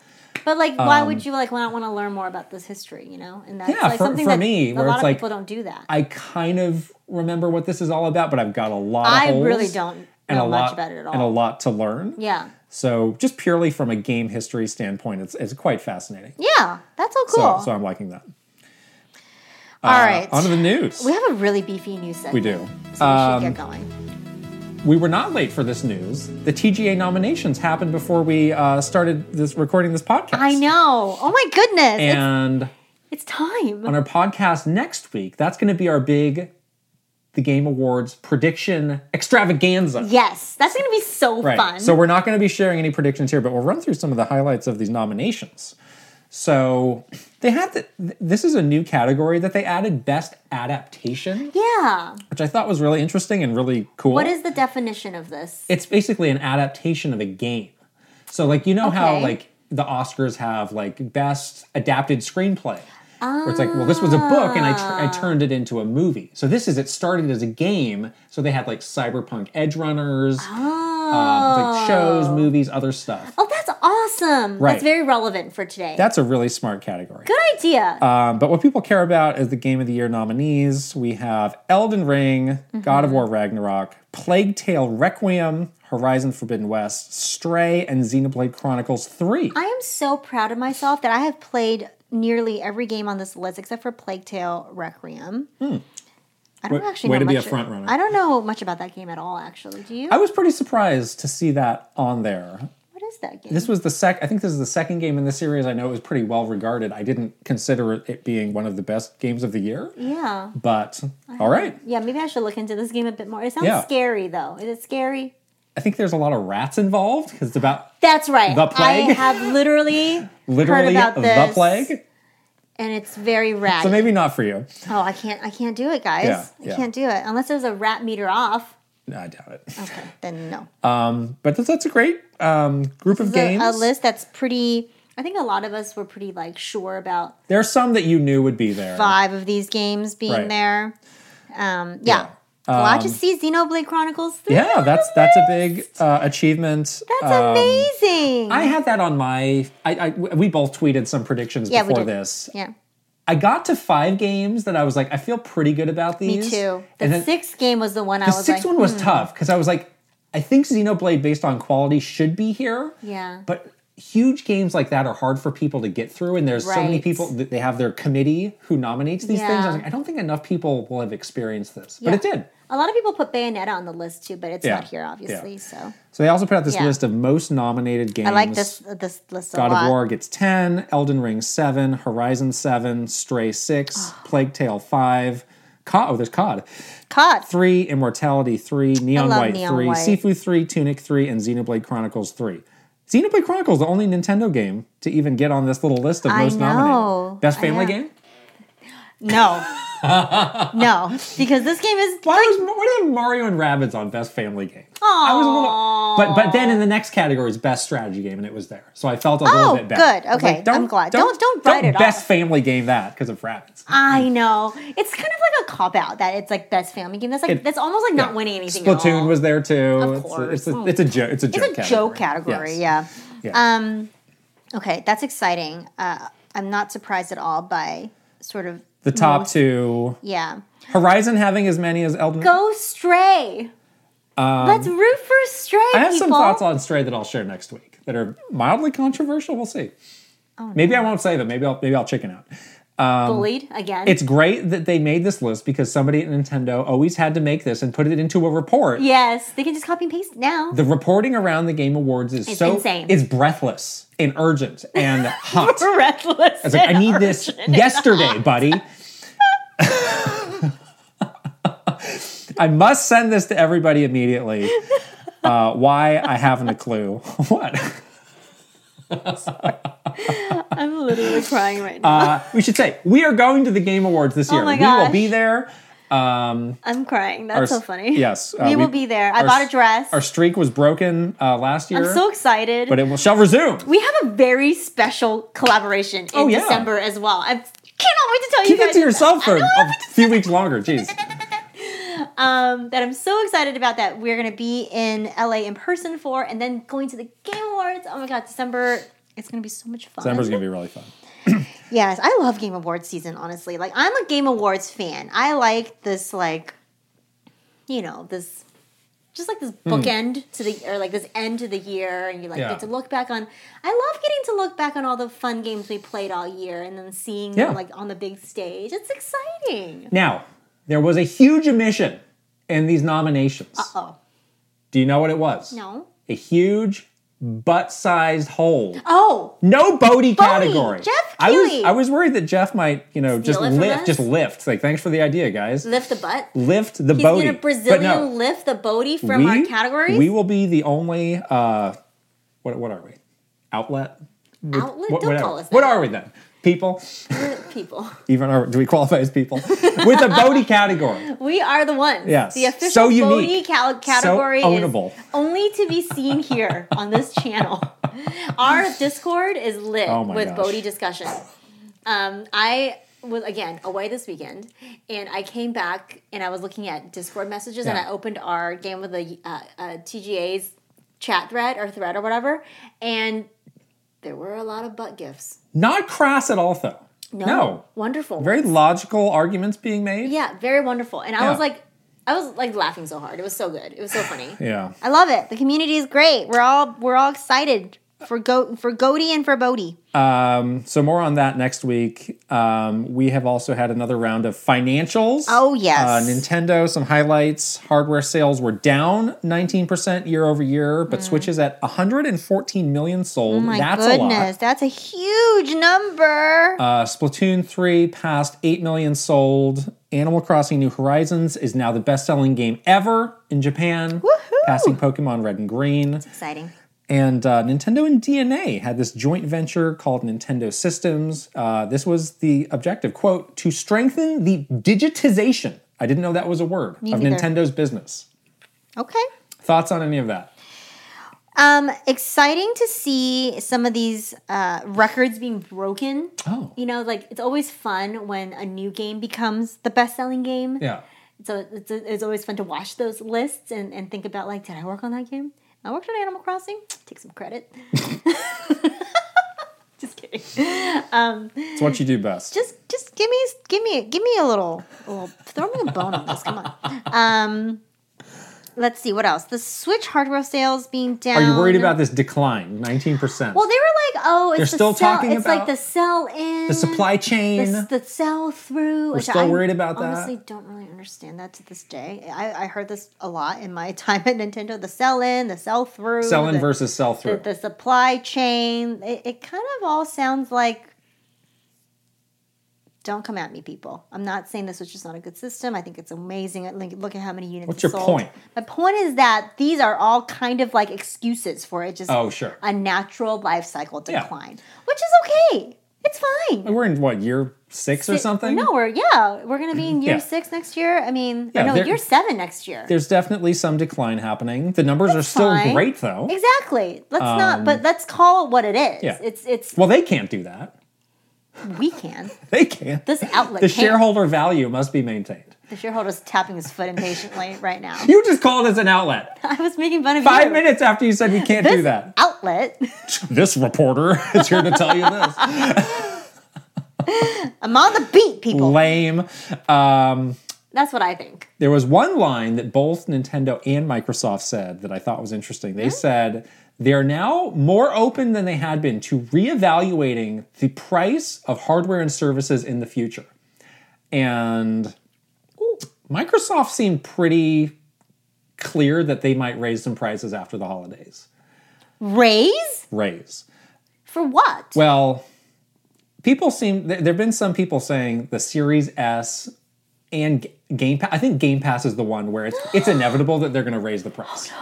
S2: but like, why would you like not want to learn more about this history? You know, and that's
S1: um, Yeah,
S2: like
S1: for-
S2: something
S1: for
S2: that
S1: me,
S2: a
S1: where
S2: lot
S1: it's
S2: of
S1: like-
S2: people don't do that.
S1: I kind of remember what this is all about, but I've got a lot. Of
S2: I
S1: holes
S2: really don't
S1: and
S2: know
S1: a
S2: much
S1: lot
S2: about it at
S1: and a
S2: all.
S1: lot to learn.
S2: yeah,
S1: So just purely from a game history standpoint, it's, it's quite fascinating.
S2: yeah, that's so cool.
S1: So, so I'm liking that.
S2: All right,
S1: On to the news.
S2: we have a really beefy news segment.
S1: We do. Um,
S2: so we should get going.
S1: We were not late for this news. The TGA nominations happened before we uh, started this recording this podcast.
S2: I know. Oh my goodness, it's,
S1: And
S2: it's time.
S1: on our podcast next week, that's going to be our big the Game Awards prediction extravaganza.
S2: Yes, that's gonna be so
S1: Right.
S2: fun.
S1: So we're not going to be sharing any predictions here, but we'll run through some of the highlights of these nominations. So they had the, th- this is a new category that they added best adaptation,
S2: yeah.
S1: which I thought was really interesting and really cool.
S2: What is the definition of this?
S1: It's basically an adaptation of a game. So like you know how
S2: Okay.
S1: like the Oscars have like best adapted screenplay. Where it's like, well, this was a book and I,
S2: Ah.
S1: tr- I turned it into a movie. So this is, it started as a game. So they had like cyberpunk edge runners, um, like shows, movies, other stuff.
S2: Oh, that's awesome.
S1: Right.
S2: That's very relevant for today.
S1: That's a really smart category.
S2: Good idea.
S1: Um, but what people care about is the Game of the Year nominees. We have Elden Ring, God
S2: Mm-hmm.
S1: of War Ragnarok, Plague Tale Requiem, Horizon Forbidden West, Stray, and Xenoblade Chronicles 3.
S2: I am so proud of myself that I have played nearly every game on this list except for Plague Tale Requiem. I don't
S1: Hmm. Way-
S2: actually
S1: way
S2: know
S1: to be a
S2: much-
S1: front runner.
S2: I don't know much about that game at all. Actually, do you?
S1: I was pretty surprised to see that on there.
S2: what is that game?
S1: This was the sec. I think this is the second game in the series. I know it was pretty well regarded. I didn't consider it being one of the best games of the year,
S2: yeah,
S1: but all right.
S2: yeah. Maybe I should look into this game a bit more. It sounds
S1: Yeah.
S2: scary though. Is it scary?
S1: I think there's a lot of rats involved because it's about
S2: That's right.
S1: The plague?
S2: I have literally
S1: literally
S2: about
S1: the
S2: this.
S1: plague.
S2: and it's very ratty.
S1: So maybe not for you.
S2: oh, I can't, I can't do it, guys.
S1: Yeah,
S2: I
S1: yeah.
S2: can't do it unless there's a rat meter off.
S1: No, I doubt it.
S2: Okay, then no.
S1: But that's, that's a great um, group of
S2: It's a-
S1: Uh, games.
S2: a list that's pretty. I think a lot of us were pretty like sure about
S1: There are some that you knew would be there.
S2: five of these games being
S1: Right. Um,
S2: there. Um, yeah. Glad to see Xenoblade Chronicles 3.
S1: Yeah, that's that's a big uh, achievement. Uh,
S2: That's amazing.
S1: I had that on my. I, I we both tweeted some predictions
S2: Yeah, we
S1: before
S2: did.
S1: this.
S2: yeah.
S1: I got to five games that I was like, I feel pretty good about
S2: Me
S1: these.
S2: too. The
S1: And then
S2: sixth game was the one I
S1: the
S2: was
S1: sixth
S2: like, hmm.
S1: one was tough because I was like, I think Xenoblade, based on quality, should be here.
S2: Yeah.
S1: But huge games like that are hard for people to get through, and there's so many
S2: Right.
S1: people that they have their committee who nominates these things. I
S2: Yeah.
S1: was like, I don't think enough people will have experienced this,
S2: Yeah.
S1: but it did.
S2: a lot of people put Bayonetta on the list too, but it's
S1: Yeah.
S2: not here, obviously.
S1: Yeah.
S2: So
S1: So they also put out this
S2: Yeah.
S1: list of most nominated games.
S2: I like this this list a
S1: God
S2: lot.
S1: of War gets 10, Elden Ring 7, Horizon 7, Stray 6,
S2: Ah.
S1: Plague Tale 5, COD, oh, there's COD,
S2: Cod.
S1: 3, Immortality 3, Neon
S2: love
S1: White
S2: Neon
S1: 3,
S2: White.
S1: Sifu 3, Tunic 3, and Xenoblade Chronicles 3. Xenoblade Chronicles, the only Nintendo game to even get on this little list of
S2: I
S1: most
S2: know.
S1: nominated. Best
S2: I
S1: family
S2: know.
S1: game?
S2: No. no. Because this game is
S1: Why was why did Mario and Rabbids on Best Family Game? I was a little, but but then in the next category is Best Strategy Game, and it was there, so I felt a little
S2: Oh,
S1: bit bad.
S2: good.
S1: I was
S2: Okay. I'm glad. Don't- don't write it off.
S1: Best Family Game that because of Rabbids.
S2: I know. It's kind of like a cop out that it's like best family game. That's like
S1: It-
S2: that's almost like not winning anything. at all.
S1: Splatoon was there too. Of
S2: course.
S1: It's, a, it's a joke. It's a joke.
S2: It's a joke category,
S1: Yes.
S2: yeah.
S1: Yeah.
S2: Um, okay, that's exciting. Uh, I'm not surprised at all by sort of
S1: The top two.
S2: yeah.
S1: Horizon having as many as Elden.
S2: Go stray. Let's root for stray.
S1: Um, I have some
S2: people.
S1: thoughts on Stray that I'll share next week that are mildly controversial. We'll see.
S2: Oh,
S1: Maybe I won't say them. Maybe I'll maybe I'll chicken out.
S2: bullied again.
S1: um, It's great that they made this list because somebody at Nintendo always had to make this and put it into a report.
S2: yes, they can just copy and paste it now.
S1: The reporting around the Game Awards is so
S2: insane.
S1: it's breathless and urgent and hot.
S2: Breathless.
S1: I was like, I need this yesterday, buddy. I must send this to everybody immediately. Uh, why? I haven't a clue. what?
S2: I'm literally crying right now.
S1: Uh, we should say we are going to the Game Awards this year.
S2: Oh my
S1: we will
S2: gosh.
S1: be there. Um,
S2: I'm crying. That's so
S1: our-
S2: funny.
S1: yes, uh,
S2: we,
S1: we-
S2: will be there. I
S1: our
S2: bought a
S1: s-
S2: dress.
S1: our streak was broken uh, last year,
S2: I'm so excited.
S1: but it will, shall resume.
S2: we have a very special collaboration in
S1: Oh, yeah.
S2: December as well. I cannot wait to tell you
S1: Keep
S2: guys.
S1: it to yourself for
S2: I
S1: a few weeks longer. Jeez.
S2: um, that I'm so excited about that we're gonna be in LA in person for, and then going to the Game Awards. Oh my God, December! It's gonna be so much fun.
S1: December's gonna be really fun.
S2: Yes, I love Game Awards season. Honestly, like I'm a Game Awards fan. I like this, like, you know, this. Just like this bookend to the or like this end to the year, and you like
S1: Hmm. Yeah.
S2: get to look back on. I love getting to look back on all the fun games we played all year, and then seeing
S1: Yeah.
S2: them like on the big stage. It's exciting.
S1: Now, there was a huge omission in these nominations.
S2: Oh
S1: Do you know what it was?
S2: no!
S1: A huge butt-sized hole.
S2: Oh
S1: No Bodie category.
S2: Jeff
S1: I was
S2: Keighley.
S1: I was worried that Jeff might, you know, just
S2: it from
S1: lift,
S2: us?
S1: just lift. Like, thanks for the idea, guys.
S2: lift the butt.
S1: Lift the
S2: He's
S1: Bodie.
S2: gonna Brazilian
S1: but no,
S2: lift the Bodhi from
S1: we,
S2: our categories.
S1: We will be the only uh what what are we? Outlet?
S2: Outlet.
S1: What,
S2: Don't
S1: whatever.
S2: call us.
S1: what are we then? People?
S2: that, people.
S1: Even are, do we qualify as people? With a Bodie category.
S2: We are the ones.
S1: Yes.
S2: The official so
S1: So unique.
S2: cal- category
S1: ownable.
S2: is only to be seen here on this channel. Our Discord is lit
S1: Oh my
S2: with
S1: gosh.
S2: Bodhi discussion. Um, I was again away this weekend, and I came back and I was looking at Discord messages, and
S1: Yeah.
S2: I opened our game with the uh, uh, TGA's chat thread or thread or whatever, and there were a lot of butt gifts.
S1: Not crass at all though. no.
S2: wonderful.
S1: very logical arguments being made.
S2: Yeah, very wonderful. And
S1: Yeah.
S2: I was like, I was like laughing so hard. It was so good. It was so funny.
S1: Yeah.
S2: I love it. The community is great. We're all we're all excited for go for Goaty and for Bodie.
S1: Um, so more on that next week. Um, we have also had another round of financials.
S2: Oh, yes.
S1: Uh, Nintendo some highlights. Hardware sales were down 19% year over year, but Switches at 114 million
S2: Mm.
S1: sold.
S2: Oh My
S1: That's
S2: goodness, that's a huge number.
S1: a lot. Uh, Splatoon 3 passed 8 million sold. Animal Crossing New Horizons is now the best-selling game ever in Japan,
S2: Woohoo!
S1: passing Pokemon Red and Green.
S2: Exciting.
S1: And uh, Nintendo and DNA had this joint venture called Nintendo Systems. Uh, this was the objective quote, to strengthen the digitization. I didn't know that was a word of
S2: neither.
S1: Nintendo's business.
S2: Okay.
S1: Thoughts on any of that?
S2: Um, exciting to see some of these uh, records being broken.
S1: Oh.
S2: You know, like it's always fun when a new game becomes the best selling game.
S1: Yeah.
S2: So it's, it's always fun to watch those lists and, and think about, like, did I work on that game? I worked on Animal Crossing. Take some credit. Just kidding.
S1: It's what you do best.
S2: Just just give me give me give me a little, a little throw me a bone on this. Come on. Um, let's see what else. The Switch hardware sales being down.
S1: Are you worried about this decline, 19%?
S2: Well, they were like, oh, it's
S1: They're
S2: the
S1: still
S2: sell,
S1: talking
S2: It's like
S1: about
S2: the sell in,
S1: the supply chain.
S2: the, sell through. We're
S1: still worried about that?
S2: Honestly, don't really understand that to this day. I, I heard this a lot in my time at Nintendo: the sell in, the sell through,
S1: Sell in
S2: the,
S1: versus sell
S2: the,
S1: through.
S2: the supply chain. It, it kind of all sounds like. Don't come at me, people. I'm not saying this was just not a good system. I think it's amazing. I think- Look at how many units.
S1: What's
S2: it
S1: your
S2: sold.
S1: point?
S2: My point is that these are all kind of like excuses for it. Just
S1: Oh, sure.
S2: a natural life cycle
S1: Yeah.
S2: decline, which is okay. It's fine.
S1: We're in what, year six or something?
S2: No, we're yeah, we're gonna be in year
S1: Yeah.
S2: six next year. I mean,
S1: Yeah,
S2: no,
S1: there-
S2: year seven next year.
S1: There's definitely some decline happening. The numbers are still
S2: fine.
S1: great, though.
S2: Exactly. Let's not, but let's call it what it is.
S1: Um, Yeah.
S2: It's it's
S1: Well, they can't do that.
S2: we can.
S1: They can't.
S2: This outlet.
S1: The
S2: can.
S1: shareholder value must be maintained.
S2: The shareholder's tapping his foot impatiently right now.
S1: You just called us an outlet.
S2: I was making fun of
S1: Five
S2: you.
S1: minutes after you said we can't do
S2: This
S1: that.
S2: outlet.
S1: This reporter is here to tell you this.
S2: I'm on the beat, people.
S1: Lame. Um,
S2: That's what I think.
S1: there was one line that both Nintendo and Microsoft said that I thought was interesting. They said they're now more open than they had been to reevaluating the price of hardware and services in the future. And Microsoft seemed pretty clear that they might raise some prices after the holidays.
S2: Raise
S1: Raise.
S2: for what?
S1: Well, people seem there have been some people saying the Series S and G- Game Pass. I think Game Pass is the one where it's it's inevitable that they're going to raise the price.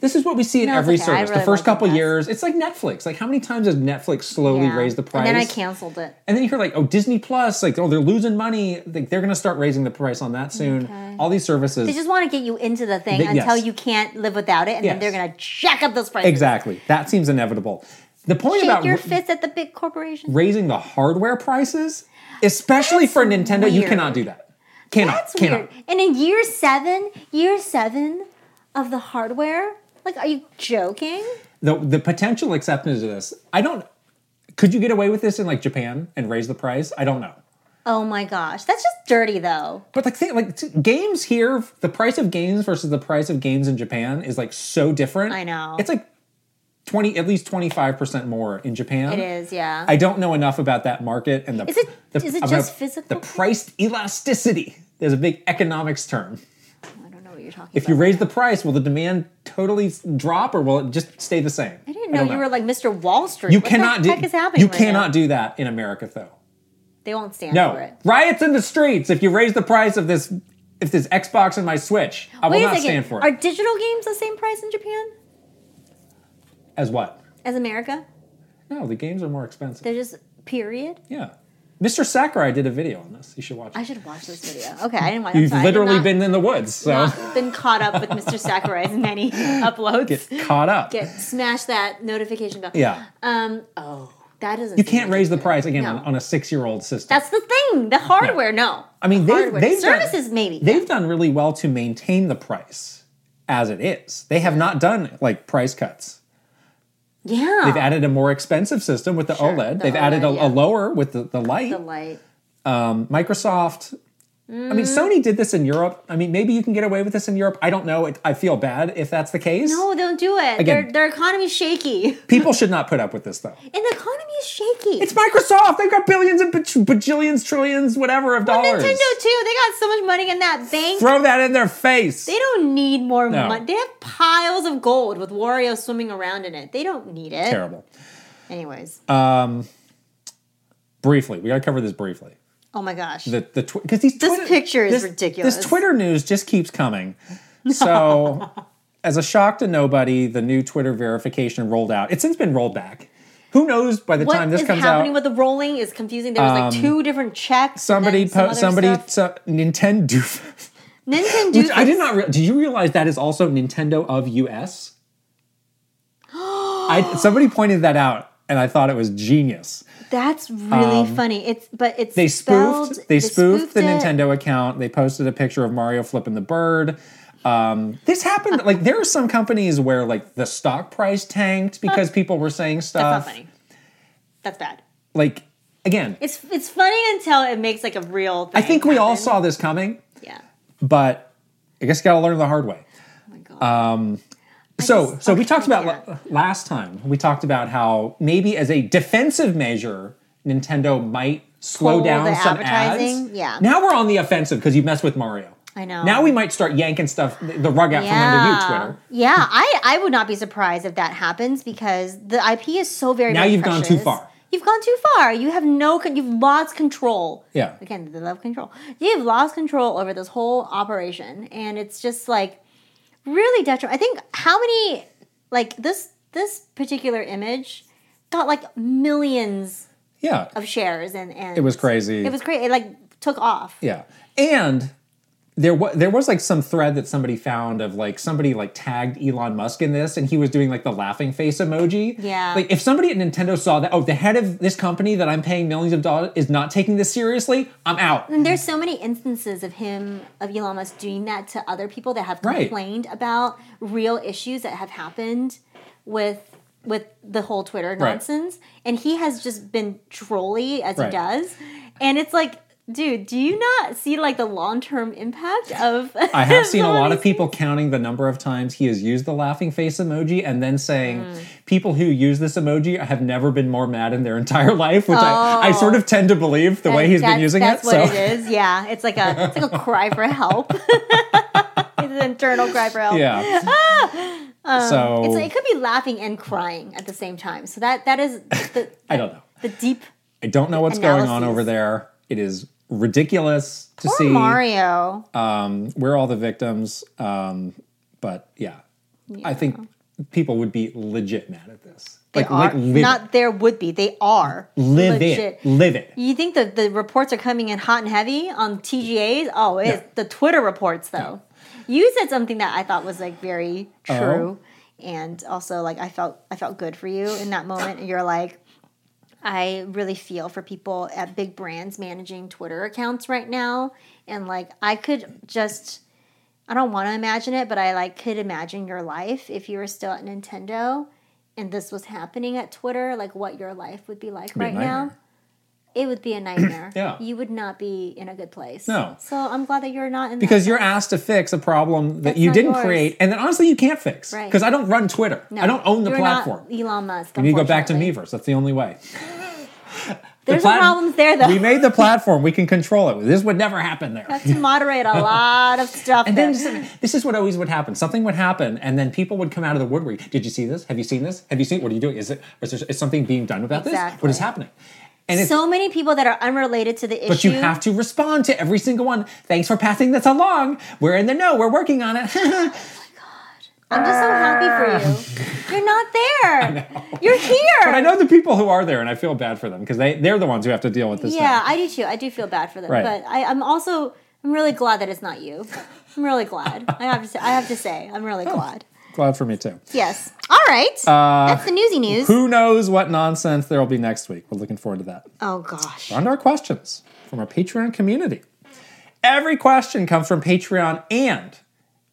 S1: This is what we see in
S2: Oh, No, it's
S1: every
S2: okay. I
S1: service.
S2: really
S1: the first
S2: like Game
S1: couple
S2: Pass.
S1: years, it's like Netflix. Like how many times has Netflix slowly
S2: Yeah.
S1: raised the price?
S2: And then I canceled it.
S1: And then you hear like, oh, Disney Plus, like, oh, they're losing money. Like they're going to start raising the price on that soon. All these services.
S2: They just want to get you into the thing
S1: They-
S2: until
S1: yes.
S2: you can't live without it, and then
S1: Yes.
S2: they're gonna jack up those prices.
S1: exactly. That seems inevitable. The point
S2: Shake
S1: about
S2: your
S1: r-
S2: fist at the big corporation.
S1: raising the hardware prices, especially for Nintendo, you
S2: weird.
S1: cannot do that. Cannot.
S2: That's
S1: cannot.
S2: weird. And in year seven, year seven of the hardware, like, are you joking?
S1: The the potential acceptance of this, I don't. Could you get away with this in like Japan and raise the price? I don't know.
S2: Oh my gosh, that's just dirty though.
S1: But like, think, like t- games here, the price of games versus the price of games in Japan is like so different.
S2: I know.
S1: It's like twenty, at least twenty five percent more in Japan.
S2: It is, yeah.
S1: I don't know enough about that market and the.
S2: Is it-
S1: The,
S2: is it
S1: about
S2: just physical?
S1: The price elasticity. There's a big economics term.
S2: I don't know what you're talking about.
S1: If you raise the price, will the demand totally s- drop or will it just stay the same?
S2: I didn't know you were like Mr. Wall Street.
S1: You
S2: what
S1: cannot
S2: the
S1: do.
S2: heck is happening?
S1: you
S2: right
S1: cannot
S2: now?
S1: do that in America, though.
S2: They won't stand for
S1: No
S2: it.
S1: riots in the streets if you raise the price of this. If this Xbox and my Switch, I will
S2: Wait a
S1: not
S2: second.
S1: stand for it.
S2: Are digital games the same price in Japan
S1: As what?
S2: as America?
S1: No, the games are more expensive.
S2: They're just period.
S1: yeah, Mr. Sakurai did a video on this. You should watch. it.
S2: I should watch this video. Okay, I didn't watch.
S1: You've
S2: sorry, I did
S1: literally
S2: not-
S1: been in the woods, so
S2: not been caught up with Mr. Sakurai's many uploads. Get,
S1: caught up.
S2: smash that notification bell.
S1: yeah,
S2: Um. Oh, that doesn't.
S1: you can't raise the price again
S2: No.
S1: on, on a six-year-old system.
S2: That's the thing. The hardware. No.
S1: I mean, they've,
S2: hardware.
S1: they've done-
S2: services maybe.
S1: They've done really well to maintain the price as it is. They have not done like price cuts.
S2: yeah.
S1: They've added a more expensive system with the OLED.
S2: the
S1: They've added a,
S2: OLED, yeah.
S1: a lower with the, the light.
S2: the light.
S1: Um, Microsoft. I mean,
S2: Mm.
S1: Sony did this in Europe. I mean, maybe you can get away with this in Europe. I don't know. It, I feel bad if that's the case.
S2: No, Oh, don't do it. Their
S1: Again.
S2: their economy's shaky, and
S1: People should not put up with this, though.
S2: the economy is shaky.
S1: It's Microsoft. They've got billions and baj- bajillions, trillions, whatever of
S2: Nintendo
S1: dollars.
S2: too. They got so much money in that bank.
S1: Throw that in their face.
S2: They don't need more
S1: No.
S2: money. They have piles of gold with Wario swimming around in it. They don't need it.
S1: Terrible. Uh,
S2: Anyways.
S1: Briefly, we got to cover this briefly.
S2: oh my gosh.
S1: the the because these
S2: This
S1: Twitter-
S2: picture is
S1: this-
S2: ridiculous.
S1: This Twitter news just keeps coming. So as a shock to nobody, the new Twitter verification rolled out. It's since been rolled back. Who knows by the time
S2: What
S1: this
S2: is
S1: comes
S2: happening
S1: out? um,
S2: with the rolling is confusing. There was like two different checks. and
S1: Somebody,
S2: then some
S1: po-
S2: other
S1: somebody,
S2: stuff.
S1: so, Nintendo.
S2: Nintendo.
S1: Which I did not. Re- did you realize that is also Nintendo of US? I, somebody pointed that out, and I thought it was genius.
S2: That's really funny. It's but it's
S1: Um, They
S2: spelled,
S1: spoofed. They, spoofed, the
S2: it.
S1: Nintendo account. They posted a picture of Mario flipping the bird. Um, this happened. like there are some companies where like the stock price tanked because people were saying
S2: That's
S1: stuff.
S2: not funny. That's bad.
S1: Like again,
S2: It's it's funny until it makes like a real. Thing
S1: I think we all
S2: happen.
S1: saw this coming,
S2: Yeah.
S1: but I guess got to learn the hard way.
S2: Oh my god.
S1: Uh, So,
S2: just-
S1: so we
S2: okay,
S1: talked
S2: I
S1: about la- last time. We talked about how maybe as a defensive measure, Nintendo might slow
S2: Pull the
S1: down some ads.
S2: advertising? Yeah.
S1: Now we're on the offensive because you messed with Mario.
S2: I know.
S1: Now we might start yanking stuff th- the rug out from under you, Twitter.
S2: Um, Yeah, I, I would not be surprised if that happens because the IP is so very.
S1: Now
S2: very
S1: you've gone too
S2: precious.
S1: far.
S2: You've gone too far. You have no. con- You've lost control.
S1: Yeah.
S2: Again, they love control. You've lost control over this whole operation, and it's just like really detrimental. I think how many like this this particular image got like millions
S1: Yeah.
S2: of shares, and and
S1: It was crazy.
S2: It was crazy. It like took off.
S1: Yeah, and there was there was like some thread that somebody found of like somebody like tagged Elon Musk in this, and he was doing like the laughing face emoji.
S2: Yeah.
S1: like if somebody at Nintendo saw that, oh, the head of this company that I'm paying millions of dollars is not taking this seriously, I'm out.
S2: And there's so many instances of him, of Elon Musk doing that to other people that have
S1: Right.
S2: complained about real issues that have happened with with the whole Twitter nonsense. And he has just been trolly as
S1: Right.
S2: he does. And it's like, dude, do you not see like the long term impact of
S1: I have seen a lot of people counting the number of times he has used the laughing face emoji and then saying,
S2: Hmm.
S1: people who use this emoji have never been more mad in their entire life, which I, I sort of tend to believe the way he's been
S2: Oh. That's-
S1: using
S2: that's
S1: it.
S2: That's what
S1: so
S2: it is. Yeah, it's like a it's like a cry for help. it's an internal cry for help.
S1: yeah. so
S2: Um, It's, it could be laughing and crying at the same time. So that that is the,
S1: I don't know.
S2: the deep
S1: I don't know what's going on
S2: Analyses.
S1: over there. It is ridiculous to
S2: poor
S1: see.
S2: Mario.
S1: Um, we're all the victims. Um, but yeah. I think people would be legit mad at this.
S2: They
S1: like,
S2: are
S1: like live
S2: not there would be. They are
S1: it. Live
S2: legit.
S1: it. Live it.
S2: You think that the reports are coming in hot and heavy on TGAs? Oh, it's the Twitter reports though. You said something that I thought was like very
S1: Uh-huh.
S2: true, and also like I felt I felt good for you in that moment. And you're like, I really feel for people at big brands managing Twitter accounts right now, and like I could just. I don't want to imagine it, but I like could imagine your life if you were still at Nintendo and this was happening at Twitter, like what your life would be like
S1: a
S2: right now.
S1: nightmare.
S2: It would be a nightmare.
S1: Yeah.
S2: You would not be in a good place.
S1: No.
S2: So I'm glad that you're not in
S1: Because
S2: that.
S1: you're asked to fix a problem that
S2: That's
S1: you
S2: not
S1: didn't
S2: yours.
S1: create, and then honestly, you can't fix.
S2: Right.
S1: Because I don't run Twitter. I don't own the
S2: you're
S1: platform.
S2: Not Elon Musk.
S1: you need to go back to
S2: unfortunately.
S1: Meverse. That's the only way.
S2: There's
S1: plat-
S2: problems there though.
S1: we made the platform. We can control it. This would never happen there.
S2: have to moderate a lot of stuff.
S1: And then
S2: there.
S1: just- this is what always would happen. Something would happen, and then people would come out of the woodwork. Did you see this? Have you seen this? Have you seen? What are you doing? Is it? Is, there, is something being done about this? What
S2: Exactly.
S1: is happening? And it's,
S2: so many people that are unrelated to the issue.
S1: but you have to respond to every single one. Thanks for passing this along. We're in the know. We're working on it.
S2: I'm just so happy for you. You're not there. You're here.
S1: but I know the people who are there, and I feel bad for them because they they're the ones who have to deal with this.
S2: Yeah,
S1: now.
S2: I do too. I do feel bad for them,
S1: Right.
S2: but I, I'm also I'm really glad that it's not you. I'm really glad. I have to. Say, I have to say, I'm really
S1: Oh.
S2: glad.
S1: glad for me too.
S2: Yes. All right. That's the newsy news.
S1: Uh, Who knows what nonsense there will be next week? We're looking forward to that.
S2: oh gosh.
S1: on to our questions from our Patreon community. Every question comes from Patreon, and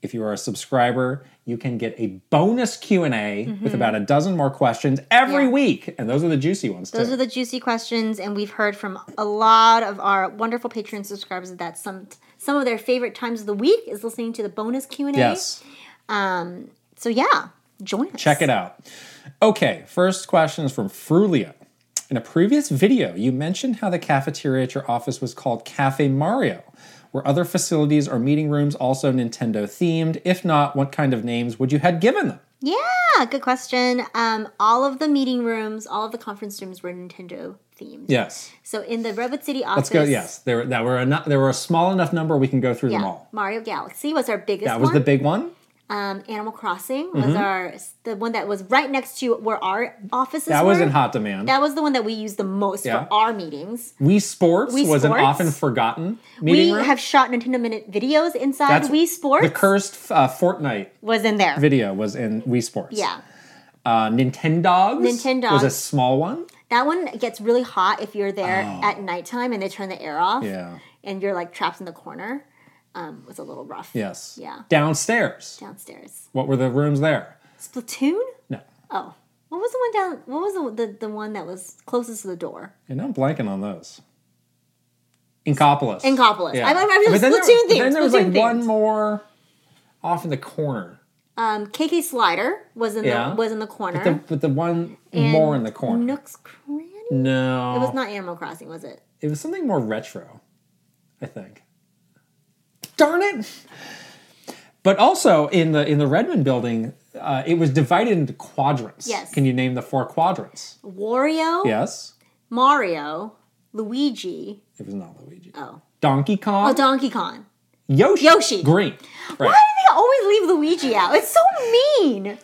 S1: if you are a subscriber, you can get a bonus Q and A with about a dozen more questions
S2: Mm-hmm.
S1: every
S2: Yeah.
S1: week, and those are the juicy ones too.
S2: Those are the juicy questions, and we've heard from a lot of our wonderful Patreon subscribers that some some of their favorite times of the week is listening to the bonus Q and A.
S1: yes,
S2: So yeah, join us.
S1: check it out. Okay, first question is from Frulia. In a previous video, you mentioned how the cafeteria at your office was called Cafe Mario. Were other facilities or meeting rooms also Nintendo themed? If not, what kind of names would you had given them?
S2: Yeah, good question. Um, all of the meeting rooms, all of the conference rooms were Nintendo themed.
S1: Yes.
S2: So in the Redwood City office,
S1: Let's go. Yes, there that were enough. There were a small enough number we can go through them
S2: Yeah.
S1: all.
S2: Mario Galaxy was our biggest
S1: That was
S2: one.
S1: the big Mm-hmm. one.
S2: um, Animal Crossing was our the one that was right next to where our offices
S1: That
S2: were.
S1: was in hot demand.
S2: That was the one that we used the most
S1: Yeah.
S2: for our meetings.
S1: we Sports
S2: We
S1: was an
S2: Sports.
S1: often forgotten meeting
S2: we
S1: room.
S2: have shot Nintendo Minute videos inside Wii Sports.
S1: The cursed uh, Fortnite
S2: was in there.
S1: video was in Wii Sports.
S2: Yeah.
S1: Uh, Nintendogs,
S2: Nintendogs.
S1: was a small one.
S2: That one gets really hot if you're there at nighttime and they turn the air off.
S1: Oh. Yeah.
S2: And you're like trapped in the corner. Um, was a little rough.
S1: Yes.
S2: Yeah.
S1: Downstairs.
S2: Downstairs.
S1: What were the rooms there?
S2: Splatoon?
S1: No.
S2: Oh. What was the one down what was the the, the one that was closest to the door?
S1: And I'm blanking on those. Incopolis.
S2: Incopolis. I- I remember
S1: But then there-
S2: Splatoon
S1: but
S2: themed,
S1: Then there was like
S2: Splatoon
S1: one
S2: themed.
S1: more off in the corner.
S2: Um KK Slider was in
S1: Yeah.
S2: the was in the corner.
S1: But the, but the one
S2: And
S1: more in the corner.
S2: Nook's Cranny?
S1: no.
S2: It was not Animal Crossing, was it?
S1: It was something more retro, I think. Darn it! But also in the in the Redmond building, uh, it was divided into quadrants.
S2: Yes.
S1: Can you name the four quadrants?
S2: Wario,
S1: Yes.
S2: Mario, Luigi,
S1: It was not Luigi.
S2: oh.
S1: Donkey
S2: Oh,
S1: Kong.
S2: Donkey Kong.
S1: Yoshi.
S2: Yoshi.
S1: Green. Right.
S2: Why do they always leave Luigi out? It's so mean.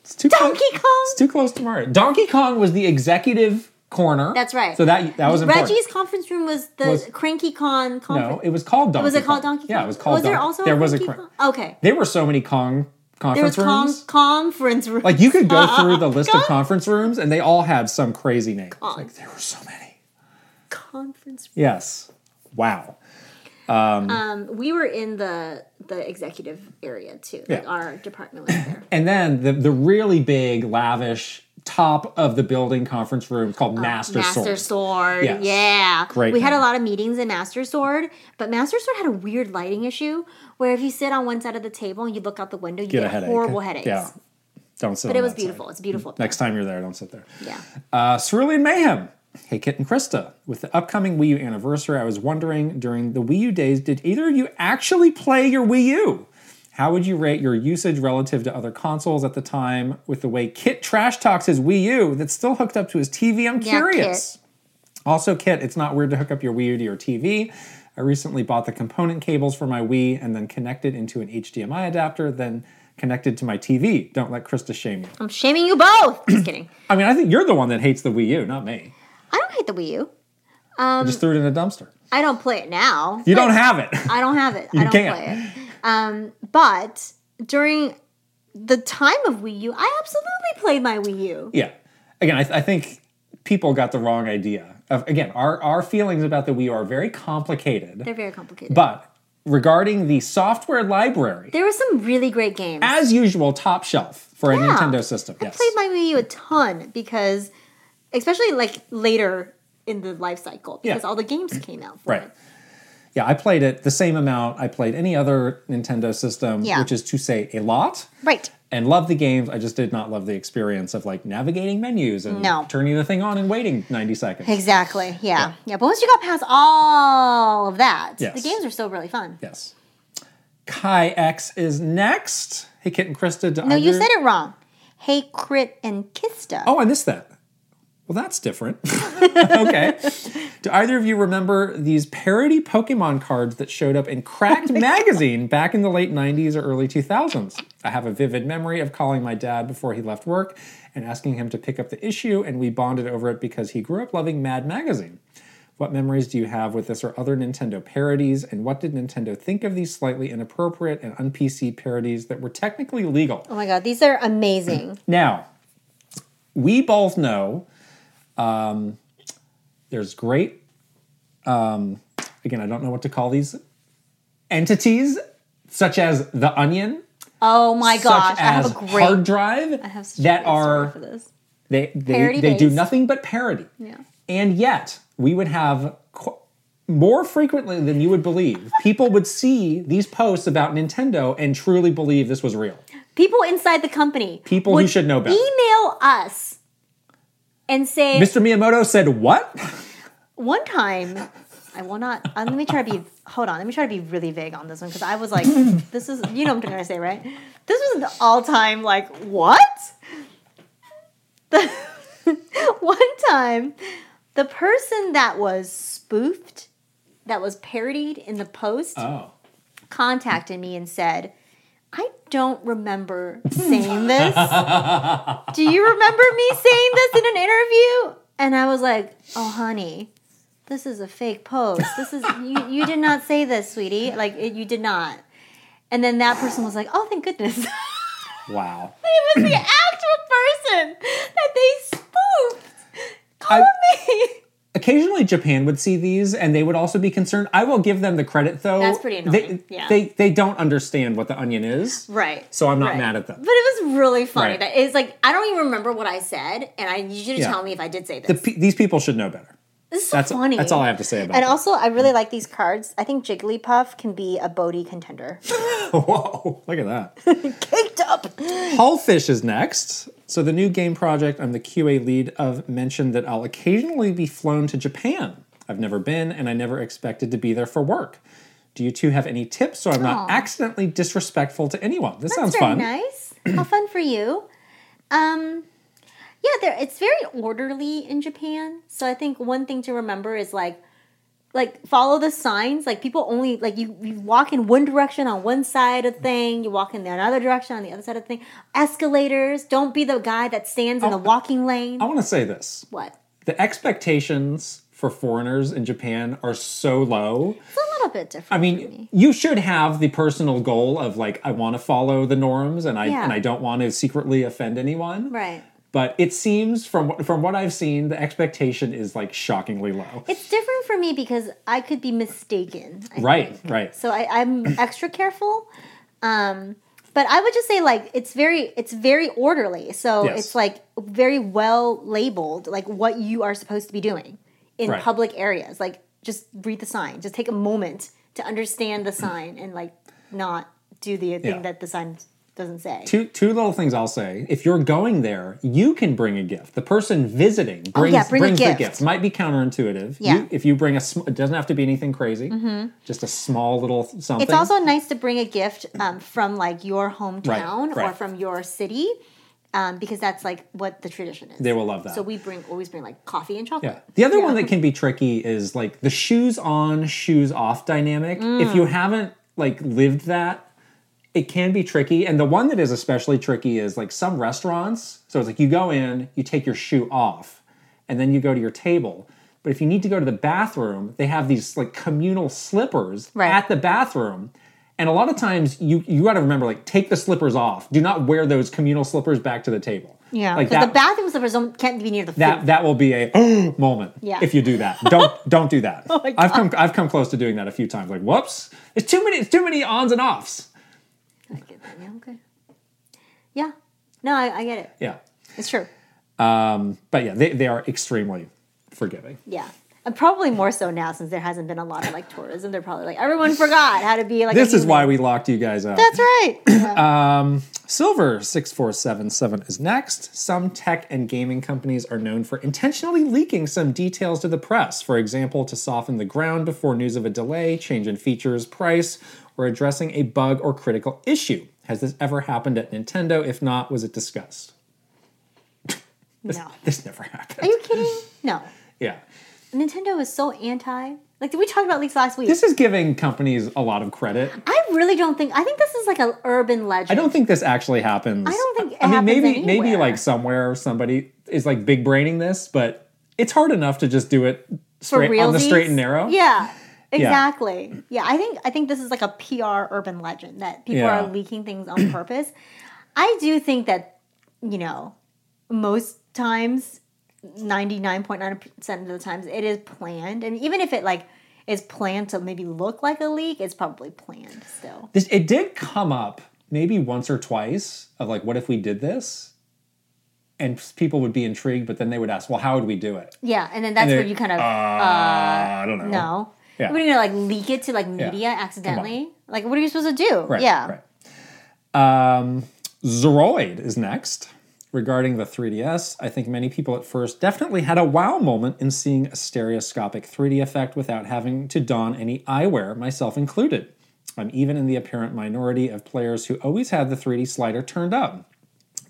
S1: It's too
S2: Donkey
S1: close-
S2: Kong?
S1: It's too close to Mario. Donkey Kong was the executive corner.
S2: That's right.
S1: So that that was important.
S2: Reggie's conference room was the
S1: Was-
S2: Cranky Con
S1: no,
S2: conference.
S1: it was called Donkey.
S2: was it called
S1: Kong.
S2: Donkey Kong?
S1: Yeah, it was called.
S2: Was there
S1: Donkey-
S2: also
S1: there
S2: a
S1: was a
S2: Cranky
S1: cr-
S2: Con? Okay.
S1: There were so many Kong
S2: There was
S1: conference
S2: con-
S1: rooms.
S2: conference room.
S1: Like you could go through the list of conference rooms, and they all had some crazy name. It's Like there were so many.
S2: conference room.
S1: Yes. Wow.
S2: Um, we were in the the executive area too. Like
S1: Yeah.
S2: our department was there.
S1: And then the the really big, lavish top of the building conference room called Master,
S2: Uh, Master
S1: Sword.
S2: Sword.
S1: Yes.
S2: Yeah.
S1: Great
S2: We had a
S1: name.
S2: lot of meetings in Master Sword, but Master Sword had a weird lighting issue where if you sit on one side of the table and you look out the window, you get,
S1: Get a headache.
S2: horrible headaches.
S1: Yeah. Don't sit.
S2: But it was beautiful. It's beautiful.
S1: Next time you're there, don't sit there.
S2: Yeah.
S1: Uh, Cerulean Mayhem. Hey, Kit and Krista. With the upcoming Wii U anniversary, I was wondering during the Wii U days, did either of you actually play your Wii U? How would you rate your usage relative to other consoles at the time with the way Kit trash talks his Wii U that's still hooked up to his TV? I'm
S2: Yeah,
S1: curious. Also, Kit, it's not weird to hook up your Wii U to your TV. I recently bought the component cables for my Wii and then connected into an HDMI adapter, then connected to my TV. Don't let Krista shame you.
S2: I'm shaming you both. Just kidding.
S1: I mean, I think you're the one that hates the Wii U, not me.
S2: I don't hate the Wii U.
S1: I just threw it in a dumpster.
S2: I don't play it now.
S1: You don't have it.
S2: I don't have it. I don't
S1: can't.
S2: play it. Um, but during the time of Wii U, I absolutely played my Wii U.
S1: yeah. Again, I, th- I think people got the wrong idea. Of, again, our, our feelings about the Wii U are very complicated.
S2: They're very complicated.
S1: but regarding the software library,
S2: there were some really great games. I
S1: as usual, top shelf for a Nintendo system. yes.
S2: played my Wii U a ton because, especially like later in the life cycle, because
S1: Yeah.
S2: all the games came out for
S1: right.
S2: it.
S1: Yeah, I played it the same amount I played any other Nintendo system,
S2: Yeah.
S1: which is to say a lot.
S2: Right.
S1: And love the games. I just did not love the experience of like navigating menus and
S2: No.
S1: turning the thing on and waiting 90 seconds.
S2: Exactly. Yeah. yeah. But once you got past all of that, the
S1: Yes.
S2: games are still really fun.
S1: Yes. Kai X is next. Hey, Kit and Krista. do
S2: No, you
S1: either-
S2: said it wrong. Hey, Crit and Kista.
S1: Oh, I missed that. Well, that's different. okay. Do either of you remember these parody Pokemon cards that showed up in Cracked magazine back in the late 90s or early 2000s? I have a vivid memory of calling my dad before he left work and asking him to pick up the issue, and we bonded over it because he grew up loving Mad Magazine. What memories do you have with this or other Nintendo parodies, and what did Nintendo think of these slightly inappropriate and un PC parodies that were technically legal?
S2: Oh my god, these are amazing.
S1: Now, we both know um, there's great, um, again, I don't know what to call these entities, such as The Onion,
S2: Oh my gosh,
S1: such
S2: I have
S1: as
S2: a great
S1: Hard Drive,
S2: I have such a
S1: that
S2: great story
S1: are,
S2: for this.
S1: they, they,
S2: Parody
S1: they do
S2: based.
S1: nothing but parody.
S2: Yeah.
S1: And yet, we would have qu- more frequently than you would believe, people would see these posts about Nintendo and truly believe this was real.
S2: People inside the company.
S1: People who
S2: would
S1: should know better.
S2: Email us and say
S1: Mr. Miyamoto said, What?
S2: one time I will not uh, let me try to be hold on, let me try to be really vague on this one because I was like, this is you know what I'm gonna say, right? This was an all-time like what? The, one time the person that was spoofed, that was parodied in the post
S1: Oh.
S2: contacted me and said, I don't remember saying this. Do you remember me saying this in an interview? And I was like, oh, honey, this is a fake post. This is, you, you did not say this, sweetie. Like, it, you did not. And then that person was like, oh, thank goodness. it
S1: Wow.
S2: was the actual person that they spoofed. Call me.
S1: Occasionally, Japan would see these, and they would also be concerned. I will give them the credit, though.
S2: That's pretty annoying,
S1: They,
S2: yeah.
S1: they they don't understand what the onion is,
S2: Right.
S1: so I'm not
S2: Right.
S1: mad at them.
S2: But it was really funny.
S1: Right.
S2: That it's like I don't even remember what I said, and I need you to
S1: Yeah.
S2: tell me if I did say
S1: The,
S2: this.
S1: pe- these people should know better.
S2: this is so
S1: That's
S2: funny.
S1: That's all I have to say about.
S2: And
S1: it.
S2: also, I really like these cards. I think Jigglypuff can be a Bodhi contender.
S1: Whoa! Look at that.
S2: Caked up.
S1: Hullfish is next. So, the new game project I'm the QA lead of mentioned that I'll occasionally be flown to Japan. I've never been and I never expected to be there for work. Do you two have any tips so I'm not accidentally disrespectful to anyone? This sounds
S2: That's very
S1: fun.
S2: nice. How fun for you. Um, yeah, there. It's very orderly in Japan. So I think one thing to remember is like, like follow the signs. Like people only like you. You walk in one direction on one side of the thing. You walk in the another direction on the other side of the thing. Escalators. Don't be the guy that stands
S1: Oh.
S2: in the walking lane.
S1: I want to say this
S2: what?
S1: the expectations for foreigners in Japan are so low.
S2: It's a little bit different.
S1: I mean, you should have the personal goal of like, I want to follow the norms and I,
S2: Yeah.
S1: and I don't want to secretly offend anyone.
S2: right.
S1: but it seems from what- from what I've seen, the expectation is like shockingly low.
S2: It's different for me because I could be mistaken. I
S1: Right, right.
S2: so I, I'm extra careful. Um, but I would just say like it's very it's very orderly. So
S1: Yes.
S2: it's like very well labeled, like what you are supposed to be doing in
S1: Right.
S2: public areas. Like just read the sign. Just take a moment to understand the sign and like not do the thing
S1: Yeah.
S2: that the sign doesn't say.
S1: Two two little things I'll say. If you're going there, you can bring a gift. The person visiting brings,
S2: Oh, yeah, bring a
S1: brings
S2: gift.
S1: the gift. Might be counterintuitive.
S2: Yeah. Mm-hmm.
S1: You, if you bring a, sm- it doesn't have to be anything crazy. Just a small little something.
S2: It's also nice to bring a gift um, from like your hometown or
S1: right.
S2: from your city, um, because that's like what the tradition is.
S1: they will love that.
S2: so we bring always bring like coffee and chocolate.
S1: Yeah. The other one that can be tricky is like the shoes on, shoes off dynamic. If
S2: Mm.
S1: you haven't like lived that, it can be tricky. And the one that is especially tricky is like some restaurants. So it's like you go in, you take your shoe off, and then you go to your table. But if you need to go to the bathroom, they have these like communal slippers
S2: Right.
S1: at the bathroom. And a lot of times you you got to remember like take the slippers off. Do not wear those communal slippers back to the table.
S2: Yeah,
S1: Like
S2: because
S1: that
S2: the bathroom slippers don't, can't be near the
S1: that
S2: food.
S1: that will be a moment
S2: Yeah.
S1: if you do that. Don't don't do that. I've come I've come close to doing that a few times. Like, whoops, it's too many it's too many ons and offs.
S2: I get that. Yeah, okay. Yeah. No, I, I get it.
S1: Yeah,
S2: It's true.
S1: um, but yeah, they they are extremely forgiving.
S2: Yeah. And probably more so now since there hasn't been a lot of like tourism. They're probably like everyone forgot how to be like. a
S1: This is
S2: human.
S1: why we locked you guys out.
S2: That's right. Yeah.
S1: Silver 6477 is next. Some tech and gaming companies are known for intentionally leaking some details to the press, for example, to soften the ground before news of a delay, change in features, price, or addressing a bug or critical issue. Has this ever happened at Nintendo? If not, was it discussed?
S2: no.
S1: This never
S2: Are
S1: happened.
S2: you kidding? No.
S1: Yeah.
S2: Nintendo is so anti. Like we talked about leaks last week.
S1: This is giving companies a lot of credit.
S2: I really don't think. I think this is like an urban legend.
S1: I don't think this actually happens. I
S2: don't think it
S1: I mean,
S2: happens
S1: maybe maybe
S2: anywhere.
S1: like somewhere somebody is like big braining this, but it's hard enough to just do it
S2: for
S1: straight
S2: real
S1: on the straight and narrow.
S2: Yeah. Exactly. Yeah. I think I think this is like a PR urban legend that people
S1: Yeah.
S2: are leaking things on purpose. I do think that, you know, most times 99.9% of the times it is planned and even if it like is planned to maybe look like a leak, it's probably planned still.
S1: This it did come up maybe once or twice of like, what if we did this? And people would be intrigued, but then they would ask, well, how would we do it?
S2: Yeah, and then that's
S1: And
S2: where
S1: it-
S2: you kind of
S1: I don't know.
S2: no.
S1: Yeah.
S2: What are you gonna like leak it to like media accidentally? Like what are you supposed to do?
S1: Right,
S2: yeah.
S1: Right. Um, Zeroid is next. Regarding the 3DS, I think many people at first definitely had a wow moment in seeing a stereoscopic 3D effect without having to don any eyewear, myself included. I'm even in the apparent minority of players who always had the 3D slider turned up.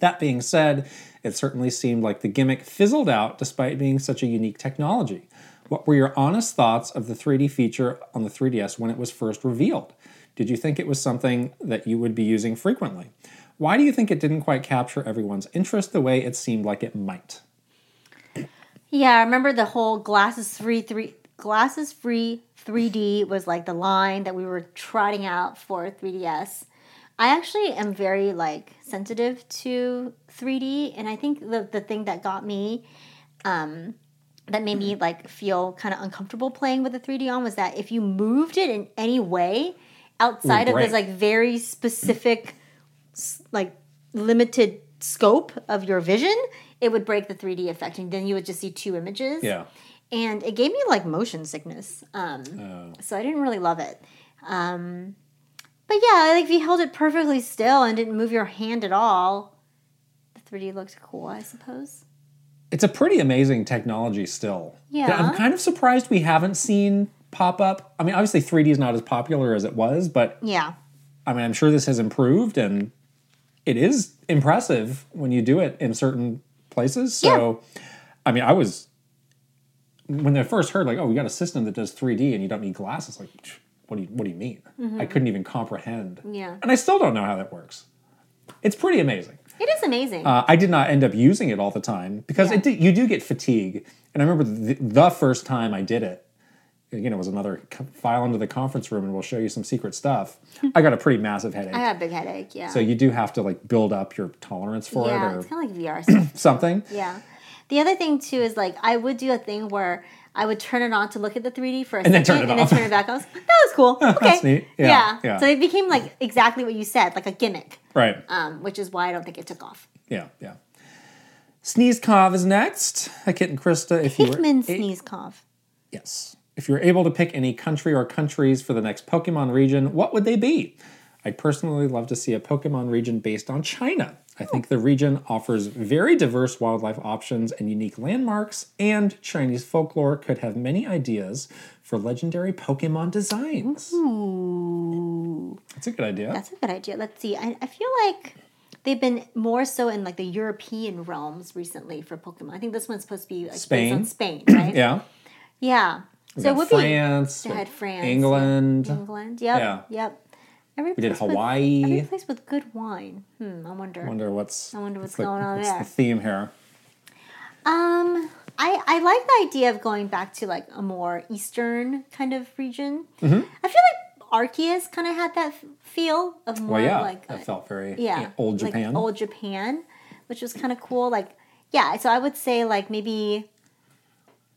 S1: That being said, it certainly seemed like the gimmick fizzled out despite being such a unique technology. What were your honest thoughts of the 3D feature on the 3DS when it was first revealed? Did you think it was something that you would be using frequently? Why do you think it didn't quite capture everyone's interest the way it seemed like it might?
S2: Yeah, I remember the whole glasses free three glasses free 3D was like the line that we were trotting out for 3DS. I actually am very like sensitive to 3D, and I think the the thing that got me, um, that made me like feel kind of uncomfortable playing with the 3D on was that if you moved it in any way outside
S1: Ooh,
S2: of this
S1: break.
S2: like very specific, s- like limited scope of your vision, it would break the 3D effect, and then you would just see two images
S1: Yeah.
S2: and it gave me like motion sickness. Um,
S1: Oh.
S2: So I didn't really love it. Um, but yeah, like if you held it perfectly still and didn't move your hand at all, the 3D looked cool, I suppose.
S1: It's a pretty amazing technology still.
S2: Yeah.
S1: I'm kind of surprised we haven't seen pop up. I mean, obviously 3D is not as popular as it was, but
S2: Yeah.
S1: I mean, I'm sure this has improved and it is impressive when you do it in certain places. So, I mean, I was, when I first heard, like, oh, we got a system that does 3D and you don't need glasses, like, psh, what do you, what do you mean? I couldn't even comprehend.
S2: Yeah.
S1: And I still don't know how that works. It's pretty amazing.
S2: It is amazing.
S1: Uh, I did not end up using it all the time because
S2: Yeah.
S1: it did, you do get fatigue. And I remember the, the first time I did it, again, it was another co- file into the conference room and we'll show you some secret stuff. I got a pretty massive headache.
S2: I had a big headache. Yeah.
S1: So you do have to like build up your tolerance for
S2: yeah,
S1: it or
S2: it's kind of like VR stuff.
S1: something.
S2: yeah. The other thing too is like I would do a thing where I would turn it on to look at the 3D for a
S1: And then
S2: second
S1: turn it
S2: and
S1: off.
S2: then turn it back. on. I was, that was cool. Okay.
S1: That's neat. Yeah, yeah.
S2: So it became like exactly what you said, like a gimmick,
S1: Right.
S2: um, which is why I don't think it took off.
S1: Yeah. Yeah. Sneeze cough is next. A kitten Krista, if you were
S2: Hickman sneeze cough.
S1: yes, if you were able to pick any country or countries for the next Pokemon region, what would they be? I'd personally love to see a Pokemon region based on China. I think the region offers very diverse wildlife options and unique landmarks, and Chinese folklore could have many ideas for legendary Pokemon designs.
S2: Ooh,
S1: That's a good idea.
S2: Mm-hmm. that's a good idea. Let's see. I, I feel like they've been more so in like the European realms recently for Pokemon. I think this one's supposed to be like Spain, based on Spain, right?
S1: yeah.
S2: Yeah. So it
S1: We
S2: would
S1: had France,
S2: be. They had France,
S1: England.
S2: yeah, England. Yep.
S1: Yeah.
S2: Yep. Every
S1: We did
S2: place with-
S1: Hawaii.
S2: every place with good wine. Hmm. I wonder.
S1: wonder what's I
S2: wonder what's going on
S1: what's
S2: there.
S1: the theme here.
S2: Um, I I like the idea of going back to like a more eastern kind of region.
S1: Mm-hmm.
S2: I feel like Arceus kind of had that f- feel of more
S1: Well, yeah,
S2: like a-
S1: that felt very
S2: yeah,
S1: yeah, Eh, old
S2: like
S1: Japan.
S2: old Japan, which was kind of cool. Like, yeah, so I would say like maybe,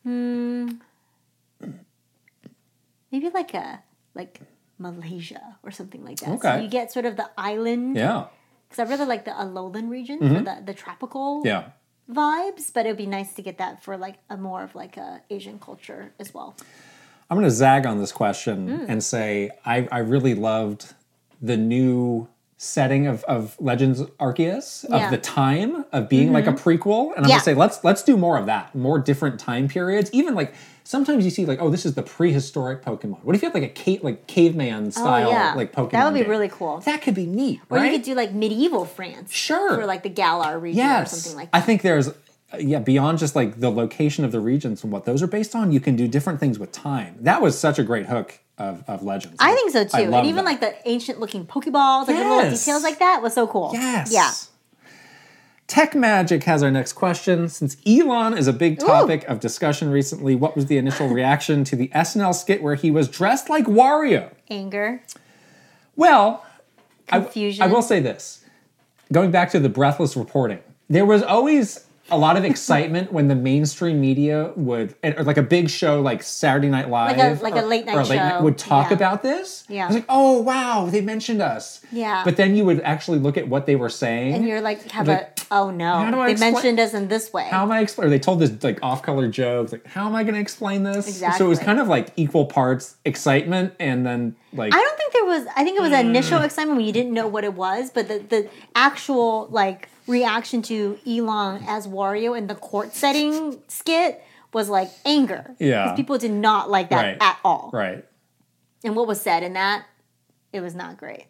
S2: hmm, maybe like a like Malaysia or something like that. So
S1: Okay.
S2: you get sort of the island
S1: yeah, Mm-hmm.
S2: because I really like the Alolan region for the the tropical
S1: yeah.
S2: vibes, but it would be nice to get that for like a more of like a Asian culture as well.
S1: I'm going to zag on this question
S2: Hmm.
S1: and say I, I really loved the new setting of, of Legends Arceus
S2: Yeah. Mm-hmm.
S1: of the time of being like a prequel, and I'm
S2: Yeah.
S1: going to say let's let's do more of that, more different time periods. Even like sometimes you see like oh this is the prehistoric Pokemon. What if you had like a cave like caveman style
S2: Oh, yeah.
S1: like Pokemon?
S2: That would be
S1: game?
S2: really cool.
S1: That could be neat,
S2: Or
S1: right?
S2: you could do like medieval France,
S1: Sure.
S2: for like the Galar region
S1: yes.
S2: or something like
S1: I
S2: that.
S1: think there's yeah, beyond just like the location of the regions and what those are based on, you can do different things with time. That was such a great hook of, of Legends.
S2: I think so too,
S1: love
S2: and even
S1: that.
S2: like the ancient looking Pokeballs, like the little
S1: Yes.
S2: details like that was so cool.
S1: Yes.
S2: yeah,
S1: Tech Magic has our next question. Since Elon is a big topic of discussion recently, what was the initial reaction to the SNL skit where he was dressed like Wario?
S2: anger,
S1: Well,
S2: confusion.
S1: I will say this. Going back to the breathless reporting, there was always a lot of excitement when the mainstream media would, and- or like a big show like Saturday Night Live,
S2: like a
S1: or-
S2: late night
S1: or
S2: show.
S1: would talk
S2: Yeah.
S1: about this.
S2: Yeah.
S1: I was like, oh wow, they mentioned us.
S2: Yeah.
S1: But then you would actually look at what they were saying.
S2: and you're like, have
S1: Like,
S2: a oh no,
S1: how do I
S2: they
S1: explain-
S2: mentioned us in this way.
S1: how am I explain? Or they told this like off-color joke. Like, how am I going to explain this? So it was
S2: Exactly.
S1: kind of like equal parts excitement and then like
S2: I don't think there was. I think it was an
S1: Mm.
S2: initial excitement when you didn't know what it was, but the, the actual like reaction to Elon as Wario in the court setting skit was like anger.
S1: Yeah.
S2: because people did not like that
S1: Right.
S2: at all.
S1: right.
S2: And what was said in that, it was not great.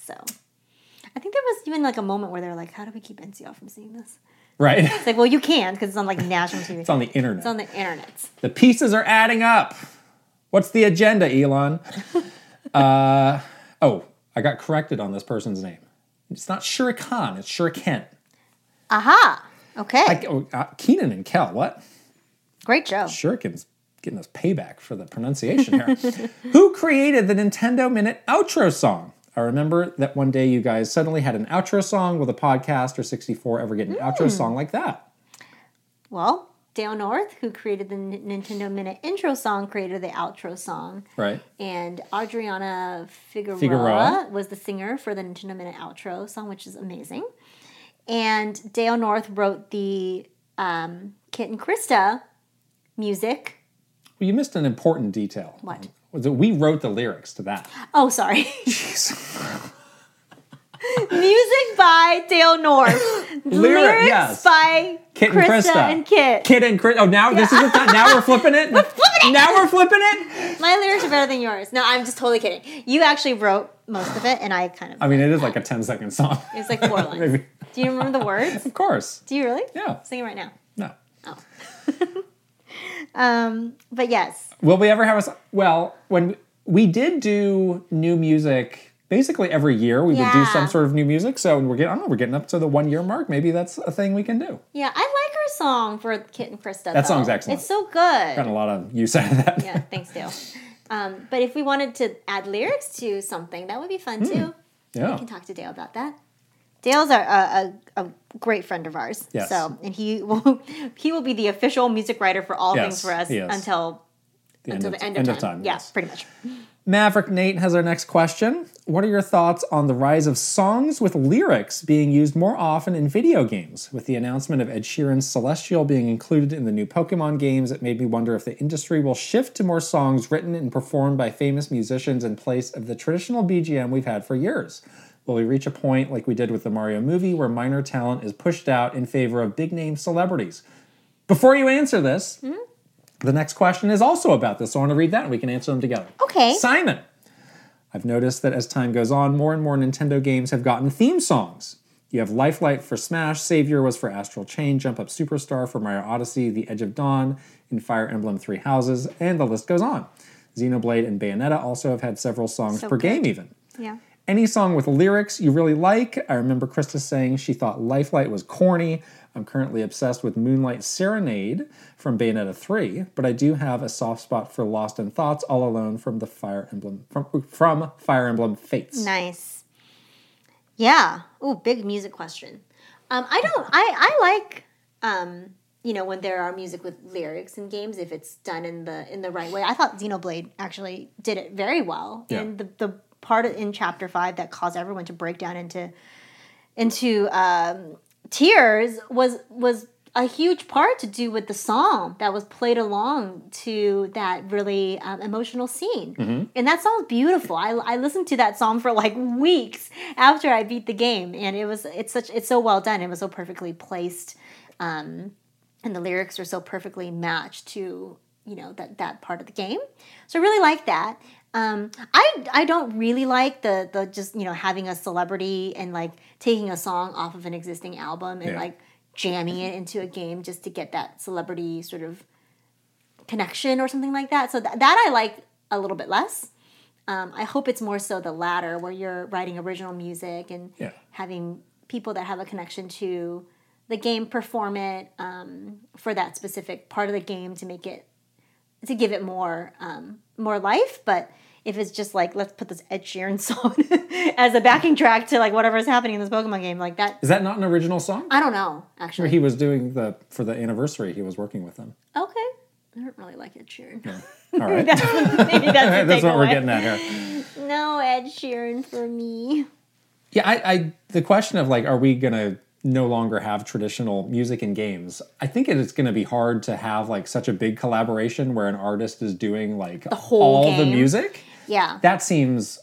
S2: So, I think there was even like a moment where they were like, "How do we keep NCL from seeing this?"
S1: Right.
S2: It's like, well, you can because it's on like national TV.
S1: it's on the internet.
S2: It's on the internet.
S1: The pieces are adding up. What's the agenda, Elon? uh, Oh, I got corrected on this person's name. It's not Shurikan, it's Shuriken.
S2: Aha. Okay.
S1: I, oh, uh, Keenan and Kel, what?
S2: Great show.
S1: Shuriken's getting us payback for the pronunciation here. Who created the Nintendo Minute outro song? I remember that one day you guys suddenly had an outro song. Will the podcast or 64 ever get an outro song like that?
S2: Well, Dale North, who created the N- Nintendo Minute intro song, created the outro song.
S1: Right.
S2: And Adriana Figueroa,
S1: Figueroa.
S2: was the singer for the Nintendo Minute outro song, which is amazing. And Dale North wrote the um, Kit and Krista music.
S1: Well, you missed an important detail.
S2: What?
S1: Was that we wrote the lyrics to that.
S2: Oh, sorry. music by Dale North.
S1: Lyric,
S2: Lyrics
S1: yes.
S2: by
S1: Kit
S2: Krista,
S1: and Krista.
S2: and Kit.
S1: Kit and Chris. Oh, now this is the time. Now we're flipping it. we're flipping it. Now we're flipping it.
S2: My lyrics are better than yours. No, I'm just totally kidding. You actually wrote most of it, and I kind of.
S1: I mean, it is like a 10 second song.
S2: It's like four lines.
S1: Maybe.
S2: Do you remember the words?
S1: Of course.
S2: Do you really?
S1: Yeah.
S2: Sing it right now.
S1: No.
S2: Um, but yes,
S1: Will we ever have a? s- Well, when we did do new music, basically every year we would do
S2: Yeah.
S1: some sort of new music. So we're getting, I don't know, we're getting up to the one year mark. Maybe that's a thing we can do.
S2: yeah, I like her song for Kit and Krista.
S1: That song's
S2: though.
S1: excellent.
S2: It's so good.
S1: Got a lot of use out of that.
S2: yeah, thanks, Dale. Um, but if we wanted to add lyrics to something, that would be fun too.
S1: Hmm. Yeah.
S2: We can talk to Dale about that. Dale's a, a, a, a great friend of ours.
S1: Yes.
S2: So, and he will he will be the official music writer for all
S1: Yes,
S2: things for us
S1: he is.
S2: until
S1: The
S2: until the end of time. Yeah,
S1: yes.
S2: pretty much.
S1: Maverick Nate has our next question. What are your thoughts on the rise of songs with lyrics being used more often in video games? With the announcement of Ed Sheeran's Celestial being included in the new Pokemon games, it made me wonder if the industry will shift to more songs written and performed by famous musicians in place of the traditional BGM we've had for years. Will we reach a point like we did with the Mario movie where minor talent is pushed out in favor of big name celebrities? Before you answer this,
S2: Hmm?
S1: the next question is also about this. So I want to read that and we can answer them together.
S2: Okay.
S1: Simon, I've noticed that as time goes on, more and more Nintendo games have gotten theme songs. You have Lifelight for Smash, Savior was for Astral Chain, Jump Up Superstar for Mario Odyssey, The Edge of Dawn in Fire Emblem Three Houses, and the list goes on. Xenoblade and Bayonetta also have had several songs
S2: So
S1: per
S2: good.
S1: game, even.
S2: Yeah.
S1: Any song with lyrics you really like? I remember Krista saying she thought Lifelight was corny. I'm currently obsessed with Moonlight Serenade from Bayonetta 3, but I do have a soft spot for Lost in Thoughts All Alone from the Fire Emblem from, from Fire Emblem Fates.
S2: Nice. Yeah. Ooh, big music question. Um, I don't. I I like. Um, you know, when there are music with lyrics in games, if it's done in the in the right way. I thought Xenoblade actually did it very well.
S1: Yeah.
S2: And the the part in chapter five that caused everyone to break down into into um, tears was was a huge part to do with the song that was played along to that really um, emotional scene and that song's beautiful I, I listened to that song for like weeks after i beat the game and it was it's such it's so well done it was so perfectly placed and the lyrics are so perfectly matched to you know that that part of the game so i really like that um, I, I don't really like the the just you know having a celebrity and like taking a song off of an existing album and
S1: Yeah.
S2: like jamming it into a game just to get that celebrity sort of connection or something like that so that that i like a little bit less um, i hope it's more so the latter where you're writing original music and
S1: Yeah.
S2: having people that have a connection to the game perform it um, for that specific part of the game to make it to give it more um, more life. But if it's just like let's put this Ed Sheeran song as a backing track to like whatever's happening in this Pokemon game, like that,
S1: Is that not an original song?
S2: I don't know actually.
S1: He was doing the for the anniversary. He was working with them.
S2: Okay, I don't really like Ed Sheeran.
S1: All right,
S2: Maybe that's, the
S1: that's what we're
S2: takeaway.
S1: getting at here.
S2: No Ed Sheeran for me.
S1: Yeah, I, I the question of like, are we gonna no longer have traditional music in games? I think it's gonna be hard to have like such a big collaboration where an artist is doing like
S2: whole
S1: all the
S2: game.
S1: music.
S2: Yeah.
S1: That seems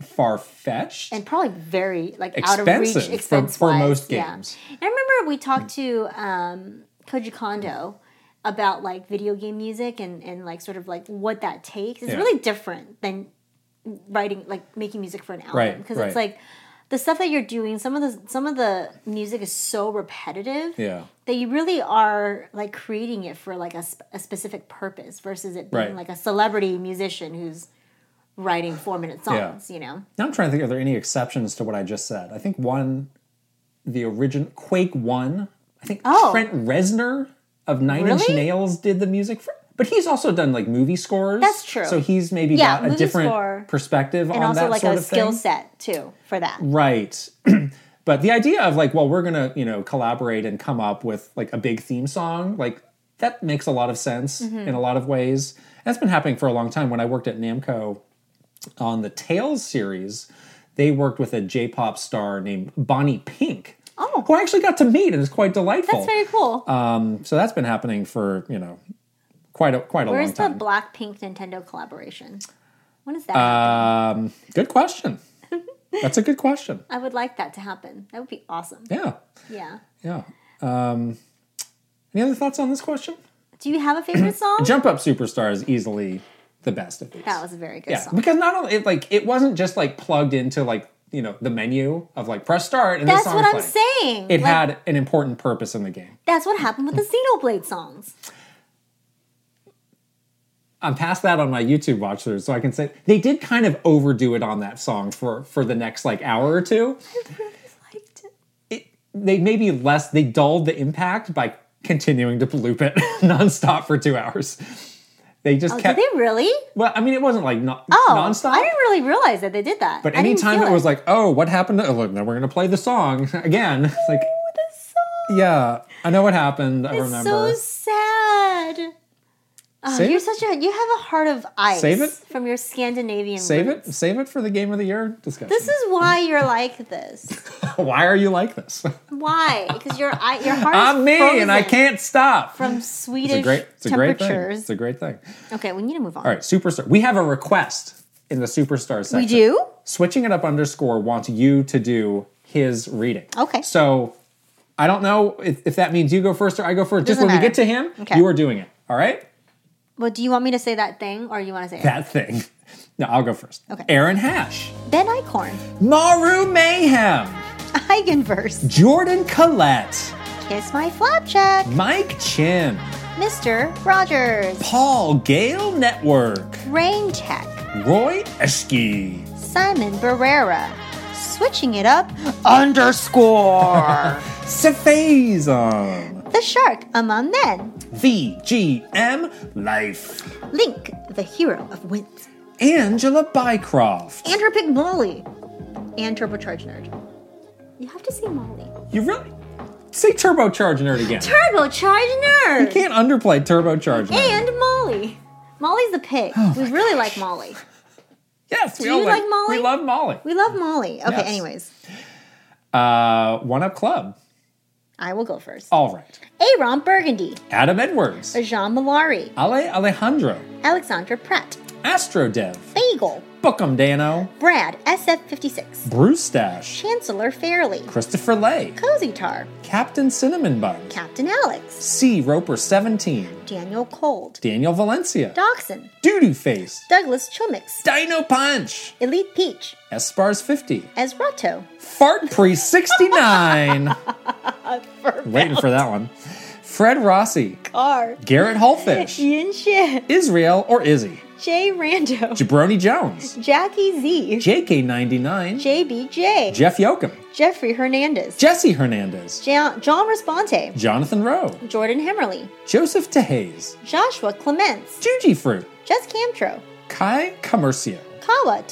S1: far fetched.
S2: and probably very like out
S1: Expensive
S2: of
S1: for-
S2: reach expense
S1: for
S2: wise.
S1: most
S2: Yeah.
S1: games.
S2: And I remember we talked to um, Koji Kondo about like video game music and and like sort of like what that takes. It's
S1: Yeah.
S2: really different than writing like making music for an album
S1: Right,
S2: because it's
S1: right.
S2: like the stuff that you're doing. Some of the some of the music is so repetitive
S1: Yeah.
S2: that you really are like creating it for like a, sp- a specific purpose versus it being
S1: Right.
S2: like a celebrity musician who's writing four minute songs, you know?
S1: Now I'm trying to think. Are there any exceptions to what I just said? I think one, the original Quake One. I think
S2: Oh.
S1: Trent Reznor of Nine Inch
S2: Really?
S1: Nails did the music for. But he's also done like movie scores.
S2: That's true.
S1: So he's maybe
S2: Yeah,
S1: got a
S2: movie
S1: different
S2: score.
S1: perspective
S2: And
S1: on
S2: also
S1: that
S2: like
S1: sort
S2: a
S1: of
S2: skill
S1: thing.
S2: set too for that.
S1: Right. but the idea of like, well, we're gonna, you know, collaborate and come up with like a big theme song, like that makes a lot of sense
S2: Mm-hmm.
S1: in a lot of ways. That's been happening for a long time. When I worked at Namco on the Tales series, they worked with a J-pop star named Bonnie Pink.
S2: Oh.
S1: Who I actually got to meet and is quite delightful.
S2: That's very cool.
S1: um, so that's been happening for, you know, quite a quite a
S2: Where's
S1: long
S2: the
S1: time.
S2: Black Pink Nintendo collaboration? When is that?
S1: um, good question. that's a good question.
S2: I would like that to happen. That would be awesome.
S1: Yeah.
S2: Yeah.
S1: Yeah. Um, any other thoughts on this question?
S2: Do you have a favorite song?
S1: Jump Up Superstar is easily the best of these.
S2: That was a very good
S1: yeah,
S2: song.
S1: because not only it like it wasn't just like plugged into like you know the menu of like press start and
S2: That's
S1: this song
S2: what
S1: is
S2: I'm
S1: playing.
S2: saying.
S1: It
S2: Like,
S1: had an important purpose in the game.
S2: that's what happened with the Xenoblade songs.
S1: I'm past that on my YouTube watch through, so I can say they did kind of overdo it on that song for for the next like hour or two.
S2: I liked it.
S1: It, they maybe less they dulled the impact by continuing to loop it nonstop for two hours. They just
S2: Oh,
S1: kept
S2: did they really?
S1: Well, I mean, it wasn't like non-
S2: Oh,
S1: nonstop.
S2: I didn't really realize that they did that.
S1: but
S2: I didn't
S1: anytime
S2: feel
S1: it was like, oh, what happened? To- oh, look, now we're gonna play the song again. It's like, yeah, I know what happened. I
S2: it's
S1: remember.
S2: so sad. Oh,
S1: Save
S2: you're
S1: it.
S2: such a you have a heart of ice.
S1: Save it.
S2: from your Scandinavian.
S1: Save it.
S2: roots.
S1: Save it for the game of the year discussion.
S2: This is why you're like this.
S1: Why are you like this?
S2: Why? Because your eye, your heart. is
S1: I'm me, and I
S2: frozen
S1: can't stop.
S2: from
S1: It's a
S2: Swedish
S1: great. It's a great thing.
S2: temperatures.
S1: It's a great thing.
S2: okay, we need to move on.
S1: All right, superstar. We have a request in the superstar section.
S2: We do.
S1: switching it up underscore wants you to do his reading.
S2: Okay.
S1: So I don't know if, if that means you go first or I go first. Just
S2: Doesn't
S1: when we
S2: matter.
S1: get to him,
S2: Okay.
S1: you are doing it. All right?
S2: Well, do you want me to say that thing, or you want to say it?
S1: That thing. No, I'll go first.
S2: Okay.
S1: Aaron Hash,
S2: Ben Icorn,
S1: Maru Mayhem,
S2: Eigenverse,
S1: Jordan Collette,
S2: Kiss My Flapjack,
S1: Mike Chin,
S2: Mister Rogers,
S1: Paul Gale Network,
S2: Rain Tech,
S1: Roy Eschke,
S2: Simon Barrera, switching it up underscore
S1: Cephazon,
S2: the Shark among men,
S1: VGM Life,
S2: Link, the hero of winds,
S1: Angela Bycroft.
S2: and her pick Molly, and Turbocharge Nerd. You have to say Molly.
S1: You really say turbocharge nerd again.
S2: Turbocharge Nerd.
S1: you can't underplay turbocharge nerd.
S2: And Molly. Molly's the pig.
S1: Oh
S2: we really like Molly.
S1: Yes, we
S2: Do
S1: all
S2: you like Molly?
S1: We love Molly.
S2: We love Molly. Okay,
S1: Yes.
S2: anyways,
S1: Uh, one up club.
S2: I will go first.
S1: All right.
S2: Aaron Burgundy,
S1: Adam Edwards,
S2: Jean Malari,
S1: Ale Alejandro,
S2: Alexandra Pratt,
S1: Astrodev,
S2: Bagel,
S1: Bookum Dano,
S2: Brad, SF56,
S1: Bruce Dash,
S2: Chancellor Fairley,
S1: Christopher Lay,
S2: Cozy Tar,
S1: Captain Cinnamon Bun,
S2: Captain Alex,
S1: C Roper 17,
S2: Daniel Cold,
S1: Daniel Valencia,
S2: Dachshund,
S1: Doodoo Face,
S2: Douglas Chumix,
S1: Dino Punch,
S2: Elite Peach,
S1: Espars 50,
S2: Ezrato,
S1: Fart Pre 69. Waiting for that one. Fred Rossi,
S2: R,
S1: Garrett Hallfish,
S2: Ian Shit,
S1: Israel or Izzy,
S2: Jay Rando,
S1: Jabroni Jones,
S2: Jackie Z,
S1: JK99,
S2: JBJ,
S1: Jeff Yoakum,
S2: Jeffrey Hernandez,
S1: Jesse Hernandez,
S2: John, John Responte,
S1: Jonathan Rowe,
S2: Jordan Hemmerly,
S1: Joseph Tehays,
S2: Joshua Clements,
S1: Juji Fruit,
S2: Jess Camtro,
S1: Kai Comercio,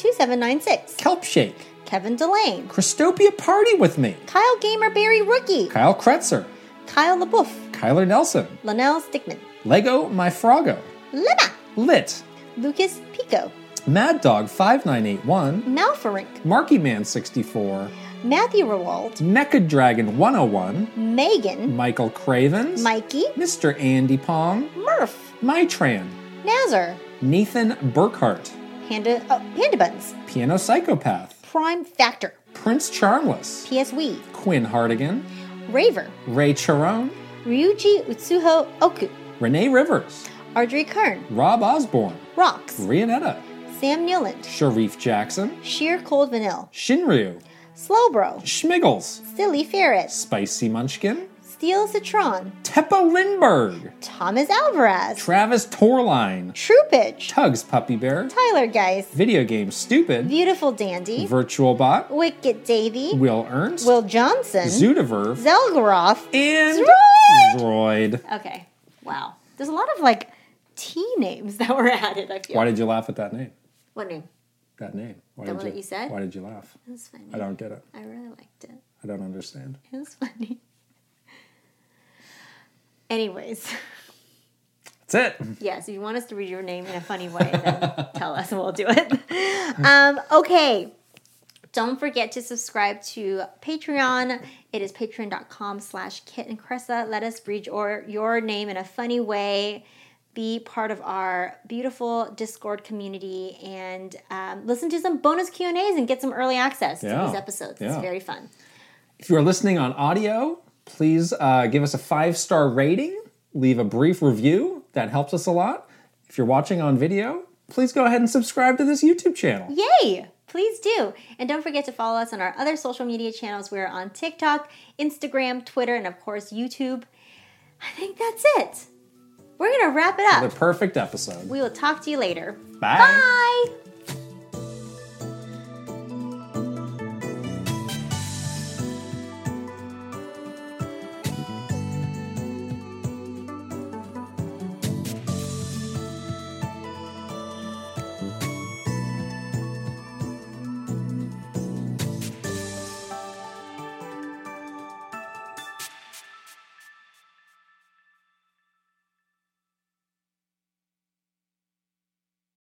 S2: Kawa2796,
S1: Kelpshake,
S2: Kevin Delane,
S1: Christopia Party with Me,
S2: Kyle Gamer Barry Rookie,
S1: Kyle Kretzer,
S2: Kyle LaBouffe,
S1: Kyler Nelson,
S2: Linnell Stickman,
S1: Lego My Frogo,
S2: Lena,
S1: Lit,
S2: Lucas Pico,
S1: Mad Dog 5981,
S2: Malfarink,
S1: Marky Man 64,
S2: Matthew Rewald,
S1: Mecha Dragon 101,
S2: Megan,
S1: Michael Cravens,
S2: Mikey,
S1: Mr. Andy Pong,
S2: Murph,
S1: Mytran,
S2: Nazar,
S1: Nathan Burkhart,
S2: Panda, oh, Panda Buns,
S1: Piano Psychopath,
S2: Prime Factor,
S1: Prince Charmless,
S2: PS Wii,
S1: Quinn Hardigan,
S2: Raver,
S1: Ray Charone,
S2: Ryuji Utsuho Oku,
S1: Renee Rivers,
S2: Audrey Kern,
S1: Rob Osborne,
S2: Rocks,
S1: Rianetta,
S2: Sam Neiland,
S1: Sharif Jackson,
S2: Sheer Cold Vanille,
S1: Shinryu,
S2: Slowbro,
S1: Schmiggles,
S2: Silly Ferret,
S1: Spicy Munchkin,
S2: Steele Citron,
S1: Teppo Lindberg,
S2: Thomas Alvarez,
S1: Travis Torline,
S2: Troopage,
S1: Tugs Puppy Bear,
S2: Tyler Geist,
S1: Video Game Stupid,
S2: Beautiful Dandy,
S1: Virtual Bot,
S2: Wicked Davy,
S1: Will Ernst,
S2: Will Johnson,
S1: Zoodiverve,
S2: Zelgaroff,
S1: and
S2: Droid!
S1: Droid.
S2: Okay, wow. There's a lot of like T names that were added, I feel.
S1: Why did you laugh at that name?
S2: What name?
S1: That name. Why
S2: The
S1: did
S2: one that you said?
S1: Why did you laugh?
S2: It was funny.
S1: I don't get it.
S2: I really liked it.
S1: I don't understand.
S2: It was funny. Anyways,
S1: That's it.
S2: yes, if you want us to read your name in a funny way, then tell us and we'll do it. Um, okay. Don't forget to subscribe to Patreon. It is patreon.com slash kit and cressa. Let us read your, your name in a funny way. Be part of our beautiful Discord community and um, listen to some bonus Q&As and get some early access to
S1: Yeah.
S2: these episodes. It's
S1: Yeah.
S2: very fun.
S1: If you are listening on audio, please uh, give us a five star rating, leave a brief review. That helps us a lot. If you're watching on video, please go ahead and subscribe to this YouTube channel.
S2: Yay! Please do. And don't forget to follow us on our other social media channels. We're on TikTok, Instagram, Twitter, and of course, YouTube. I think that's it. We're going to wrap it
S1: The
S2: up.
S1: perfect episode.
S2: We will talk to you later.
S1: Bye.
S2: Bye.